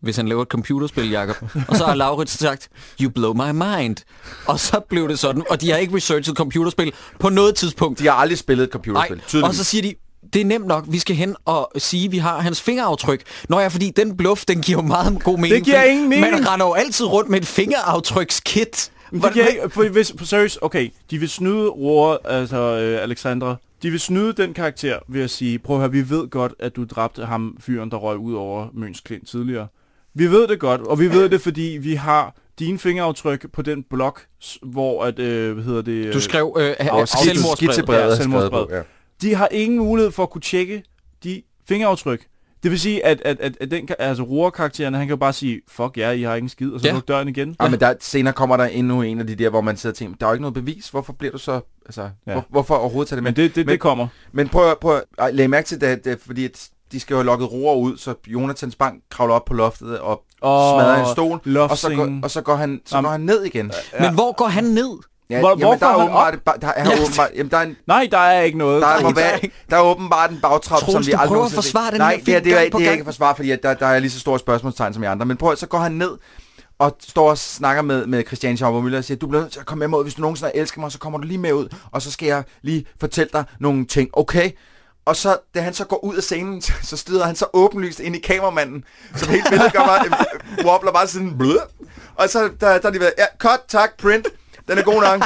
[SPEAKER 1] Hvis han laver et computerspil, Jakob. Og så har Laurits sagt, you blow my mind. Og så blev det sådan, og de har ikke researchet computerspil på noget tidspunkt.
[SPEAKER 5] De har aldrig spillet et computerspil,
[SPEAKER 1] og så siger de, det er nemt nok, vi skal hen og sige, at vi har hans fingeraftryk. Nå ja, fordi den bluff, den giver jo meget god mening.
[SPEAKER 6] giver
[SPEAKER 1] fordi
[SPEAKER 6] ingen mening.
[SPEAKER 1] Man render jo altid rundt med et fingeraftrykskit.
[SPEAKER 6] Men det giver ikke, for hvis, for seriøst, okay, de vil snyde Roar, altså øh, Alexandra, de vil snyde den karakter ved at sige, prøv at høre, vi ved godt, at du dræbte ham, fyren, der røg ud over Møns Klint tidligere. Vi ved det godt, og vi ved det, fordi vi har dine fingeraftryk på den blok, s- hvor at, øh, hvad hedder det?
[SPEAKER 1] Du
[SPEAKER 6] øh,
[SPEAKER 1] skrev øh,
[SPEAKER 5] Og skitse- skitsebrevet
[SPEAKER 1] selvmordsbrevet.
[SPEAKER 5] er
[SPEAKER 6] Ja,
[SPEAKER 5] skrevet
[SPEAKER 6] selvmordsbrevet.
[SPEAKER 5] på, ja.
[SPEAKER 6] de har ingen mulighed for at kunne tjekke de fingeraftryk. Det vil sige, at, at, at, at den, ka- altså Roar-karakteren, han kan jo bare sige, fuck jer, yeah, I har ingen skid, og så
[SPEAKER 1] Ja.
[SPEAKER 6] ja. lukke døren igen.
[SPEAKER 5] Ja, Ah, men der, senere kommer der endnu en af de der, hvor man sidder og tænker, der er jo ikke noget bevis, hvorfor bliver du så... Altså, ja.
[SPEAKER 6] Ja.
[SPEAKER 5] hvor, hvorfor overhovedet tage det med?
[SPEAKER 6] Men det, det,
[SPEAKER 5] men-
[SPEAKER 6] det kommer.
[SPEAKER 5] Men prøv, at- prøv at lægge mærke til det, at, øh, fordi at de skal jo have lukket roer ud, så Jonathans bank kravler op på loftet og
[SPEAKER 6] Åh,
[SPEAKER 5] smadrer en stol, og så, går,
[SPEAKER 6] loftscenen.
[SPEAKER 5] og så, går, han, så
[SPEAKER 6] Jamen.
[SPEAKER 5] går han ned igen.
[SPEAKER 1] Ja. Men hvor går han ned?
[SPEAKER 5] Ja,
[SPEAKER 6] Hvor-
[SPEAKER 5] jamen,
[SPEAKER 6] hvorfor
[SPEAKER 5] der er
[SPEAKER 6] han
[SPEAKER 5] åbenbart, et ba- der er,
[SPEAKER 1] Ja.
[SPEAKER 5] åbenbart, jamen, der er en,
[SPEAKER 6] Nej, der er ikke noget.
[SPEAKER 5] der er,
[SPEAKER 6] Nej,
[SPEAKER 5] må være, der er åbenbart en bagtrop,
[SPEAKER 1] Troels,
[SPEAKER 5] som vi
[SPEAKER 1] du prøver
[SPEAKER 5] aldrig
[SPEAKER 1] at
[SPEAKER 5] nogensinde set.
[SPEAKER 1] forsvare den
[SPEAKER 5] Nej,
[SPEAKER 1] her film
[SPEAKER 5] det, er- det, er,
[SPEAKER 1] gang
[SPEAKER 5] ikke-
[SPEAKER 1] på
[SPEAKER 5] det er
[SPEAKER 1] gang.
[SPEAKER 5] ikke at forsvare, fordi at der, der er lige så store spørgsmålstegn som i andre. Men prøv at- så går han ned og står og snakker med, med Christian Schauber Møller og siger, du bliver nødt til at komme med mig ud. Hvis du nogensinde elsker mig, så kommer du lige med ud, og så skal jeg lige fortælle dig nogle ting. Okay? Og så, da han så går ud af scenen, så- så støder han så åbenlyst ind i kameramanden, som helt vildt gør bare, øh, wobbler bare sådan, blød. Og så der, der er de ved, ja, cut, tak, print, den er god nok.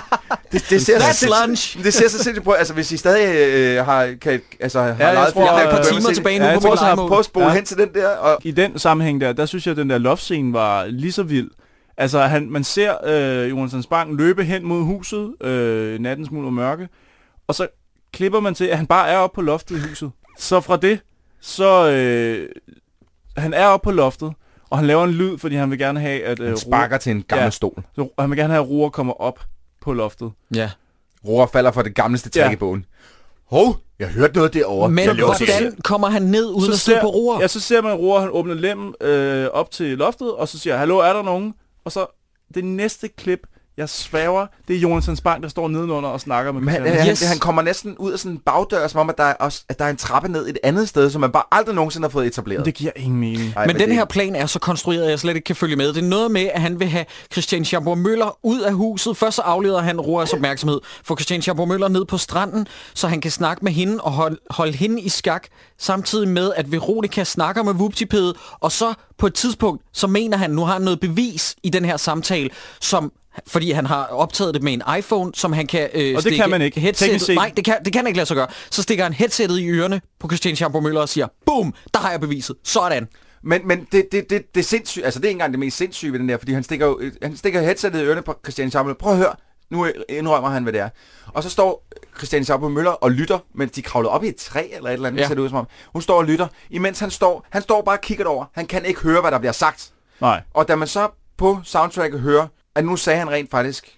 [SPEAKER 5] Det, det ser
[SPEAKER 1] That's
[SPEAKER 5] så sindssygt-
[SPEAKER 1] lunch.
[SPEAKER 5] det ser så sindssygt på, altså hvis I stadig øh, har, kan, altså, har
[SPEAKER 6] jeg
[SPEAKER 5] lejet
[SPEAKER 6] tror, øh,
[SPEAKER 5] film,
[SPEAKER 6] jeg har
[SPEAKER 5] der
[SPEAKER 6] et par
[SPEAKER 5] kan
[SPEAKER 1] timer
[SPEAKER 5] se det.
[SPEAKER 1] tilbage
[SPEAKER 6] nu
[SPEAKER 5] Ja,
[SPEAKER 6] på
[SPEAKER 5] jeg
[SPEAKER 6] mit
[SPEAKER 5] tror, jeg har
[SPEAKER 1] lejemål.
[SPEAKER 5] prøv at spole
[SPEAKER 6] Ja.
[SPEAKER 5] hen til den der, og
[SPEAKER 6] I den sammenhæng der, der synes jeg, at den der love scene var lige så vild. Altså, han, man ser øh, Jonathan Spang løbe hen mod huset, øh, natten smuld og mørke, og så klipper man til, at han bare er oppe på loftet i huset. Så fra det, så... Øh, han er oppe på loftet, og han laver en lyd, fordi han vil gerne have, at... Øh,
[SPEAKER 5] Han
[SPEAKER 6] Roar-
[SPEAKER 5] sparker til en gammel
[SPEAKER 6] Ja.
[SPEAKER 5] stol.
[SPEAKER 6] Så han vil gerne have, at Roar kommer op på loftet.
[SPEAKER 1] Ja.
[SPEAKER 5] Roar falder for det gammelste træk
[SPEAKER 6] Ja.
[SPEAKER 5] i bogen. Hov, jeg hørte noget derovre.
[SPEAKER 1] Men
[SPEAKER 5] jeg låser
[SPEAKER 1] hvordan
[SPEAKER 5] det.
[SPEAKER 1] kommer han ned uden at sidde på roer?
[SPEAKER 6] Ja, så ser man Roar, han åbner lem øh, op til loftet, og så siger hallo, er der nogen? Og så det næste klip, jeg sværger, det er Jonathan Spang, der står nedenunder og snakker med
[SPEAKER 5] Men han,
[SPEAKER 6] Christian.
[SPEAKER 5] yes.
[SPEAKER 1] Yes.
[SPEAKER 5] han, han kommer næsten ud af sådan en bagdør, som om, at der, er også, at der er en trappe ned et andet sted, som man bare aldrig nogensinde har fået etableret.
[SPEAKER 6] Det giver ingen mening.
[SPEAKER 5] Ej,
[SPEAKER 1] men, men den
[SPEAKER 5] det-
[SPEAKER 1] her plan er så konstrueret, at jeg slet ikke kan følge med. Det er noget med, at han vil have Christian Schamburg Møller ud af huset. Først så afleder han Roas opmærksomhed. Får Christian Schamburg Møller ned på stranden, så han kan snakke med hende og holde, holde hende i skak. Samtidig med, at Veronica snakker med Vuptipede. Og så på et tidspunkt, så mener han, nu har han noget bevis i den her samtale, som fordi han har optaget det med en iPhone, som han kan øh,
[SPEAKER 6] det
[SPEAKER 1] stikke
[SPEAKER 6] kan man ikke. Teknisk
[SPEAKER 1] Headsetet.
[SPEAKER 6] set.
[SPEAKER 1] Nej, det kan, det kan ikke lade sig gøre. Så stikker han headsettet i ørerne på Christian Schamburg Møller og siger, boom, der har jeg beviset. Sådan.
[SPEAKER 5] Men, men det, det, det, det er sindssygt, altså det er ikke engang det mest sindssyge ved den der, fordi han stikker, jo- øh, han stikker headsetet i ørerne på Christian Samuel. Prøv at høre, nu øh, indrømmer han, hvad det er. Og så står Christian Samuel Møller og lytter, mens de kravler op i et træ eller et eller andet,
[SPEAKER 1] Ja.
[SPEAKER 5] ja. ser det ud som om. Hun står og lytter, imens han står, han står bare og kigger over. Han kan ikke høre, hvad der bliver sagt.
[SPEAKER 6] Nej.
[SPEAKER 5] Og da man så på soundtracket hører, at nu sagde han rent faktisk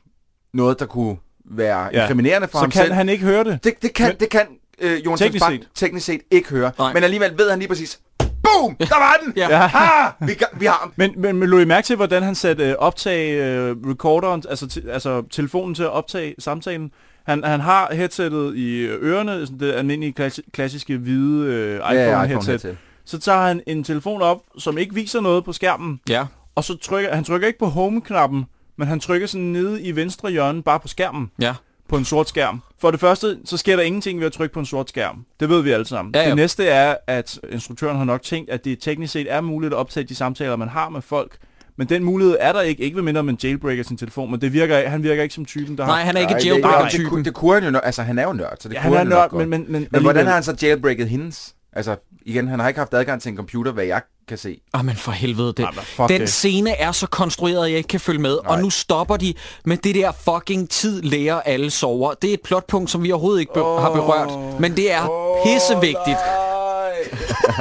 [SPEAKER 5] noget, der kunne være
[SPEAKER 6] Ja.
[SPEAKER 5] ja. inkriminerende for
[SPEAKER 6] Så
[SPEAKER 5] ham
[SPEAKER 6] kan
[SPEAKER 5] selv.
[SPEAKER 6] han ikke høre det.
[SPEAKER 5] Det, det kan,
[SPEAKER 6] Men-
[SPEAKER 5] men, det kan øh, Jonas
[SPEAKER 6] Teknisk
[SPEAKER 5] teknisk Bang
[SPEAKER 6] set.
[SPEAKER 5] set. teknisk set ikke høre.
[SPEAKER 1] Nej.
[SPEAKER 5] Nej. Men alligevel ved han lige præcis, boom, der var den!
[SPEAKER 1] Ja.
[SPEAKER 5] Ah, vi, ga- vi har ham.
[SPEAKER 6] Men, men, men lå I mærke til, hvordan han satte øh, optage øh, recorderen, altså, te, altså telefonen til at optage samtalen? Han, han har headsettet i ørerne, sådan det almindelige klass, klassiske hvide øh, iPhone-headset.
[SPEAKER 5] iPhone-headset.
[SPEAKER 6] så tager han en telefon op, som ikke viser noget på skærmen,
[SPEAKER 1] Ja.
[SPEAKER 6] og så trykker han trykker ikke på home-knappen, men han trykker sådan nede i venstre hjørne bare på skærmen,
[SPEAKER 1] Ja.
[SPEAKER 6] på en sort skærm. For det første, så sker der ingenting ved at trykke på en sort skærm. Det ved vi alle sammen.
[SPEAKER 1] Ja, ja.
[SPEAKER 6] Det næste er, at instruktøren har nok tænkt, at det teknisk set er muligt at optage de samtaler, man har med folk. Men den mulighed er der ikke, ikke ved mindre man jailbreaker sin telefon, men det virker, han virker ikke som typen, der
[SPEAKER 1] Ah, Nej,
[SPEAKER 6] har...
[SPEAKER 1] han er ikke
[SPEAKER 5] Ej, det- Det,
[SPEAKER 1] jailbreaker-typen.
[SPEAKER 5] det, det kunne han jo nok. Altså, han er jo nørd, så det
[SPEAKER 6] Ja,
[SPEAKER 5] kunne
[SPEAKER 6] han
[SPEAKER 5] jo nok
[SPEAKER 6] er nørd,
[SPEAKER 5] godt.
[SPEAKER 6] men, men, men,
[SPEAKER 5] men hvordan
[SPEAKER 6] alligevel-
[SPEAKER 5] har han så jailbreaket hendes? Altså, igen, han har ikke haft adgang til en computer, hvad jeg kan se.
[SPEAKER 1] Ah, men for helvede, det.
[SPEAKER 6] Jamen, fuck
[SPEAKER 1] den
[SPEAKER 6] det.
[SPEAKER 1] scene er så konstrueret, at jeg ikke kan følge med. Nej. Og nu stopper de med det der fucking tid lærer alle sover. Det er et plotpunkt, som vi overhovedet ikke be- oh. har berørt. Men det er oh, pissevigtigt.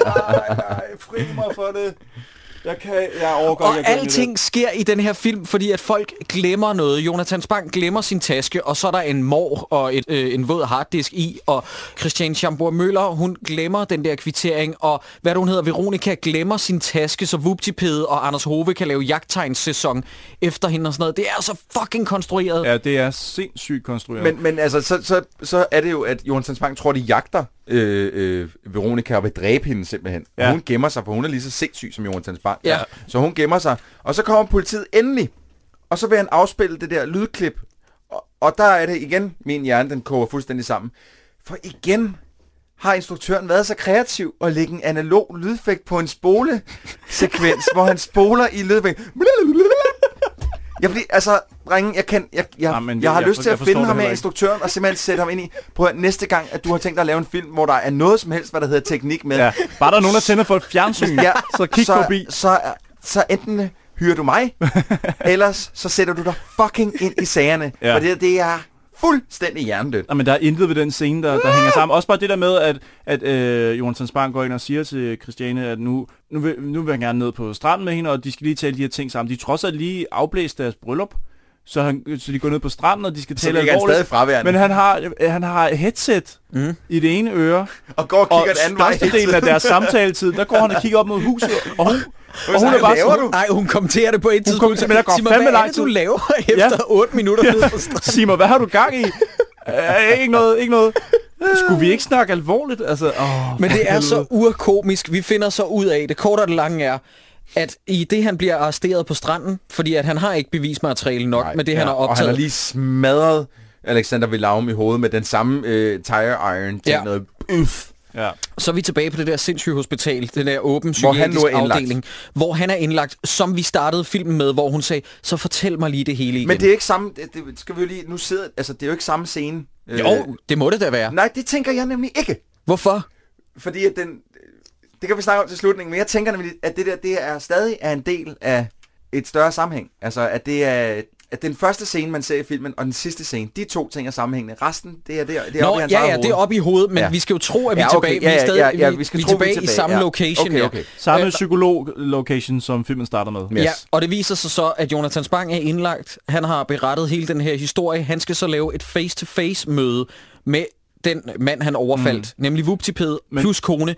[SPEAKER 6] Nej, nej, fri mig for det. Jeg kan, jeg overgår,
[SPEAKER 1] Og alting sker i den her film, fordi at folk glemmer noget. Jonathan Spang glemmer sin taske, og så er der en mor og et, øh, en våd harddisk i, og Christian Schamburg Møller, hun glemmer den der kvittering, og hvad er det, hun hedder, Veronica glemmer sin taske, så Vuptipede og Anders Hove kan lave jagttegnssæson efter hende og sådan noget. Det er så fucking konstrueret.
[SPEAKER 6] Ja, det er sindssygt konstrueret. Men,
[SPEAKER 5] Men, men altså, så, så, så er det jo, at Jonathan Spang tror, de jagter øh, øh, Veronica og vil dræbe hende simpelthen.
[SPEAKER 6] Ja.
[SPEAKER 5] Ja. Hun gemmer sig, for hun er lige så sindssyg som Jonathan Spang.
[SPEAKER 1] Ja.
[SPEAKER 5] Så hun gemmer sig. Og så kommer politiet endelig, og så vil han afspille det der lydklip. Og, og der er det igen, min hjerne, den koger fuldstændig sammen. For igen har instruktøren været så kreativ at lægge en analog lydfægt på en spolesekvens, hvor han spoler i lydfægt. Jeg bliver, altså, drenge, jeg, kan, jeg, jeg,
[SPEAKER 6] Ja,
[SPEAKER 5] jeg,
[SPEAKER 6] Ah, men det-
[SPEAKER 5] jeg har
[SPEAKER 6] jeg
[SPEAKER 5] lyst
[SPEAKER 6] for-
[SPEAKER 5] til
[SPEAKER 6] jeg
[SPEAKER 5] at
[SPEAKER 6] forstår
[SPEAKER 5] finde
[SPEAKER 6] det
[SPEAKER 5] ham her
[SPEAKER 6] heller ikke.
[SPEAKER 5] instruktøren og simpelthen sætte ham ind i, på næste gang, at du har tænkt dig at lave en film, hvor der er noget som helst, hvad der hedder teknik med.
[SPEAKER 6] ja. Bare der er nogen, der tænder for et fjernsyn, ja, så kig
[SPEAKER 5] så,
[SPEAKER 6] forbi.
[SPEAKER 5] Så, så enten hyrer du mig, ellers så sætter du dig fucking ind i sagerne.
[SPEAKER 6] Ja.
[SPEAKER 5] Ja. For det, det er fuldstændig hjernedødt.
[SPEAKER 6] Jamen, der er intet ved den scene, der, der hænger sammen. Også bare det der med, at, at øh, Jonathan Spang går ind og siger til Christiane, at nu, nu, vil, nu vil han gerne ned på stranden med hende, og de skal lige tale de her ting sammen. De er trods alt lige afblæst deres bryllup, så, han, så de går ned på stranden, og de skal
[SPEAKER 5] Så
[SPEAKER 6] tale
[SPEAKER 5] ligger han stadig fraværende.
[SPEAKER 6] Men han har, øh, han har headset mm. i det ene øre,
[SPEAKER 5] og går og
[SPEAKER 6] og
[SPEAKER 5] kigger den anden vej. hele
[SPEAKER 6] størstedelen af
[SPEAKER 5] tiden.
[SPEAKER 6] deres samtaletid, der går han og kigger op mod huset, og hun, og hun
[SPEAKER 5] snakker
[SPEAKER 6] er bare
[SPEAKER 5] laver
[SPEAKER 6] sådan,
[SPEAKER 5] du?
[SPEAKER 1] Nej, hun kommenterer det på et tidspunkt.
[SPEAKER 6] kommenterer, men der går
[SPEAKER 1] Sig mig,
[SPEAKER 6] fandme
[SPEAKER 1] hvad er
[SPEAKER 6] lang
[SPEAKER 1] det, du
[SPEAKER 6] tid."
[SPEAKER 1] laver efter 8 minutter nede på stranden?
[SPEAKER 6] sig mig, hvad har du gang i? Øh, ikke noget, ikke noget. Skulle vi ikke snakke alvorligt? Altså, åh,
[SPEAKER 1] Men det er så urkomisk. Vi finder så ud af, det korte og det lange er, at i det, han bliver arresteret på stranden, fordi at han har ikke bevismateriale nok Nej, med det, ja, han har
[SPEAKER 5] Og han
[SPEAKER 1] optaget.
[SPEAKER 5] har lige smadret Alexander Villaum i hovedet med den samme øh, tire iron til
[SPEAKER 1] Ja.
[SPEAKER 5] ja. noget Uff.
[SPEAKER 6] ja.
[SPEAKER 1] Så er vi tilbage på det der sindssyge hospital, den der åben
[SPEAKER 5] Hvor han nu
[SPEAKER 1] psykiatrisk
[SPEAKER 5] er indlagt.
[SPEAKER 1] afdeling, hvor han er indlagt, som vi startede filmen med, hvor hun sagde, så fortæl mig lige det hele igen.
[SPEAKER 5] Men det er ikke samme, det, det skal vi jo lige, nu sidder, altså det er jo ikke samme scene. Øh,
[SPEAKER 1] jo, det må det da være.
[SPEAKER 5] Nej, det tænker jeg nemlig ikke.
[SPEAKER 1] Hvorfor?
[SPEAKER 5] Fordi at den, det kan vi snakke om til slutningen, men jeg tænker nemlig, at det der, det er stadig er en del af et større sammenhæng. Altså, at det er at den første scene, man ser i filmen, og den sidste scene, de to ting er sammenhængende. Resten, det er der. Det er
[SPEAKER 1] Nå,
[SPEAKER 5] oppe i hans
[SPEAKER 1] ja,
[SPEAKER 5] eget
[SPEAKER 1] ja,
[SPEAKER 5] hoved.
[SPEAKER 1] det er oppe i hovedet, men
[SPEAKER 5] Ja.
[SPEAKER 1] ja. vi skal jo tro, at vi er
[SPEAKER 5] Ja, okay,
[SPEAKER 1] tilbage.
[SPEAKER 5] ja,
[SPEAKER 1] vi
[SPEAKER 5] ja,
[SPEAKER 1] er stadig,
[SPEAKER 5] ja, ja,
[SPEAKER 1] vi,
[SPEAKER 5] vi skal
[SPEAKER 1] vi er
[SPEAKER 5] tro, vi er
[SPEAKER 1] tilbage i
[SPEAKER 5] tilbage,
[SPEAKER 1] samme
[SPEAKER 5] ja.
[SPEAKER 1] location.
[SPEAKER 5] Okay,
[SPEAKER 1] ja.
[SPEAKER 5] okay.
[SPEAKER 6] Samme
[SPEAKER 1] Øh,
[SPEAKER 6] psykolog-location, som filmen starter med.
[SPEAKER 5] Yes.
[SPEAKER 1] Ja, og det viser sig så, at Jonathan Spang er indlagt. Han har berettet hele den her historie. Han skal så lave et face-to-face-møde med den mand, han overfaldt. Mm. Nemlig Vuptiped
[SPEAKER 6] Men-
[SPEAKER 1] plus kone.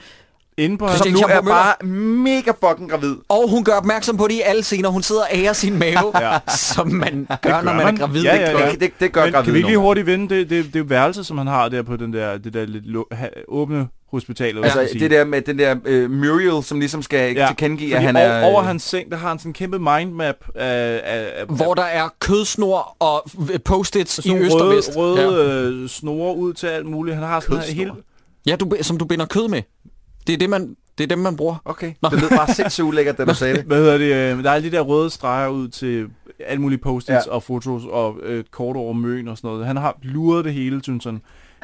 [SPEAKER 6] Inde på
[SPEAKER 5] Som
[SPEAKER 1] Christian
[SPEAKER 5] nu er
[SPEAKER 1] Schaumburg-Müller.
[SPEAKER 5] bare mega fucking gravid.
[SPEAKER 1] Og hun gør opmærksom på det i alle scener. Hun sidder og ærer sin mave, ja.
[SPEAKER 6] Ja.
[SPEAKER 1] som man gør, gør når man, er gravid.
[SPEAKER 6] Ja,
[SPEAKER 1] ikke?
[SPEAKER 6] ja, ja.
[SPEAKER 5] Det, det, det gør
[SPEAKER 6] Men
[SPEAKER 5] gravid
[SPEAKER 6] kan vi ikke lige
[SPEAKER 5] nogle
[SPEAKER 6] hurtigt vinde det, det, det værelse, som han har der på den der, det der lidt lu- ha- åbne hospital?
[SPEAKER 5] gange. Altså, det der med den der øh, Muriel, som ligesom skal ja. tilkendegive, at han
[SPEAKER 6] over,
[SPEAKER 5] er... øh,
[SPEAKER 6] Over hans seng, der har han sådan en kæmpe mindmap af... af, af
[SPEAKER 1] Hvor der er kødsnor og øh, post-its i
[SPEAKER 6] sådan nogle
[SPEAKER 1] øst og
[SPEAKER 6] røde,
[SPEAKER 1] vest.
[SPEAKER 6] røde ja. øh, snore ud til alt muligt. Han har sådan her hele...
[SPEAKER 1] Ja, ja du, bi- som du binder kød med. Det er, det, man, det er dem, man bruger.
[SPEAKER 5] Okay,
[SPEAKER 1] Nå.
[SPEAKER 5] det lød bare sindssygt ulækkert, da du sagde det.
[SPEAKER 6] Hvad hedder det? øh, Der er alle de der røde streger ud til alle mulige post-its
[SPEAKER 5] Ja.
[SPEAKER 6] ja. og fotos og øh, kort over møn og sådan noget. Han har luret det hele, synes han.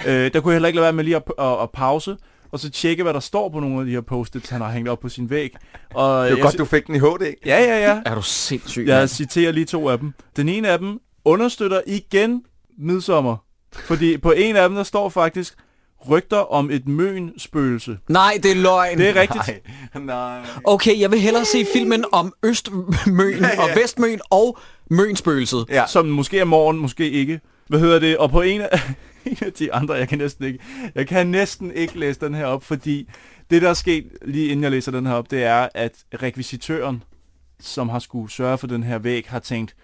[SPEAKER 6] Øh, der kunne jeg heller ikke lade være med lige at, at, at pause og så tjekke, hvad der står på nogle af de her post-its, han har hængt op på sin væg. Og
[SPEAKER 5] Det er jo godt, du fik den i HD.
[SPEAKER 6] Ja, ja, ja.
[SPEAKER 1] Er du sindssyg?
[SPEAKER 6] Jeg
[SPEAKER 1] mand?
[SPEAKER 6] citerer lige to af dem. Den ene af dem understøtter igen midsommer. Fordi på en af dem, der står faktisk rygter om et mønspøgelse.
[SPEAKER 1] Nej, det er løgn.
[SPEAKER 6] Det er rigtigt. Nej.
[SPEAKER 5] Nej.
[SPEAKER 1] Okay, jeg vil hellere se filmen om Østmøn og Vestmøn og Mønsbøgelset.
[SPEAKER 5] Ja.
[SPEAKER 6] Som måske er morgen, måske ikke. Hvad hedder det? Og på en af, en af de andre, jeg kan næsten ikke, jeg kan næsten ikke læse den her op, fordi det, der er sket lige inden jeg læser den her op, det er, at rekvisitøren, som har skulle sørge for den her væg, har tænkt,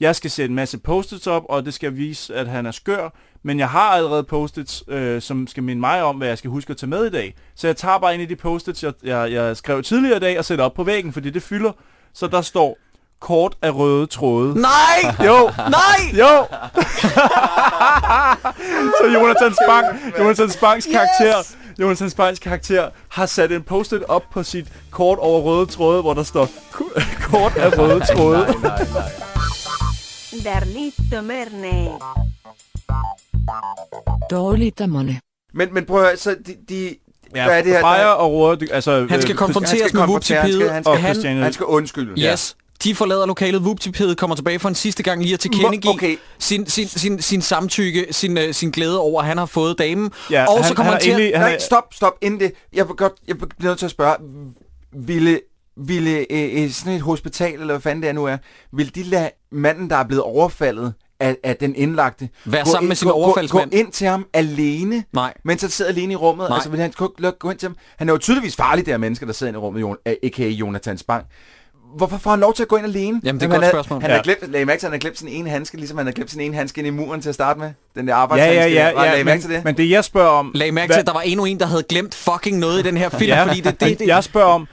[SPEAKER 6] jeg skal sætte en masse post-its op, og det skal vise, at han er skør, men jeg har allerede post-its, øh, som skal minde mig om, hvad jeg skal huske at tage med i dag. Så jeg tager bare en af de post-its, jeg, jeg, jeg skrev tidligere i dag, og sætter op på væggen, fordi det fylder. Så der står, kort af røde tråde.
[SPEAKER 1] Nej!
[SPEAKER 6] Jo,
[SPEAKER 1] Nej!
[SPEAKER 6] jo! så Jonathan Spang, Jonathan Spangs karakter, yes! Jonathan Spangs karakter har sat en post-it op på sit kort over røde tråde, hvor der står "Ku- kort af røde tråde.
[SPEAKER 2] Darlitto Merne.
[SPEAKER 10] Dårligt dommerne.
[SPEAKER 5] Men, men prøv at høre, så de... de
[SPEAKER 6] Ja,
[SPEAKER 5] hvad er det her?
[SPEAKER 6] Freja og Roar, det- altså...
[SPEAKER 1] Han skal
[SPEAKER 6] øh,
[SPEAKER 1] konfronteres
[SPEAKER 5] han skal
[SPEAKER 1] med
[SPEAKER 5] konfrontere, han skal-
[SPEAKER 1] Vuptipede,
[SPEAKER 5] han skal-
[SPEAKER 1] og
[SPEAKER 6] og
[SPEAKER 1] han...
[SPEAKER 6] Christiane.
[SPEAKER 5] Han skal undskylde.
[SPEAKER 1] Yes. De forlader lokalet, Vuptipede kommer tilbage for en sidste gang lige at tilkendegive
[SPEAKER 5] okay.
[SPEAKER 1] sin, sin, sin, sin samtykke, sin, øh, sin glæde over, at han har fået damen.
[SPEAKER 6] Ja,
[SPEAKER 1] og
[SPEAKER 6] han-
[SPEAKER 1] så kommer
[SPEAKER 6] han
[SPEAKER 1] han,
[SPEAKER 6] er
[SPEAKER 1] til at-
[SPEAKER 6] egentlig-
[SPEAKER 5] Ja.
[SPEAKER 6] Han
[SPEAKER 5] Nej,
[SPEAKER 6] er-
[SPEAKER 5] stop, stop, inden det. Jeg vil godt, jeg bliver nødt til at spørge, ville, ville øh, øh, sådan et hospital, eller hvad fanden det er nu er, vil de lade manden, der er blevet overfaldet af, af den indlagte,
[SPEAKER 1] Være
[SPEAKER 5] gå
[SPEAKER 1] sammen
[SPEAKER 5] ind-
[SPEAKER 1] med sin
[SPEAKER 5] gå- gå-
[SPEAKER 1] overfaldsmand?
[SPEAKER 5] Gå ind til ham alene,
[SPEAKER 1] Nej.
[SPEAKER 5] mens han sidder alene i rummet.
[SPEAKER 1] Nej.
[SPEAKER 5] Nej. Altså, vil han gå, gå ind til ham? Han er jo tydeligvis farlig, der mennesker, der sidder inde i rummet, Jon, øh, a.k.a. Jonathan Spang. Hvorfor får han lov til at gå ind alene?
[SPEAKER 1] det er et godt
[SPEAKER 5] han havde-
[SPEAKER 1] spørgsmål.
[SPEAKER 5] Han ja.
[SPEAKER 6] Ja.
[SPEAKER 5] har glemt, lagde I mærke til, at han har glemt sin ene handske, ligesom han har glemt sin ene handske ind i muren til at starte med. Den der
[SPEAKER 6] Ja,
[SPEAKER 5] arbejdshandske.
[SPEAKER 6] ja,
[SPEAKER 5] Var-
[SPEAKER 6] ja,
[SPEAKER 5] lagde I
[SPEAKER 6] ja
[SPEAKER 5] mærke til det?
[SPEAKER 6] men, men det jeg spørger om...
[SPEAKER 1] Lag mærke
[SPEAKER 6] hvad-
[SPEAKER 1] til, at der var endnu en, der havde glemt fucking noget i den her film, fordi det, det, det,
[SPEAKER 6] Jeg spørger om,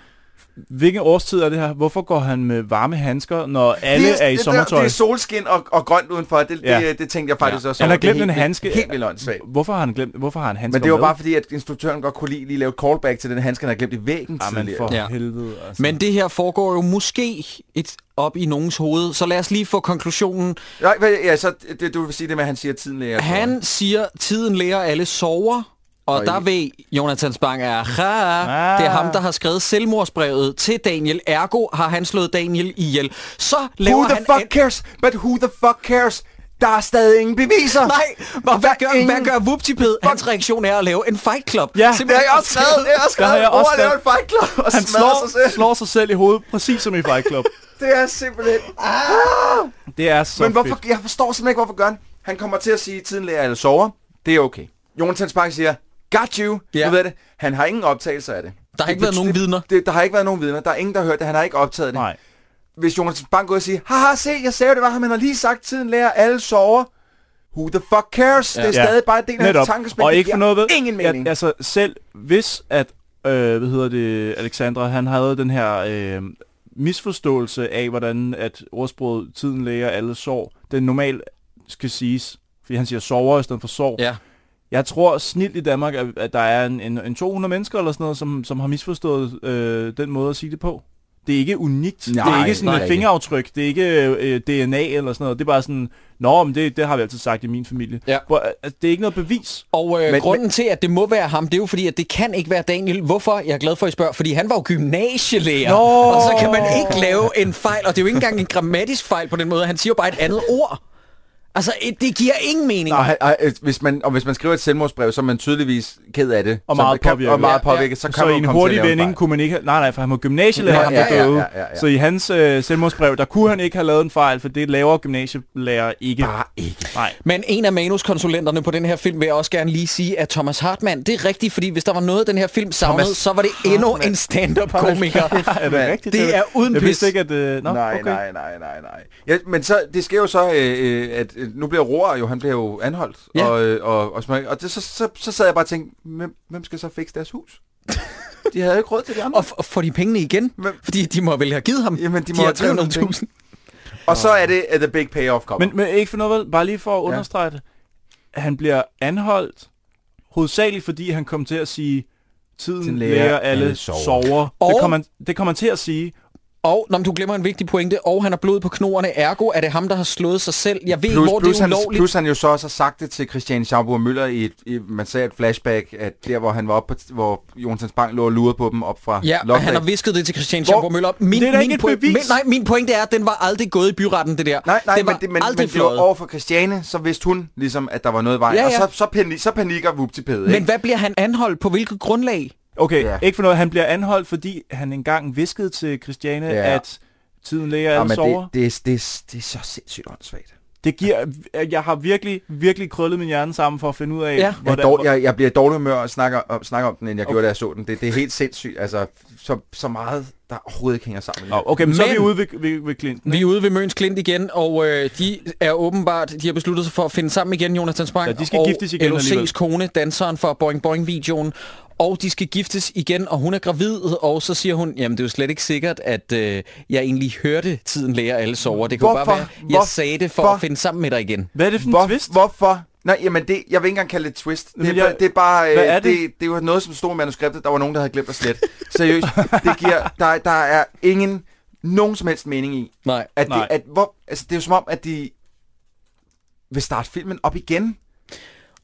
[SPEAKER 6] hvilken årstid er det her? Hvorfor går han med varme handsker, når alle er i
[SPEAKER 5] det,
[SPEAKER 6] sommertøj?
[SPEAKER 5] Det er solskin og, og grønt udenfor. Det, ja.
[SPEAKER 6] Ja.
[SPEAKER 5] det, det tænkte jeg faktisk ja. også
[SPEAKER 6] Han har
[SPEAKER 5] over. Det er
[SPEAKER 6] glemt
[SPEAKER 5] helt
[SPEAKER 6] en
[SPEAKER 5] vildt-
[SPEAKER 6] handske.
[SPEAKER 5] Helt vildt åndssvagt.
[SPEAKER 6] Hvorfor har han glemt, hvorfor har han handsker
[SPEAKER 5] Men det var
[SPEAKER 6] med?
[SPEAKER 5] bare fordi, at instruktøren godt kunne lide lige lave et callback til den handske, han havde glemt i væggen
[SPEAKER 6] Jamen
[SPEAKER 5] tidligere.
[SPEAKER 6] Ah, for
[SPEAKER 1] Ja.
[SPEAKER 6] ja. helvede, altså.
[SPEAKER 1] Men det her foregår jo måske et op i nogens hoved, så lad os lige få konklusionen.
[SPEAKER 5] Nej, hvad- ja, så det, du vil sige det med, at han siger at tiden læger.
[SPEAKER 1] Han siger, tiden lærer alle sover, og
[SPEAKER 5] Og
[SPEAKER 1] der
[SPEAKER 5] I-
[SPEAKER 1] ved Jonathan Spang er, ah.
[SPEAKER 6] Ah.
[SPEAKER 1] det er ham, der har skrevet selvmordsbrevet til Daniel. Ergo har han slået Daniel ihjel. Så laver
[SPEAKER 5] Who the
[SPEAKER 1] han...
[SPEAKER 5] fuck
[SPEAKER 1] en-
[SPEAKER 5] cares? But who the fuck cares? Der er stadig ingen beviser.
[SPEAKER 1] Nej, og hvad
[SPEAKER 5] Der er
[SPEAKER 1] gør, hvad
[SPEAKER 5] ingen-
[SPEAKER 1] gør Vuptiped? Hans reaktion er at lave en fight club.
[SPEAKER 6] Ja.
[SPEAKER 5] Det
[SPEAKER 1] Simpelthen-
[SPEAKER 5] har jeg også skrevet. Det har jeg også
[SPEAKER 6] Der har
[SPEAKER 5] skrevet.
[SPEAKER 6] jeg også
[SPEAKER 5] Roar laver en fight club og
[SPEAKER 6] Han
[SPEAKER 5] smadrer sig
[SPEAKER 6] slår,
[SPEAKER 5] selv.
[SPEAKER 6] slår sig selv i hovedet, præcis som i Fight Club.
[SPEAKER 5] Det er simpelthen...
[SPEAKER 6] Det er så
[SPEAKER 5] Men hvorfor,
[SPEAKER 6] fedt.
[SPEAKER 5] jeg forstår simpelthen ikke, hvorfor gør han. Han kommer til at sige, at tiden lærer alle sover. Det er okay. Jonathan Spang siger, got you.
[SPEAKER 1] Ja.
[SPEAKER 5] Ja. Du ved det. Han har ingen optagelser af det.
[SPEAKER 1] Der har ikke været nogen vidner.
[SPEAKER 5] Det, der har ikke været nogen vidner. Der er ingen, der har hørt det. Han har ikke optaget det.
[SPEAKER 6] Nej.
[SPEAKER 5] Hvis Jonathan Spang går og siger, haha, se, jeg sagde jo, det var ham. Han har lige sagt, tiden lærer alle sover. Who the fuck cares? Ja. Det er
[SPEAKER 6] Ja.
[SPEAKER 5] stadig bare en del af hans
[SPEAKER 6] Netop.
[SPEAKER 5] tankespil.
[SPEAKER 6] Og
[SPEAKER 5] Det
[SPEAKER 6] ikke for
[SPEAKER 5] giver
[SPEAKER 6] noget ved.
[SPEAKER 5] Ingen mening.
[SPEAKER 6] Ja, altså selv hvis at, øh, hvad hedder det, Alexandra, han havde den her øh, misforståelse af, hvordan at ordsproget tiden læger alle sår, den normalt skal siges, fordi han siger sover i stedet for sår.
[SPEAKER 1] Ja.
[SPEAKER 6] Jeg tror snilt i Danmark, at, at der er en, en, en 200 mennesker eller sådan noget, som, som har misforstået øh, den måde at sige det på. Det er ikke unikt.
[SPEAKER 5] Nej,
[SPEAKER 6] det er ikke sådan
[SPEAKER 5] nej,
[SPEAKER 6] et
[SPEAKER 5] ikke.
[SPEAKER 6] fingeraftryk. Det er ikke øh, DNA eller sådan noget. Det er bare sådan, nå, men det, det har vi altid sagt i min familie.
[SPEAKER 1] Ja.
[SPEAKER 6] Hvor, øh, altså, det er ikke noget bevis.
[SPEAKER 1] Og øh, men,
[SPEAKER 5] Men-
[SPEAKER 1] grunden men, til, at det må være ham, det er jo fordi, at det kan ikke være Daniel. Hvorfor? Jeg er glad for, at I spørger. Fordi han var jo gymnasielærer.
[SPEAKER 6] Nå!
[SPEAKER 1] Og så kan man ikke lave en fejl. Og det er jo ikke engang en grammatisk fejl på den måde. Han siger jo bare et andet ord. Altså, et- det giver ingen mening.
[SPEAKER 5] Nej, nej, øh, hvis man, og hvis man skriver et selvmordsbrev, så er man tydeligvis ked af det.
[SPEAKER 6] Og
[SPEAKER 5] Så
[SPEAKER 6] meget
[SPEAKER 5] kan,
[SPEAKER 6] påvirket.
[SPEAKER 5] Og meget
[SPEAKER 1] Ja, ja.
[SPEAKER 5] påvirket, så kan
[SPEAKER 6] så
[SPEAKER 5] man
[SPEAKER 6] i
[SPEAKER 5] jo
[SPEAKER 6] en
[SPEAKER 5] komme til
[SPEAKER 6] hurtig
[SPEAKER 5] at lave en
[SPEAKER 6] vending
[SPEAKER 5] fejl.
[SPEAKER 6] kunne man ikke... have- Nej, nej, for han var gymnasielærer,
[SPEAKER 5] Ja,
[SPEAKER 6] han
[SPEAKER 5] ja,
[SPEAKER 6] blev
[SPEAKER 5] ja,
[SPEAKER 6] døde.
[SPEAKER 5] ja, ja, ja.
[SPEAKER 6] Så i hans øh, selvmordsbrev, der kunne han ikke have lavet en fejl, for det laver gymnasielærer ikke. Bare ikke. Nej.
[SPEAKER 1] Men en af manuskonsulenterne på den her film vil jeg også gerne lige sige, at Thomas Hartmann, det er rigtigt, fordi hvis der var noget, den her film savnede,
[SPEAKER 5] Thomas
[SPEAKER 1] så var det endnu en stand-up-komiker.
[SPEAKER 6] er det rigtigt?
[SPEAKER 1] Det er uden
[SPEAKER 6] Jeg
[SPEAKER 1] pis.
[SPEAKER 6] vidste ikke, at... Øh, nå,
[SPEAKER 5] nej,
[SPEAKER 6] okay.
[SPEAKER 5] nej, nej, nej, nej. Ja, men så, det sker jo så, øh, øh, at øh, nu bliver Roar jo, han bliver jo anholdt.
[SPEAKER 1] Ja.
[SPEAKER 5] Og, øh, og, og, smag- og det, så, så, så sad jeg bare og tænkte, hvem, hvem skal så fikse deres hus? De havde jo ikke råd til de andre.
[SPEAKER 1] Og, f- og får de pengene igen?
[SPEAKER 5] Hvem-
[SPEAKER 1] Fordi de må vel have givet ham
[SPEAKER 5] Jamen, de må
[SPEAKER 1] her
[SPEAKER 5] have givet ham
[SPEAKER 1] 300.000.
[SPEAKER 5] Og så er det, at the big payoff kommer.
[SPEAKER 6] Men, men ikke for noget, vel? Bare lige for at understrege det. Han bliver anholdt hovedsageligt, fordi han kom til at sige, tiden
[SPEAKER 5] Tiden lærer
[SPEAKER 6] lærer alle
[SPEAKER 5] alle sover."
[SPEAKER 6] sover.
[SPEAKER 1] Og-
[SPEAKER 6] Det kom, han, det kom han til at sige.
[SPEAKER 1] Og, nå, men du glemmer en vigtig pointe, og han har blod på knoerne, ergo er det ham, der har slået sig selv. Jeg ved ikke, hvor
[SPEAKER 5] plus,
[SPEAKER 1] det er
[SPEAKER 5] han,
[SPEAKER 1] ulovligt.
[SPEAKER 5] plus han jo så også har sagt det til Christian Schaumburg Møller i, et, i, man sagde et flashback, at der hvor han var oppe, på- hvor Jonsens Bank lå og lurede på dem op fra
[SPEAKER 1] Ja, og
[SPEAKER 5] Lochbæk.
[SPEAKER 1] han har visket det til Christian
[SPEAKER 5] Hvor-
[SPEAKER 1] Schaumburg Møller. Min,
[SPEAKER 6] Det er da
[SPEAKER 1] min
[SPEAKER 6] ikke et
[SPEAKER 1] point-
[SPEAKER 6] bevis.
[SPEAKER 1] Min, nej, min pointe er, at den var aldrig gået i byretten, det der.
[SPEAKER 5] Nej, nej,
[SPEAKER 1] den var
[SPEAKER 5] men, det, men,
[SPEAKER 1] aldrig
[SPEAKER 5] men det var
[SPEAKER 1] fløjet.
[SPEAKER 5] over for Christiane, så vidste hun ligesom, at der var noget i vejen.
[SPEAKER 1] Ja,
[SPEAKER 5] Ja,
[SPEAKER 1] ja.
[SPEAKER 5] ja. Og så, så, panik, så panikker Vuptipede,
[SPEAKER 1] Men hvad bliver han anholdt på hvilket grundlag?
[SPEAKER 6] Okay,
[SPEAKER 5] Ja.
[SPEAKER 6] ikke for noget. Han bliver anholdt, fordi han engang viskede til Christiane,
[SPEAKER 5] Ja. Ah,
[SPEAKER 6] at tiden lærer alle sover.
[SPEAKER 5] det,
[SPEAKER 6] Det,
[SPEAKER 5] det, er- det, er- det er så sindssygt åndssvagt.
[SPEAKER 6] det giver... Jeg har virkelig, virkelig krøllet min hjerne sammen for at finde ud af,
[SPEAKER 1] Ja.
[SPEAKER 5] Jeg, er
[SPEAKER 6] hvordan...
[SPEAKER 5] dårlig, jeg, jeg bliver i dårlig humør og snakker om, snakker om den, end jeg okay. gjorde, da jeg så den. Det, det er helt sindssygt. Altså, så, så meget, der overhovedet ikke hænger sammen.
[SPEAKER 6] Nå, okay, men, men så er vi
[SPEAKER 1] Men-
[SPEAKER 6] ude ved, ved, ved Clinton.
[SPEAKER 1] Vi er ude ved Møns Klint igen, og øh, de er åbenbart, de har besluttet sig for at finde sammen igen, Jonathan Spang
[SPEAKER 6] Ja, de skal
[SPEAKER 1] og
[SPEAKER 6] giftes igen alligevel.
[SPEAKER 1] LOC's kone, danseren for Boing Boing-videoen. Og de skal giftes igen, og hun er gravid, og så siger hun, jamen det er jo slet ikke sikkert, at øh, jeg egentlig hørte tiden lærer alle sover. Det kunne
[SPEAKER 5] Hvorfor?
[SPEAKER 1] bare være, jeg
[SPEAKER 5] Hvorfor?
[SPEAKER 1] sagde det for at finde sammen med dig igen.
[SPEAKER 6] Hvad er det for en twist?
[SPEAKER 5] Hvor, hvorfor? Nej, jamen det, jeg vil ikke engang kalde det et twist. Det,
[SPEAKER 6] Jamen,
[SPEAKER 5] er,
[SPEAKER 6] jeg-
[SPEAKER 5] jeg, det er bare, øh,
[SPEAKER 6] Hvad er det?
[SPEAKER 5] det? Det, det var noget, som stod i manuskriptet, der var nogen, der havde glemt at slet. Seriøst, det giver, der, der er ingen, nogen som helst mening i.
[SPEAKER 1] Nej.
[SPEAKER 5] At
[SPEAKER 6] Nej.
[SPEAKER 5] det, at, hvor, altså, det er jo som om, at de vil starte filmen op igen.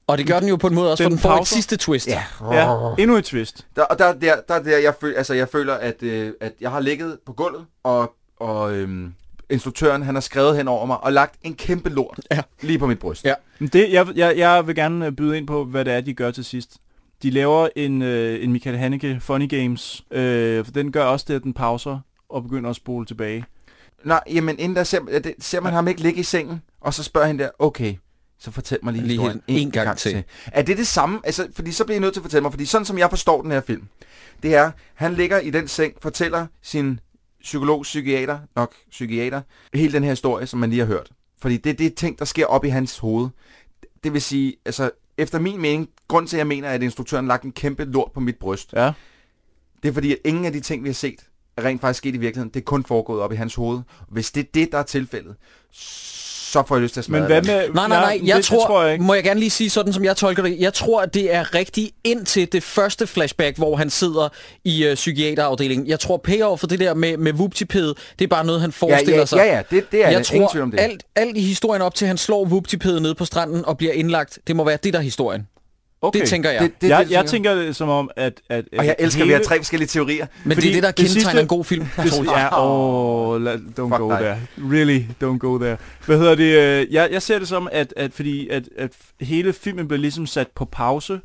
[SPEAKER 1] Og det gør den jo på en måde også,
[SPEAKER 6] Den
[SPEAKER 1] for den får et
[SPEAKER 6] pauser.
[SPEAKER 1] sidste twist. Ja.
[SPEAKER 6] Ja, endnu et twist.
[SPEAKER 5] Der, og der, der, der, der jeg, føl, altså, jeg føler, at, øh, at jeg har ligget på gulvet, og, og øhm, instruktøren han har skrevet hen over mig og lagt en kæmpe lort
[SPEAKER 1] Ja.
[SPEAKER 5] lige på mit bryst.
[SPEAKER 1] Ja.
[SPEAKER 6] Men Det, jeg, jeg, jeg vil gerne øh, byde ind på, hvad det er, de gør til sidst. De laver en, øh, en Michael Haneke Funny Games, øh, for den gør også det, at den pauser og begynder at spole tilbage.
[SPEAKER 5] Nej, jamen inden der ser, det, ser man ham ikke ligge i sengen, og så spørger han der, okay, så fortæl mig lige,
[SPEAKER 1] Lige
[SPEAKER 5] historien
[SPEAKER 1] en- en gang til.
[SPEAKER 5] Er det det samme? Altså, fordi så bliver I nødt til at fortælle mig, fordi sådan som jeg forstår den her film, det er, han ligger i den seng, fortæller sin psykolog, psykiater, nok psykiater, hele den her historie, som man lige har hørt. Fordi det, det er ting, der sker op i hans hoved. Det vil sige, altså, efter min mening, grund til, at jeg mener, at instruktøren lagt en kæmpe lort på mit bryst,
[SPEAKER 6] Ja.
[SPEAKER 5] det er fordi, at ingen af de ting, vi har set, er rent faktisk sket i virkeligheden. Det er kun foregået op i hans hoved. Hvis det er det, der er tilfældet, så får jeg lyst til at smadre
[SPEAKER 6] Men hvad
[SPEAKER 5] det.
[SPEAKER 6] med...
[SPEAKER 1] Nej, nej, nej. Jeg
[SPEAKER 6] det,
[SPEAKER 1] tror,
[SPEAKER 6] det tror jeg ikke.
[SPEAKER 1] må jeg gerne lige sige sådan, som jeg tolker det. Jeg tror, at det er rigtigt indtil det første flashback, hvor han sidder i øh, psykiaterafdelingen. Jeg tror, payoff for det der med, med vuptipede, det er bare noget, han forestiller
[SPEAKER 5] ja,
[SPEAKER 1] sig.
[SPEAKER 5] ja, ja, det, det er
[SPEAKER 1] jeg
[SPEAKER 5] jeg ingen tvivl
[SPEAKER 1] tror,
[SPEAKER 5] om det.
[SPEAKER 1] alt, alt i historien op til, at han slår vuptipede ned på stranden og bliver indlagt, det må være det, der er historien. Okay.
[SPEAKER 6] Okay.
[SPEAKER 1] Det tænker jeg. Det,
[SPEAKER 5] det,
[SPEAKER 6] jeg, jeg tænker det som om, at... at
[SPEAKER 5] og jeg elsker, at vi har tre forskellige teorier.
[SPEAKER 1] Men det
[SPEAKER 6] fordi
[SPEAKER 1] er det, der
[SPEAKER 6] det
[SPEAKER 1] kendetegner
[SPEAKER 6] sidste-
[SPEAKER 1] en god film.
[SPEAKER 6] Hvis,
[SPEAKER 1] Troels.
[SPEAKER 6] ja, oh, la- don't
[SPEAKER 5] Fuck
[SPEAKER 6] go
[SPEAKER 5] dig.
[SPEAKER 6] there. Really, don't go there. Hvad hedder det? øh, Jeg, jeg ser det som, at, at fordi at, at hele filmen bliver ligesom sat på pause.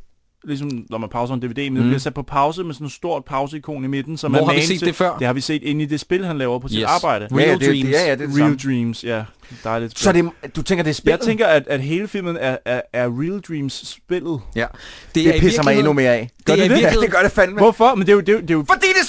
[SPEAKER 6] Ligesom når man pauser en DVD, men mm. det
[SPEAKER 5] Mm.
[SPEAKER 6] bliver sat på pause med sådan et stort pauseikon i midten. Som
[SPEAKER 1] Hvor
[SPEAKER 6] er
[SPEAKER 1] har vi
[SPEAKER 6] magen
[SPEAKER 1] set
[SPEAKER 6] til,
[SPEAKER 1] det før?
[SPEAKER 6] Det har vi set inde i det spil, han laver på sit
[SPEAKER 1] Yes.
[SPEAKER 6] arbejde.
[SPEAKER 5] ja,
[SPEAKER 1] Real
[SPEAKER 5] det, det,
[SPEAKER 1] Dreams.
[SPEAKER 5] ja, ja, det er det
[SPEAKER 6] Real
[SPEAKER 5] samme.
[SPEAKER 6] Dreams, ja. Dejligt.
[SPEAKER 5] Så det, du tænker, det er
[SPEAKER 6] jeg
[SPEAKER 5] spillet?
[SPEAKER 6] tænker, at, at hele filmen er, er, er Real Dreams spillet.
[SPEAKER 5] ja.
[SPEAKER 1] det,
[SPEAKER 5] Det
[SPEAKER 1] i
[SPEAKER 5] pisser mig
[SPEAKER 1] virkeligheden-
[SPEAKER 5] endnu mere af.
[SPEAKER 1] Gør det det?
[SPEAKER 5] Ja, det gør det fandme.
[SPEAKER 6] Hvorfor? Men det er jo... Det er jo, det er jo
[SPEAKER 5] Fordi det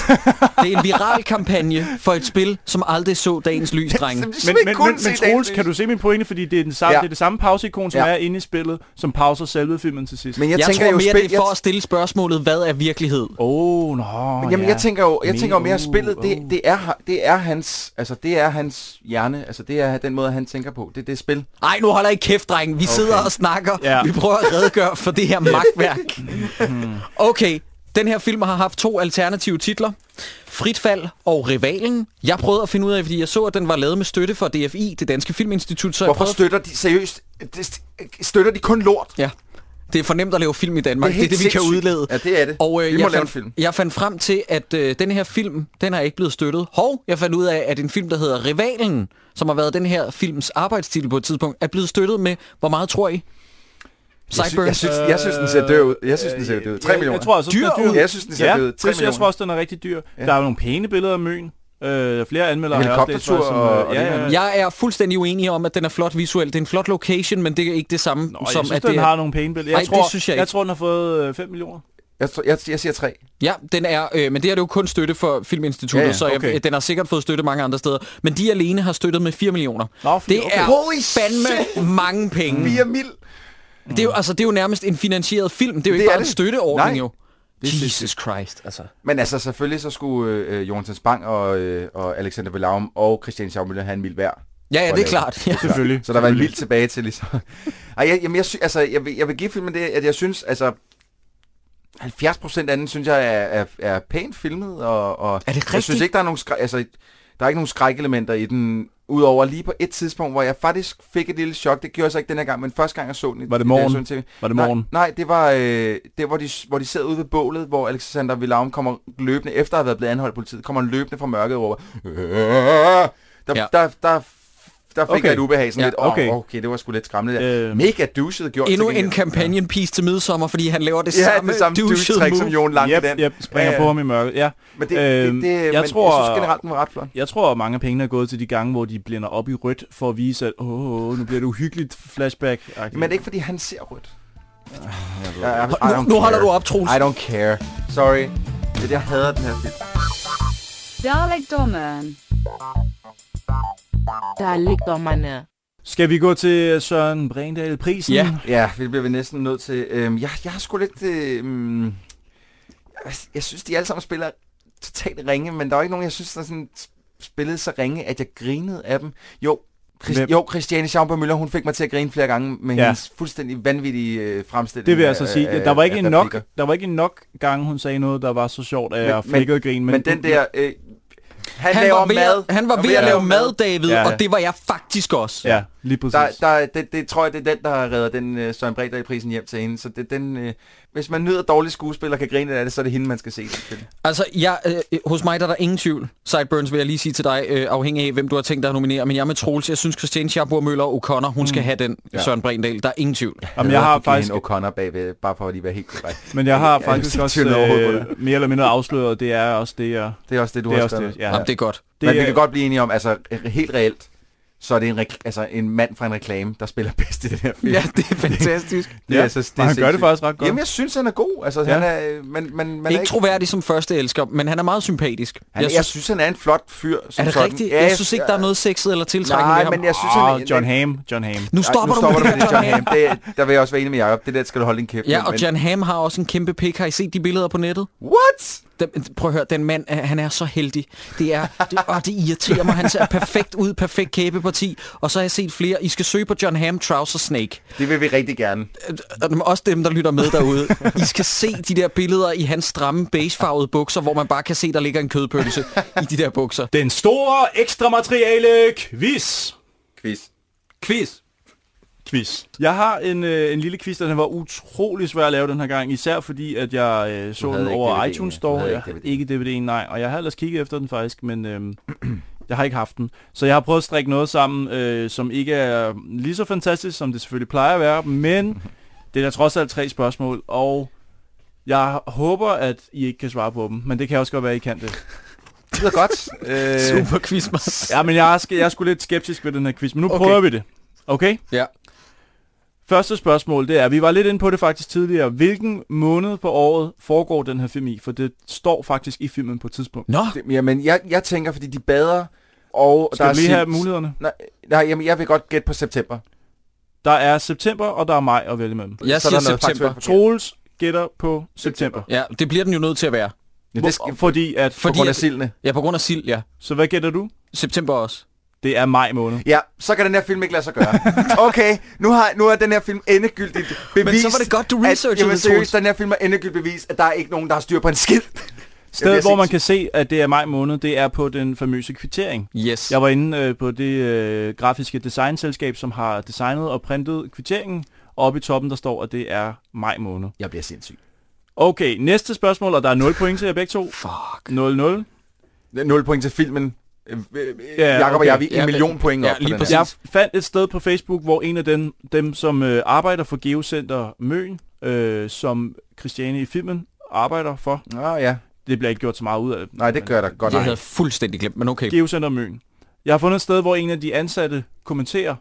[SPEAKER 5] spiller lort!
[SPEAKER 1] Det er en viral kampagne for et spil, som aldrig så dagens lys, drenge.
[SPEAKER 6] men, men, men, men Troels, kan du se min pointe? Fordi det er, den samme, ja.
[SPEAKER 5] Ja.
[SPEAKER 6] det, er det samme pauseikon, som ja.
[SPEAKER 5] Ja.
[SPEAKER 6] er inde i spillet, som pauser selve filmen til sidst.
[SPEAKER 5] Men jeg,
[SPEAKER 1] Jeg, jeg
[SPEAKER 5] tænker
[SPEAKER 1] tror
[SPEAKER 5] jo
[SPEAKER 1] mere,
[SPEAKER 5] spil...
[SPEAKER 1] det er for
[SPEAKER 5] jeg-
[SPEAKER 1] at stille spørgsmålet, hvad er virkelighed?
[SPEAKER 6] oh, nå,
[SPEAKER 5] Jamen,
[SPEAKER 6] ja.
[SPEAKER 5] jeg tænker jo, jeg tænker jo mere, at
[SPEAKER 6] Uh,
[SPEAKER 5] spillet,
[SPEAKER 6] uh.
[SPEAKER 5] det, det, er, ha- det er hans, altså det er hans hjerne, altså det er den måde, han tænker på. Det, det er spil.
[SPEAKER 1] Ej, nu holder I kæft, drenge. Vi okay. sidder og snakker.
[SPEAKER 6] Ja.
[SPEAKER 1] Ja. Vi prøver at redegøre
[SPEAKER 5] Mhm.
[SPEAKER 1] for det her magtværk. Okay, den her film har haft to alternative titler. Fritfald og Rivalen. Jeg prøvede at finde ud af, fordi jeg så, at den var lavet med støtte fra DFI, det danske filminstitut. Så jeg
[SPEAKER 5] Hvorfor
[SPEAKER 1] prøvede...
[SPEAKER 5] støtter de seriøst? det st- Støtter de kun lort?
[SPEAKER 1] Ja. Det er for nemt at lave film i Danmark.
[SPEAKER 5] Det
[SPEAKER 1] Det
[SPEAKER 5] er
[SPEAKER 1] er det, det
[SPEAKER 5] helt
[SPEAKER 1] vi kan
[SPEAKER 5] sindssygt.
[SPEAKER 1] udlede.
[SPEAKER 5] Ja, det er det.
[SPEAKER 1] Og, øh,
[SPEAKER 5] Vi må
[SPEAKER 1] jeg
[SPEAKER 5] lave en
[SPEAKER 1] fandt,
[SPEAKER 5] film.
[SPEAKER 1] Jeg fandt frem til, at øh, den her film, den er ikke blevet støttet. Hov, jeg fandt ud af, at en film, der hedder Rivalen, som har været den her films arbejdstitel på et tidspunkt, er blevet støttet med, hvor meget tror I?
[SPEAKER 5] Jeg, sy- jeg, synes, jeg synes, den ser død ud. Jeg synes, den ser død ud. 3 millioner.
[SPEAKER 6] Jeg tror, altså, den er
[SPEAKER 5] dyr ud. Jeg synes, den ser
[SPEAKER 6] ja,
[SPEAKER 5] død ud. 3
[SPEAKER 6] det, jeg tror
[SPEAKER 5] millioner.
[SPEAKER 6] også, den er rigtig dyr.
[SPEAKER 5] Ja.
[SPEAKER 6] Ja. Der er jo nogle pæne billeder af møen. Øh, der er flere anmeldere her.
[SPEAKER 5] Helikoptertur og- og det
[SPEAKER 6] øh, ja, ja, ja.
[SPEAKER 1] Jeg er fuldstændig uenig om, at den er flot visuelt. Det er en flot location, men det er ikke det samme Nå,
[SPEAKER 6] Og
[SPEAKER 1] som,
[SPEAKER 6] jeg synes,
[SPEAKER 1] at
[SPEAKER 6] den
[SPEAKER 1] det er...
[SPEAKER 6] har nogle pæne billeder.
[SPEAKER 1] Ej,
[SPEAKER 6] Jeg
[SPEAKER 1] det
[SPEAKER 6] tror,
[SPEAKER 1] synes jeg
[SPEAKER 6] jeg
[SPEAKER 1] ikke.
[SPEAKER 6] tror, den har fået øh, 5 millioner.
[SPEAKER 5] Jeg, tror, jeg, jeg siger 3.
[SPEAKER 1] Ja, den er, øh, men det er jo kun støtte for Filminstituttet,
[SPEAKER 5] Ja,
[SPEAKER 1] ja,
[SPEAKER 5] ja,
[SPEAKER 1] ja, så
[SPEAKER 6] okay.
[SPEAKER 1] jeg, den har sikkert fået støtte mange andre steder. Men de alene har støttet med 4 millioner.
[SPEAKER 6] Nå, fordi-
[SPEAKER 1] Det
[SPEAKER 6] okay.
[SPEAKER 1] er
[SPEAKER 5] Holy
[SPEAKER 1] fandme mange penge.
[SPEAKER 5] 4 mil.
[SPEAKER 1] Det er, jo, altså, det er jo nærmest en finansieret film. Det er jo ikke
[SPEAKER 5] Det
[SPEAKER 1] bare
[SPEAKER 5] er
[SPEAKER 1] en
[SPEAKER 5] det.
[SPEAKER 1] støtteordning,
[SPEAKER 5] Nej.
[SPEAKER 1] jo. Jesus Christ, altså.
[SPEAKER 5] Men altså, selvfølgelig så skulle øh, øh, Jonathan Spang og, øh, og Alexander Velaum og Christian Schaumüller have en mild hver.
[SPEAKER 1] Ja, ja,
[SPEAKER 5] For
[SPEAKER 1] det er
[SPEAKER 5] at
[SPEAKER 1] klart. Ja.
[SPEAKER 5] lave.
[SPEAKER 6] Selvfølgelig.
[SPEAKER 5] Så der var en
[SPEAKER 6] Selvfølgelig.
[SPEAKER 5] mild tilbage til ligesom. Ej, jeg, jamen, jeg, sy- altså, jeg, vil, jeg vil give filmen det, at jeg synes, altså... 70 procent af den, synes jeg, er, er, er pænt filmet, og, og
[SPEAKER 1] Er det
[SPEAKER 5] jeg
[SPEAKER 1] rigtigt?
[SPEAKER 5] synes ikke, der er nogen skræk, altså, der er ikke nogen skrækelementer i den, udover lige på et tidspunkt, hvor jeg faktisk fik et lille chok. Det gjorde jeg så ikke den her gang, men første gang jeg så den. i- da
[SPEAKER 6] Var det
[SPEAKER 5] jeg
[SPEAKER 6] morgen?
[SPEAKER 5] så den til-
[SPEAKER 6] Var det
[SPEAKER 5] nej,
[SPEAKER 6] morgen?
[SPEAKER 5] Nej, det var øh, det, hvor de, hvor de sidder ude ved bålet, hvor Alexander Villaum kommer løbende, efter at have været blevet anholdt af politiet, kommer han løbende fra mørket over. Der, ja.
[SPEAKER 1] Ja.
[SPEAKER 5] der, der, der fik okay.
[SPEAKER 6] Okay.
[SPEAKER 5] jeg et ubehag, sådan
[SPEAKER 1] Ja,
[SPEAKER 5] lidt, åh, okay.
[SPEAKER 6] okay.
[SPEAKER 5] okay, det var sgu lidt skræmmende. Der.
[SPEAKER 6] Øhm.
[SPEAKER 5] Mega douchet gjort.
[SPEAKER 1] Endnu
[SPEAKER 5] til gengæld.
[SPEAKER 1] en companion piece til midsommer, fordi han laver det
[SPEAKER 5] Ja,
[SPEAKER 1] samme,
[SPEAKER 5] det samme
[SPEAKER 1] douchede
[SPEAKER 5] douche-trick, som
[SPEAKER 1] move.
[SPEAKER 5] Jon Lange
[SPEAKER 6] Yep,
[SPEAKER 5] den.
[SPEAKER 6] yep, springer
[SPEAKER 5] Ja, ja.
[SPEAKER 6] på ham i mørket. Ja. Øhm,
[SPEAKER 5] Men det, det, det, jeg, men tror, jeg synes generelt, den var ret flot.
[SPEAKER 6] Jeg tror, at mange af pengene er gået til de gange, hvor de blænder op i rødt, for at vise, at åh, oh, nu bliver det uhyggeligt flashback.
[SPEAKER 5] Men det er ikke, fordi han ser rødt. Jeg, jeg, I
[SPEAKER 1] Nu,
[SPEAKER 5] don't
[SPEAKER 1] nu holder
[SPEAKER 5] care.
[SPEAKER 1] du op, Troels.
[SPEAKER 5] I don't care. Sorry. Men Jeg hader den her film.
[SPEAKER 10] Dårligdommen.
[SPEAKER 3] Dårligdommerne.
[SPEAKER 6] Skal vi gå til Søren Brændal prisen?
[SPEAKER 1] Ja.
[SPEAKER 5] Ja, det bliver vi næsten nødt til. Øhm, jeg, jeg har sgu lidt... Øhm, jeg, jeg synes, de alle sammen spiller totalt ringe, men der var ikke nogen, jeg synes, der sådan spillede så ringe, at jeg grinede af dem. Jo, Christ,
[SPEAKER 6] Hvem?
[SPEAKER 5] jo Christiane Schaumburg Møller, hun fik mig til at grine flere gange med ja.
[SPEAKER 6] Ja.
[SPEAKER 5] hendes fuldstændig vanvittige øh, fremstilling.
[SPEAKER 6] Det vil jeg
[SPEAKER 5] af-
[SPEAKER 6] så sige.
[SPEAKER 5] af-
[SPEAKER 6] Der var ikke
[SPEAKER 5] af
[SPEAKER 6] en nok,
[SPEAKER 5] replikker.
[SPEAKER 6] der var ikke en nok gange, hun sagde noget, der var så sjovt, at
[SPEAKER 5] Men-
[SPEAKER 6] jeg
[SPEAKER 5] men-
[SPEAKER 6] flækkede grin.
[SPEAKER 5] Men, men den der... Øh, han,
[SPEAKER 1] Han
[SPEAKER 5] laver
[SPEAKER 1] var, ved
[SPEAKER 5] mad.
[SPEAKER 1] at, han var ved at lave mad, David,
[SPEAKER 6] Ja.
[SPEAKER 1] og det var jeg faktisk også.
[SPEAKER 6] Ja, lige præcis.
[SPEAKER 5] Der, der, det, det tror jeg, det er den, der redder den øh, Søren Bredal-prisen hjem til hende. Så det, den, øh, hvis man nyder dårlige skuespillere og kan grine af det, så er det hende, man skal se. selvfølgelig.
[SPEAKER 1] Altså, jeg, øh, hos mig der er der ingen tvivl. Sideburns vil jeg lige sige til dig, øh, afhængig af, hvem du har tænkt dig at nominere. Men jeg er med Troels. Jeg synes, Christiane Schaborg Møller og O'Connor, hun mm. skal have den,
[SPEAKER 5] Ja.
[SPEAKER 1] ja. Søren Brændal. Der er ingen tvivl.
[SPEAKER 6] Jamen, jeg har
[SPEAKER 5] Joachim
[SPEAKER 6] faktisk,
[SPEAKER 5] O'Connor bagved, bare for at lige være helt korrekt.
[SPEAKER 6] men jeg har
[SPEAKER 5] Ja,
[SPEAKER 6] faktisk
[SPEAKER 5] det er
[SPEAKER 6] også
[SPEAKER 5] tvivl overhovedet på
[SPEAKER 6] øh, mere eller mindre afsløret, det er også det, jeg...
[SPEAKER 5] Det er også det, du
[SPEAKER 6] Det er
[SPEAKER 5] har
[SPEAKER 6] også
[SPEAKER 5] skrevet.
[SPEAKER 6] det, ja.
[SPEAKER 1] Ja. Jamen, det er godt.
[SPEAKER 6] Det,
[SPEAKER 5] Men vi
[SPEAKER 6] er-
[SPEAKER 5] kan godt blive enige om, altså re- helt reelt, så er det en, rekl- altså, en mand fra en reklame, der spiller bedst i den her film.
[SPEAKER 1] Ja, det er fantastisk.
[SPEAKER 5] det
[SPEAKER 6] ja,
[SPEAKER 5] altså-
[SPEAKER 6] og han gør det
[SPEAKER 5] sindssygt.
[SPEAKER 6] faktisk ret godt.
[SPEAKER 5] Jamen, jeg synes, han er god. Altså,
[SPEAKER 6] Ja.
[SPEAKER 5] han er, øh, man, man, man er
[SPEAKER 1] ikke troværdig som første elsker, men han er meget sympatisk.
[SPEAKER 5] Han, jeg, synes, jeg synes, han er en flot fyr. Som
[SPEAKER 1] er det
[SPEAKER 5] sådan.
[SPEAKER 1] rigtigt? Jeg synes ikke, der er noget sexet eller tiltrækkende
[SPEAKER 5] Nej,
[SPEAKER 1] ved ham.
[SPEAKER 5] men jeg synes,
[SPEAKER 6] Åh,
[SPEAKER 5] han er...
[SPEAKER 6] Ah, John Hamm, John Hamm.
[SPEAKER 1] Nu
[SPEAKER 5] Ej,
[SPEAKER 1] stopper,
[SPEAKER 5] nu stopper du med det, John
[SPEAKER 1] Ham.
[SPEAKER 5] Hamm. Det, der vil jeg også være enig med Jacob. Det der skal du holde din kæft.
[SPEAKER 1] Ja,
[SPEAKER 5] med,
[SPEAKER 1] og
[SPEAKER 5] men-
[SPEAKER 1] John Ham har også en kæmpe pik. Har I set de billeder på nettet?
[SPEAKER 5] What?
[SPEAKER 1] Den, prøv at høre, den mand, øh, han er så heldig. Det er, det, åh, det irriterer mig. Han ser perfekt ud, perfekt kæbeparti. Og så har jeg set flere. I skal søge på John Ham Trouser Snake.
[SPEAKER 5] Det vil vi rigtig gerne.
[SPEAKER 1] Øh, og Også dem, der lytter med derude. I skal se de der billeder i hans stramme, beigefarvede bukser, hvor man bare kan se, der ligger en kødpølse i de der bukser.
[SPEAKER 6] Den store ekstra materiale quiz.
[SPEAKER 5] Quiz.
[SPEAKER 6] Quiz. Quiz. Jeg har en, øh, en lille quiz, der den var utrolig svær at lave den her gang, især fordi, at jeg øh, så
[SPEAKER 5] havde
[SPEAKER 6] den
[SPEAKER 5] ikke
[SPEAKER 6] over
[SPEAKER 5] DVD'en,
[SPEAKER 6] iTunes
[SPEAKER 5] ja.
[SPEAKER 6] Store.
[SPEAKER 5] Du havde
[SPEAKER 6] Jeg
[SPEAKER 5] ikke
[SPEAKER 6] havde ikke DVD'en, nej. Og jeg har ellers kigget efter den faktisk, men øh, jeg har ikke haft den. Så jeg har prøvet at strikke noget sammen, øh, som ikke er lige så fantastisk, som det selvfølgelig plejer at være, men det er der trods alt tre spørgsmål, og jeg håber, at I ikke kan svare på dem, men det kan også godt være, at I kan det.
[SPEAKER 5] Det lyder godt. øh,
[SPEAKER 1] Super quiz, mand.
[SPEAKER 6] Ja, men jeg er, sk- jeg er sgu lidt skeptisk ved den her quiz, men nu okay.
[SPEAKER 1] Okay.
[SPEAKER 6] prøver vi det. Okay?
[SPEAKER 1] Ja.
[SPEAKER 6] Første spørgsmål, det er, vi var lidt inde på det faktisk tidligere. Hvilken måned på året foregår den her film i? For det står faktisk i filmen på et tidspunkt.
[SPEAKER 1] Nå,
[SPEAKER 5] det, jamen, jeg, jeg tænker, fordi de bader, og
[SPEAKER 6] Skal
[SPEAKER 5] der
[SPEAKER 6] vi lige
[SPEAKER 5] er
[SPEAKER 6] have
[SPEAKER 5] sit-
[SPEAKER 6] mulighederne?
[SPEAKER 5] Nej, nej, jamen, jeg vil godt gætte på september.
[SPEAKER 6] Der er september, og der er maj at vælge mellem.
[SPEAKER 1] jeg
[SPEAKER 5] Så er
[SPEAKER 1] siger
[SPEAKER 5] der noget
[SPEAKER 1] september.
[SPEAKER 5] faktuelt forkert.
[SPEAKER 6] Troels gætter på september.
[SPEAKER 1] Ja, det bliver den jo nødt til at være.
[SPEAKER 5] Ja, det skal,
[SPEAKER 6] Hvor- Fordi at...
[SPEAKER 5] på
[SPEAKER 1] fordi
[SPEAKER 5] grund af
[SPEAKER 1] at-
[SPEAKER 5] sildene.
[SPEAKER 1] Ja, på grund af sild, ja.
[SPEAKER 6] Så hvad gætter du?
[SPEAKER 1] September også.
[SPEAKER 6] Det er maj måned.
[SPEAKER 5] Ja, så kan den her film ikke lade sig gøre. Okay, nu, har, nu er den her film endegyldigt bevist.
[SPEAKER 1] Men så var det godt, du researchede
[SPEAKER 5] at, jamen,
[SPEAKER 1] det, Troels.
[SPEAKER 5] seriøst, den her film er endegyldigt bevist, at der er ikke nogen, der har styr på en skid.
[SPEAKER 6] Stedet, hvor man kan se, at det er maj måned, det er på den famøse kvittering.
[SPEAKER 1] Yes.
[SPEAKER 6] Jeg var inde øh, på det øh, grafiske designselskab, som har designet og printet kvitteringen. Og oppe i toppen, der står, at det er maj måned.
[SPEAKER 11] Jeg bliver sindssyg.
[SPEAKER 6] Okay, næste spørgsmål, og der er 0 point til jer begge to. Fuck. 0-0.
[SPEAKER 5] 0 point til filmen. Øh, Ja, Jakob og jeg, vi er en million point op på den her.
[SPEAKER 6] Jeg fandt et sted på Facebook, hvor en af dem, dem som øh, arbejder for Geocenter Møn, øh, som Christiane i filmen arbejder for.
[SPEAKER 5] Nå ja.
[SPEAKER 6] Det bliver ikke gjort så meget ud af det.
[SPEAKER 5] Nej, det gør der godt
[SPEAKER 1] Det havde jeg fuldstændig glemt, men okay.
[SPEAKER 6] Geocenter Møn. Jeg har fundet et sted, hvor en af de ansatte kommenterer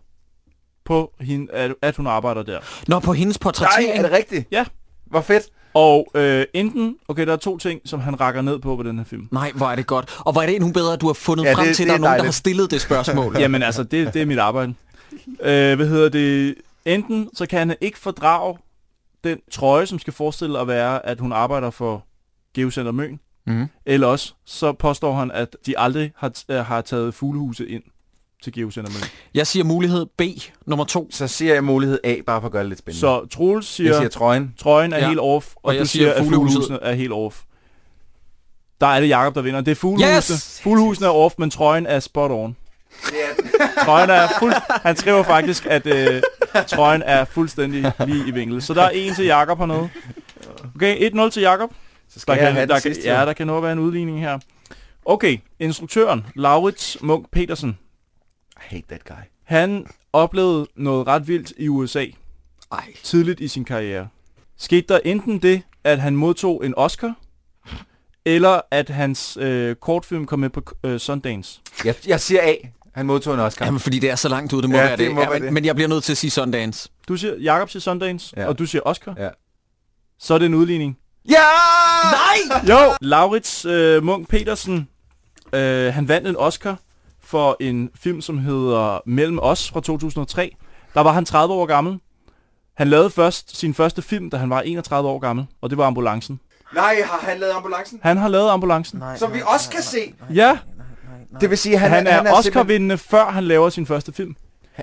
[SPEAKER 6] på hende, at, at hun arbejder der.
[SPEAKER 1] Nå, på hendes portrættering.
[SPEAKER 5] Nej, er det rigtigt?
[SPEAKER 6] Ja.
[SPEAKER 5] Hvor fedt.
[SPEAKER 6] Og øh, enten, okay, der er to ting, som han rakker ned på på den her film.
[SPEAKER 1] Nej, hvor er det godt. Og hvor er det endnu bedre, at du har fundet ja, frem det, til, at der er nogen, der har stillet det spørgsmål.
[SPEAKER 6] Jamen altså, det, det er mit arbejde. Øh, hvad hedder det? Enten så kan han ikke fordrage den trøje, som skal forestille at være, at hun arbejder for Geocenter Møn.
[SPEAKER 12] Mhm.
[SPEAKER 6] Eller også, så påstår han, at de aldrig har, t- øh, har taget fuglehuse ind til Geocenter Møn.
[SPEAKER 1] Jeg siger mulighed B, nummer to.
[SPEAKER 5] Så siger jeg mulighed A, bare for at gøre det lidt spændende.
[SPEAKER 6] Så Troels siger,
[SPEAKER 5] Jeg siger trøjen.
[SPEAKER 6] trøjen er
[SPEAKER 5] Ja.
[SPEAKER 6] helt off, og,
[SPEAKER 5] Og
[SPEAKER 6] og
[SPEAKER 5] jeg
[SPEAKER 6] du
[SPEAKER 5] siger
[SPEAKER 6] siger, at
[SPEAKER 5] fuglehuset.
[SPEAKER 6] fuglehusene er helt off. Der er det Jakob der vinder. Det er fuglehusene. Yes! Fuglehusene er off, men trøjen er spot on. trøjen er fuld... Han skriver faktisk, at øh, trøjen er fuldstændig lige i vinkel. Så der er en til Jakob hernede. Okay, 1-0 til Jakob. Så
[SPEAKER 5] skal jeg
[SPEAKER 6] kan,
[SPEAKER 5] have den
[SPEAKER 6] der kan,
[SPEAKER 5] sidste,
[SPEAKER 6] Ja,
[SPEAKER 5] jo.
[SPEAKER 6] der kan nå at være en udligning her. Okay, instruktøren Laurits Munk Petersen.
[SPEAKER 5] I hate that guy.
[SPEAKER 6] Han oplevede noget ret vildt i USA.
[SPEAKER 1] Ej.
[SPEAKER 6] Tidligt i sin karriere. Skete der enten det, at han modtog en Oscar, eller at hans øh, kortfilm kom med på øh, Sundance?
[SPEAKER 5] Jeg, jeg siger A. Han modtog en Oscar.
[SPEAKER 1] Jamen, fordi det er så langt ud, det må
[SPEAKER 6] Ja,
[SPEAKER 1] være
[SPEAKER 6] det
[SPEAKER 1] det.
[SPEAKER 6] må være
[SPEAKER 1] men,
[SPEAKER 6] det.
[SPEAKER 1] men jeg bliver nødt til at sige Sundance.
[SPEAKER 6] Du siger, Jakob siger Sundance,
[SPEAKER 1] Ja.
[SPEAKER 6] ja. og du siger Oscar.
[SPEAKER 5] Ja.
[SPEAKER 6] Så er det en udligning.
[SPEAKER 5] Ja!
[SPEAKER 1] Nej!
[SPEAKER 6] Jo! Laurits øh, Munk Petersen, øh, han vandt en Oscar for en film, som hedder Mellem os fra 2003. Der var han 30 år gammel. Han lavede først sin første film, da han var 31 år gammel, og det var Ambulancen.
[SPEAKER 5] Nej, har han lavet ambulancen?
[SPEAKER 6] Han har lavet Ambulancen. Nej,
[SPEAKER 5] Som vi også kan se.
[SPEAKER 6] Ja.
[SPEAKER 5] Det vil sige, at han
[SPEAKER 6] han
[SPEAKER 5] er-
[SPEAKER 6] er,
[SPEAKER 5] han er
[SPEAKER 6] Oscar-vindende, før han laver sin første film.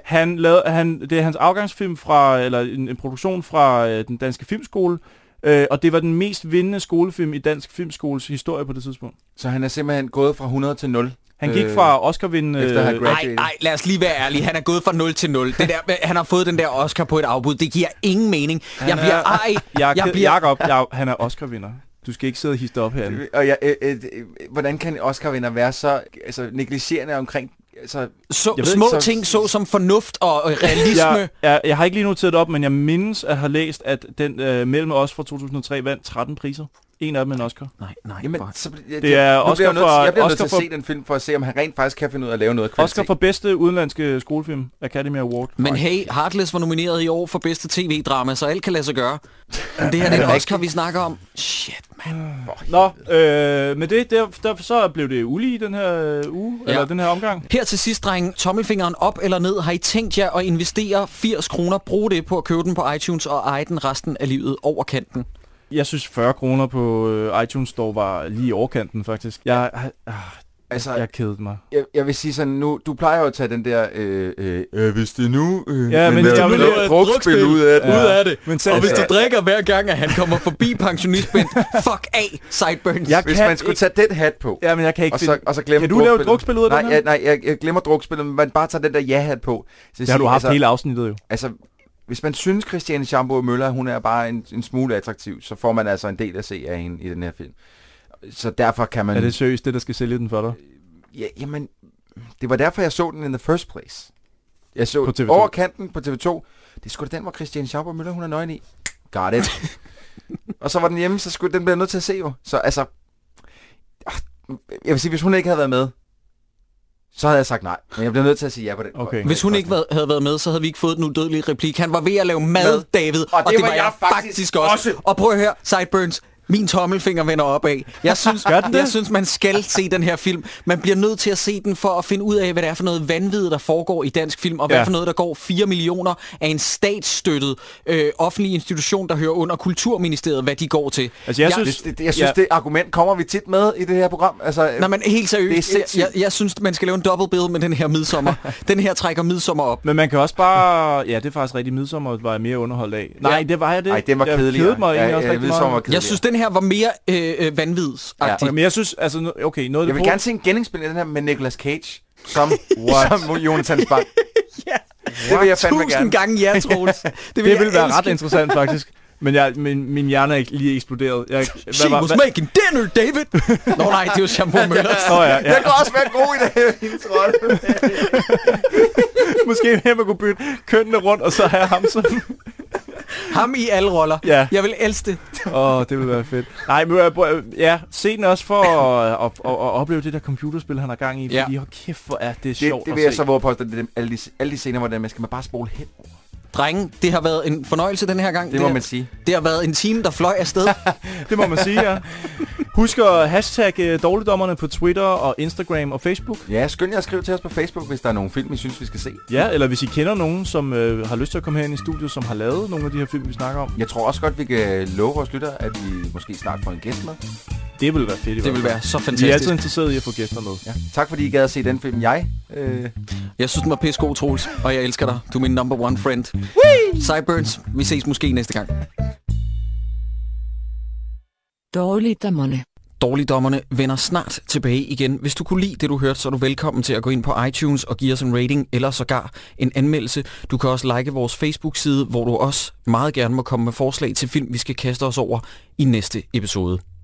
[SPEAKER 6] Han lavede, han, det er hans afgangsfilm fra, eller en, en produktion fra øh, den danske filmskole, øh, og det var den mest vindende skolefilm i dansk filmskoles historie på det tidspunkt.
[SPEAKER 5] Så han er simpelthen gået fra 100 til 0.
[SPEAKER 6] Han gik fra Oscar-vindende...
[SPEAKER 5] Øh, Efter han
[SPEAKER 1] Nej,
[SPEAKER 5] graduated.
[SPEAKER 1] nej, lad os lige være ærlige. Han er gået fra 0 til 0. Det der, han har fået den der Oscar på et afbud. Det giver ingen mening.
[SPEAKER 6] Han
[SPEAKER 1] Jeg bliver
[SPEAKER 6] er-
[SPEAKER 1] ej.
[SPEAKER 6] Jeg, jeg
[SPEAKER 1] bliver...
[SPEAKER 6] bliver... Jacob, jeg, han er Oscar-vinder. Du skal ikke sidde og histe op herinde.
[SPEAKER 5] Og jeg, øh, øh, øh, hvordan kan en Oscar-vinder være så altså, negligerende omkring... Altså,
[SPEAKER 1] Så,
[SPEAKER 5] Jeg ved
[SPEAKER 1] små
[SPEAKER 5] ikke, så-
[SPEAKER 1] ting så som fornuft og øh, realisme.
[SPEAKER 6] Jeg, jeg, jeg har ikke lige noteret det op, men jeg mindes at have læst, at den øh, mellem os fra 2003 vandt 13 priser. En af dem er en Oscar.
[SPEAKER 1] Nej, nej.
[SPEAKER 5] Jamen, så, bl- jeg,
[SPEAKER 6] Det er
[SPEAKER 5] nu bliver
[SPEAKER 6] Oscar
[SPEAKER 5] jeg nødt til-
[SPEAKER 6] for-
[SPEAKER 5] Jeg bliver nødt til at
[SPEAKER 6] Oscar for-
[SPEAKER 5] se den film for at se, om han rent faktisk kan finde ud af at lave noget kvalitet.
[SPEAKER 6] Oscar for bedste udenlandske skolefilm, Academy Award.
[SPEAKER 1] Men hey, Heartless var nomineret i år for bedste tv-drama, så alt kan lade sig gøre. Men det her det er en Oscar, vi snakker om. Shit,
[SPEAKER 6] Nå, øh, med det, der, der, så blev det ulige den her øh, uge, ja. eller den her omgang.
[SPEAKER 1] Her til sidst, drenge, tommelfingeren op eller ned. Har I tænkt jer at investere 80 kroner? Brug det på at købe den på iTunes og eje den resten af livet over kanten.
[SPEAKER 6] Jeg synes 40 kroner på øh, iTunes Store var lige i overkanten, faktisk. Jeg, øh,
[SPEAKER 5] altså,
[SPEAKER 6] jeg kedede mig.
[SPEAKER 5] Jeg, jeg vil sige sådan nu, du plejer jo at tage den der, øh, øh, øh, hvis det nu... Øh, lad- lad- drukspil ud af det.
[SPEAKER 1] Ud af det.
[SPEAKER 5] Men
[SPEAKER 1] Men
[SPEAKER 5] selv-
[SPEAKER 1] og hvis
[SPEAKER 6] altså,
[SPEAKER 5] Ja.
[SPEAKER 1] du drikker hver gang, at han kommer forbi pensionistbænd, fuck af, sideburns.
[SPEAKER 5] Jeg hvis man skulle tage den hat på.
[SPEAKER 6] Ja, men jeg kan ikke
[SPEAKER 5] og så,
[SPEAKER 6] finde-
[SPEAKER 5] og så glemme
[SPEAKER 6] Kan du lave et
[SPEAKER 5] drukspillet.
[SPEAKER 6] drukspil ud af
[SPEAKER 5] nej,
[SPEAKER 6] den her?
[SPEAKER 5] jeg, nej, jeg, jeg glemmer drukspillet, men man bare tager den der ja-hat på. Så
[SPEAKER 6] Det har du haft hele afsnittet jo.
[SPEAKER 5] Altså, hvis man synes, Christiane Schamburg Møller, hun er bare en, en smule attraktiv, så får man altså en del at se af hende i den her film. Så derfor kan man...
[SPEAKER 6] Er det seriøst det, der skal sælge den for dig?
[SPEAKER 5] Ja, jamen, det var derfor, jeg så den in the first place. Jeg så
[SPEAKER 6] På
[SPEAKER 5] den
[SPEAKER 6] TV2.
[SPEAKER 5] over kanten på TV2. Det er sgu da den, hvor Christiane Schauber Møller, hun er nøgen i. Got it. og så var den hjemme, så skulle den blive nødt til at se jo. Så altså, ah, jeg vil sige, hvis hun ikke havde været med, så havde jeg sagt nej. Men jeg bliver nødt til at sige ja på den.
[SPEAKER 6] Okay.
[SPEAKER 1] Hvis hun ikke været- havde været med, så havde vi ikke fået den udødelige replik. Han var ved at lave mad,
[SPEAKER 5] Mad.
[SPEAKER 1] David, og det, og det var jeg faktisk, faktisk også. også. Og prøv at høre, Sideburns, min tommelfinger vender opad. Jeg synes,
[SPEAKER 6] Gør den det?
[SPEAKER 1] jeg synes, man skal se den her film. Man bliver nødt til at se den for at finde ud af, hvad det er for noget vanvid, der foregår i dansk film, og hvad
[SPEAKER 6] Ja.
[SPEAKER 1] for noget, der går 4 millioner af en statsstøttet øh, offentlig institution, der hører under Kulturministeriet, hvad de går til.
[SPEAKER 6] Altså, jeg synes-
[SPEAKER 5] Det, det, jeg synes, ja. det argument kommer vi tit med i det her program. Altså,
[SPEAKER 1] Nej, men helt
[SPEAKER 5] Det er
[SPEAKER 1] seriøst, jeg,
[SPEAKER 5] sindssygt.
[SPEAKER 1] jeg, jeg synes, man skal lave en dobbeltbill med den her midsommer. den her trækker midsommer op.
[SPEAKER 6] Men man kan også bare... Ja, det er faktisk rigtig midsommer, var jeg mere underholdt af. Nej, det var jeg det.
[SPEAKER 5] Ej, den var
[SPEAKER 6] jeg
[SPEAKER 5] kedelig.
[SPEAKER 6] kedede mig egentlig
[SPEAKER 5] Ja,
[SPEAKER 6] også
[SPEAKER 5] ja,
[SPEAKER 6] rigtig
[SPEAKER 5] midsommer var
[SPEAKER 6] meget.
[SPEAKER 5] kedelig. Jeg synes,
[SPEAKER 1] den
[SPEAKER 13] her var mere øh, øh, vanvidsagtig.
[SPEAKER 6] Ja, men jeg synes, altså, nu- okay, noget af det
[SPEAKER 5] Jeg vil
[SPEAKER 6] gode-
[SPEAKER 5] gerne se en genindspilning af den her med Nicolas Cage som, som Jonathan Spang. Det vil jeg fandme
[SPEAKER 13] Tusind
[SPEAKER 5] gerne.
[SPEAKER 13] gange ja, Troels. Det
[SPEAKER 6] Det
[SPEAKER 13] jeg
[SPEAKER 6] ville vil være ret
[SPEAKER 13] elske.
[SPEAKER 6] interessant, faktisk. Men jeg, min, min hjerne er ikke lige eksploderet. Jeg, hvad
[SPEAKER 13] She was making dinner, David! Nå nej, det er jo Shamu Møller.
[SPEAKER 6] Nå ja, ja.
[SPEAKER 5] Jeg kan også være god i det, hendes rolle.
[SPEAKER 6] Måske her man kunne bytte kønnene rundt, og så have ham sådan.
[SPEAKER 13] Ham i alle roller.
[SPEAKER 6] Ja.
[SPEAKER 13] Jeg vil elske det.
[SPEAKER 6] Åh, oh, det ville være fedt. Nej, men øh, prøv- øh, ja, se den også for at, at, at, at opleve det der computerspil, han har gang i.
[SPEAKER 13] Ja.
[SPEAKER 6] Fordi, hold kæft, hvor er det sjovt
[SPEAKER 5] Det, det
[SPEAKER 6] at
[SPEAKER 5] vil jeg
[SPEAKER 6] se.
[SPEAKER 5] så våge på, at det er dem- alle de, alle de scener, hvor det er, man skal man bare spole hen.
[SPEAKER 13] Drenge, det har været en fornøjelse den her gang.
[SPEAKER 5] Det må
[SPEAKER 13] har-
[SPEAKER 5] man sige.
[SPEAKER 13] Det har været en time, der fløj afsted.
[SPEAKER 6] Det må man sige, ja. Husk at hashtag øh, dårligdommerne på Twitter og Instagram og Facebook.
[SPEAKER 5] Ja, skynd jer at skrive til os på Facebook, hvis der er nogle film, I synes, vi skal se.
[SPEAKER 6] Ja, eller hvis I kender nogen, som øh, har lyst til at komme herind i studiet, som har lavet nogle af de her film, vi snakker om.
[SPEAKER 5] Jeg tror også godt, vi kan love vores lyttere, at vi måske snart får en gæst med.
[SPEAKER 6] Det ville være fedt i hvert
[SPEAKER 13] Det
[SPEAKER 6] fald.
[SPEAKER 13] vil være så
[SPEAKER 6] Vi er altid
[SPEAKER 13] fantastisk.
[SPEAKER 6] interesserede i at få gæster med.
[SPEAKER 5] Ja. Tak fordi I gad at se den film, jeg. Øh,
[SPEAKER 13] Jeg synes, den var pissegod, Troels, og jeg elsker dig. Du er min number one friend. Cyburns, vi ses måske næste gang.
[SPEAKER 10] Dårligdommerne.
[SPEAKER 1] Dårligdommerne vender snart tilbage igen. Hvis du kunne lide det, du hørte, så er du velkommen til at gå ind på iTunes og give os en rating eller sågar en anmeldelse. Du kan også like vores Facebook-side, hvor du også meget gerne må komme med forslag til film, vi skal kaste os over i næste episode.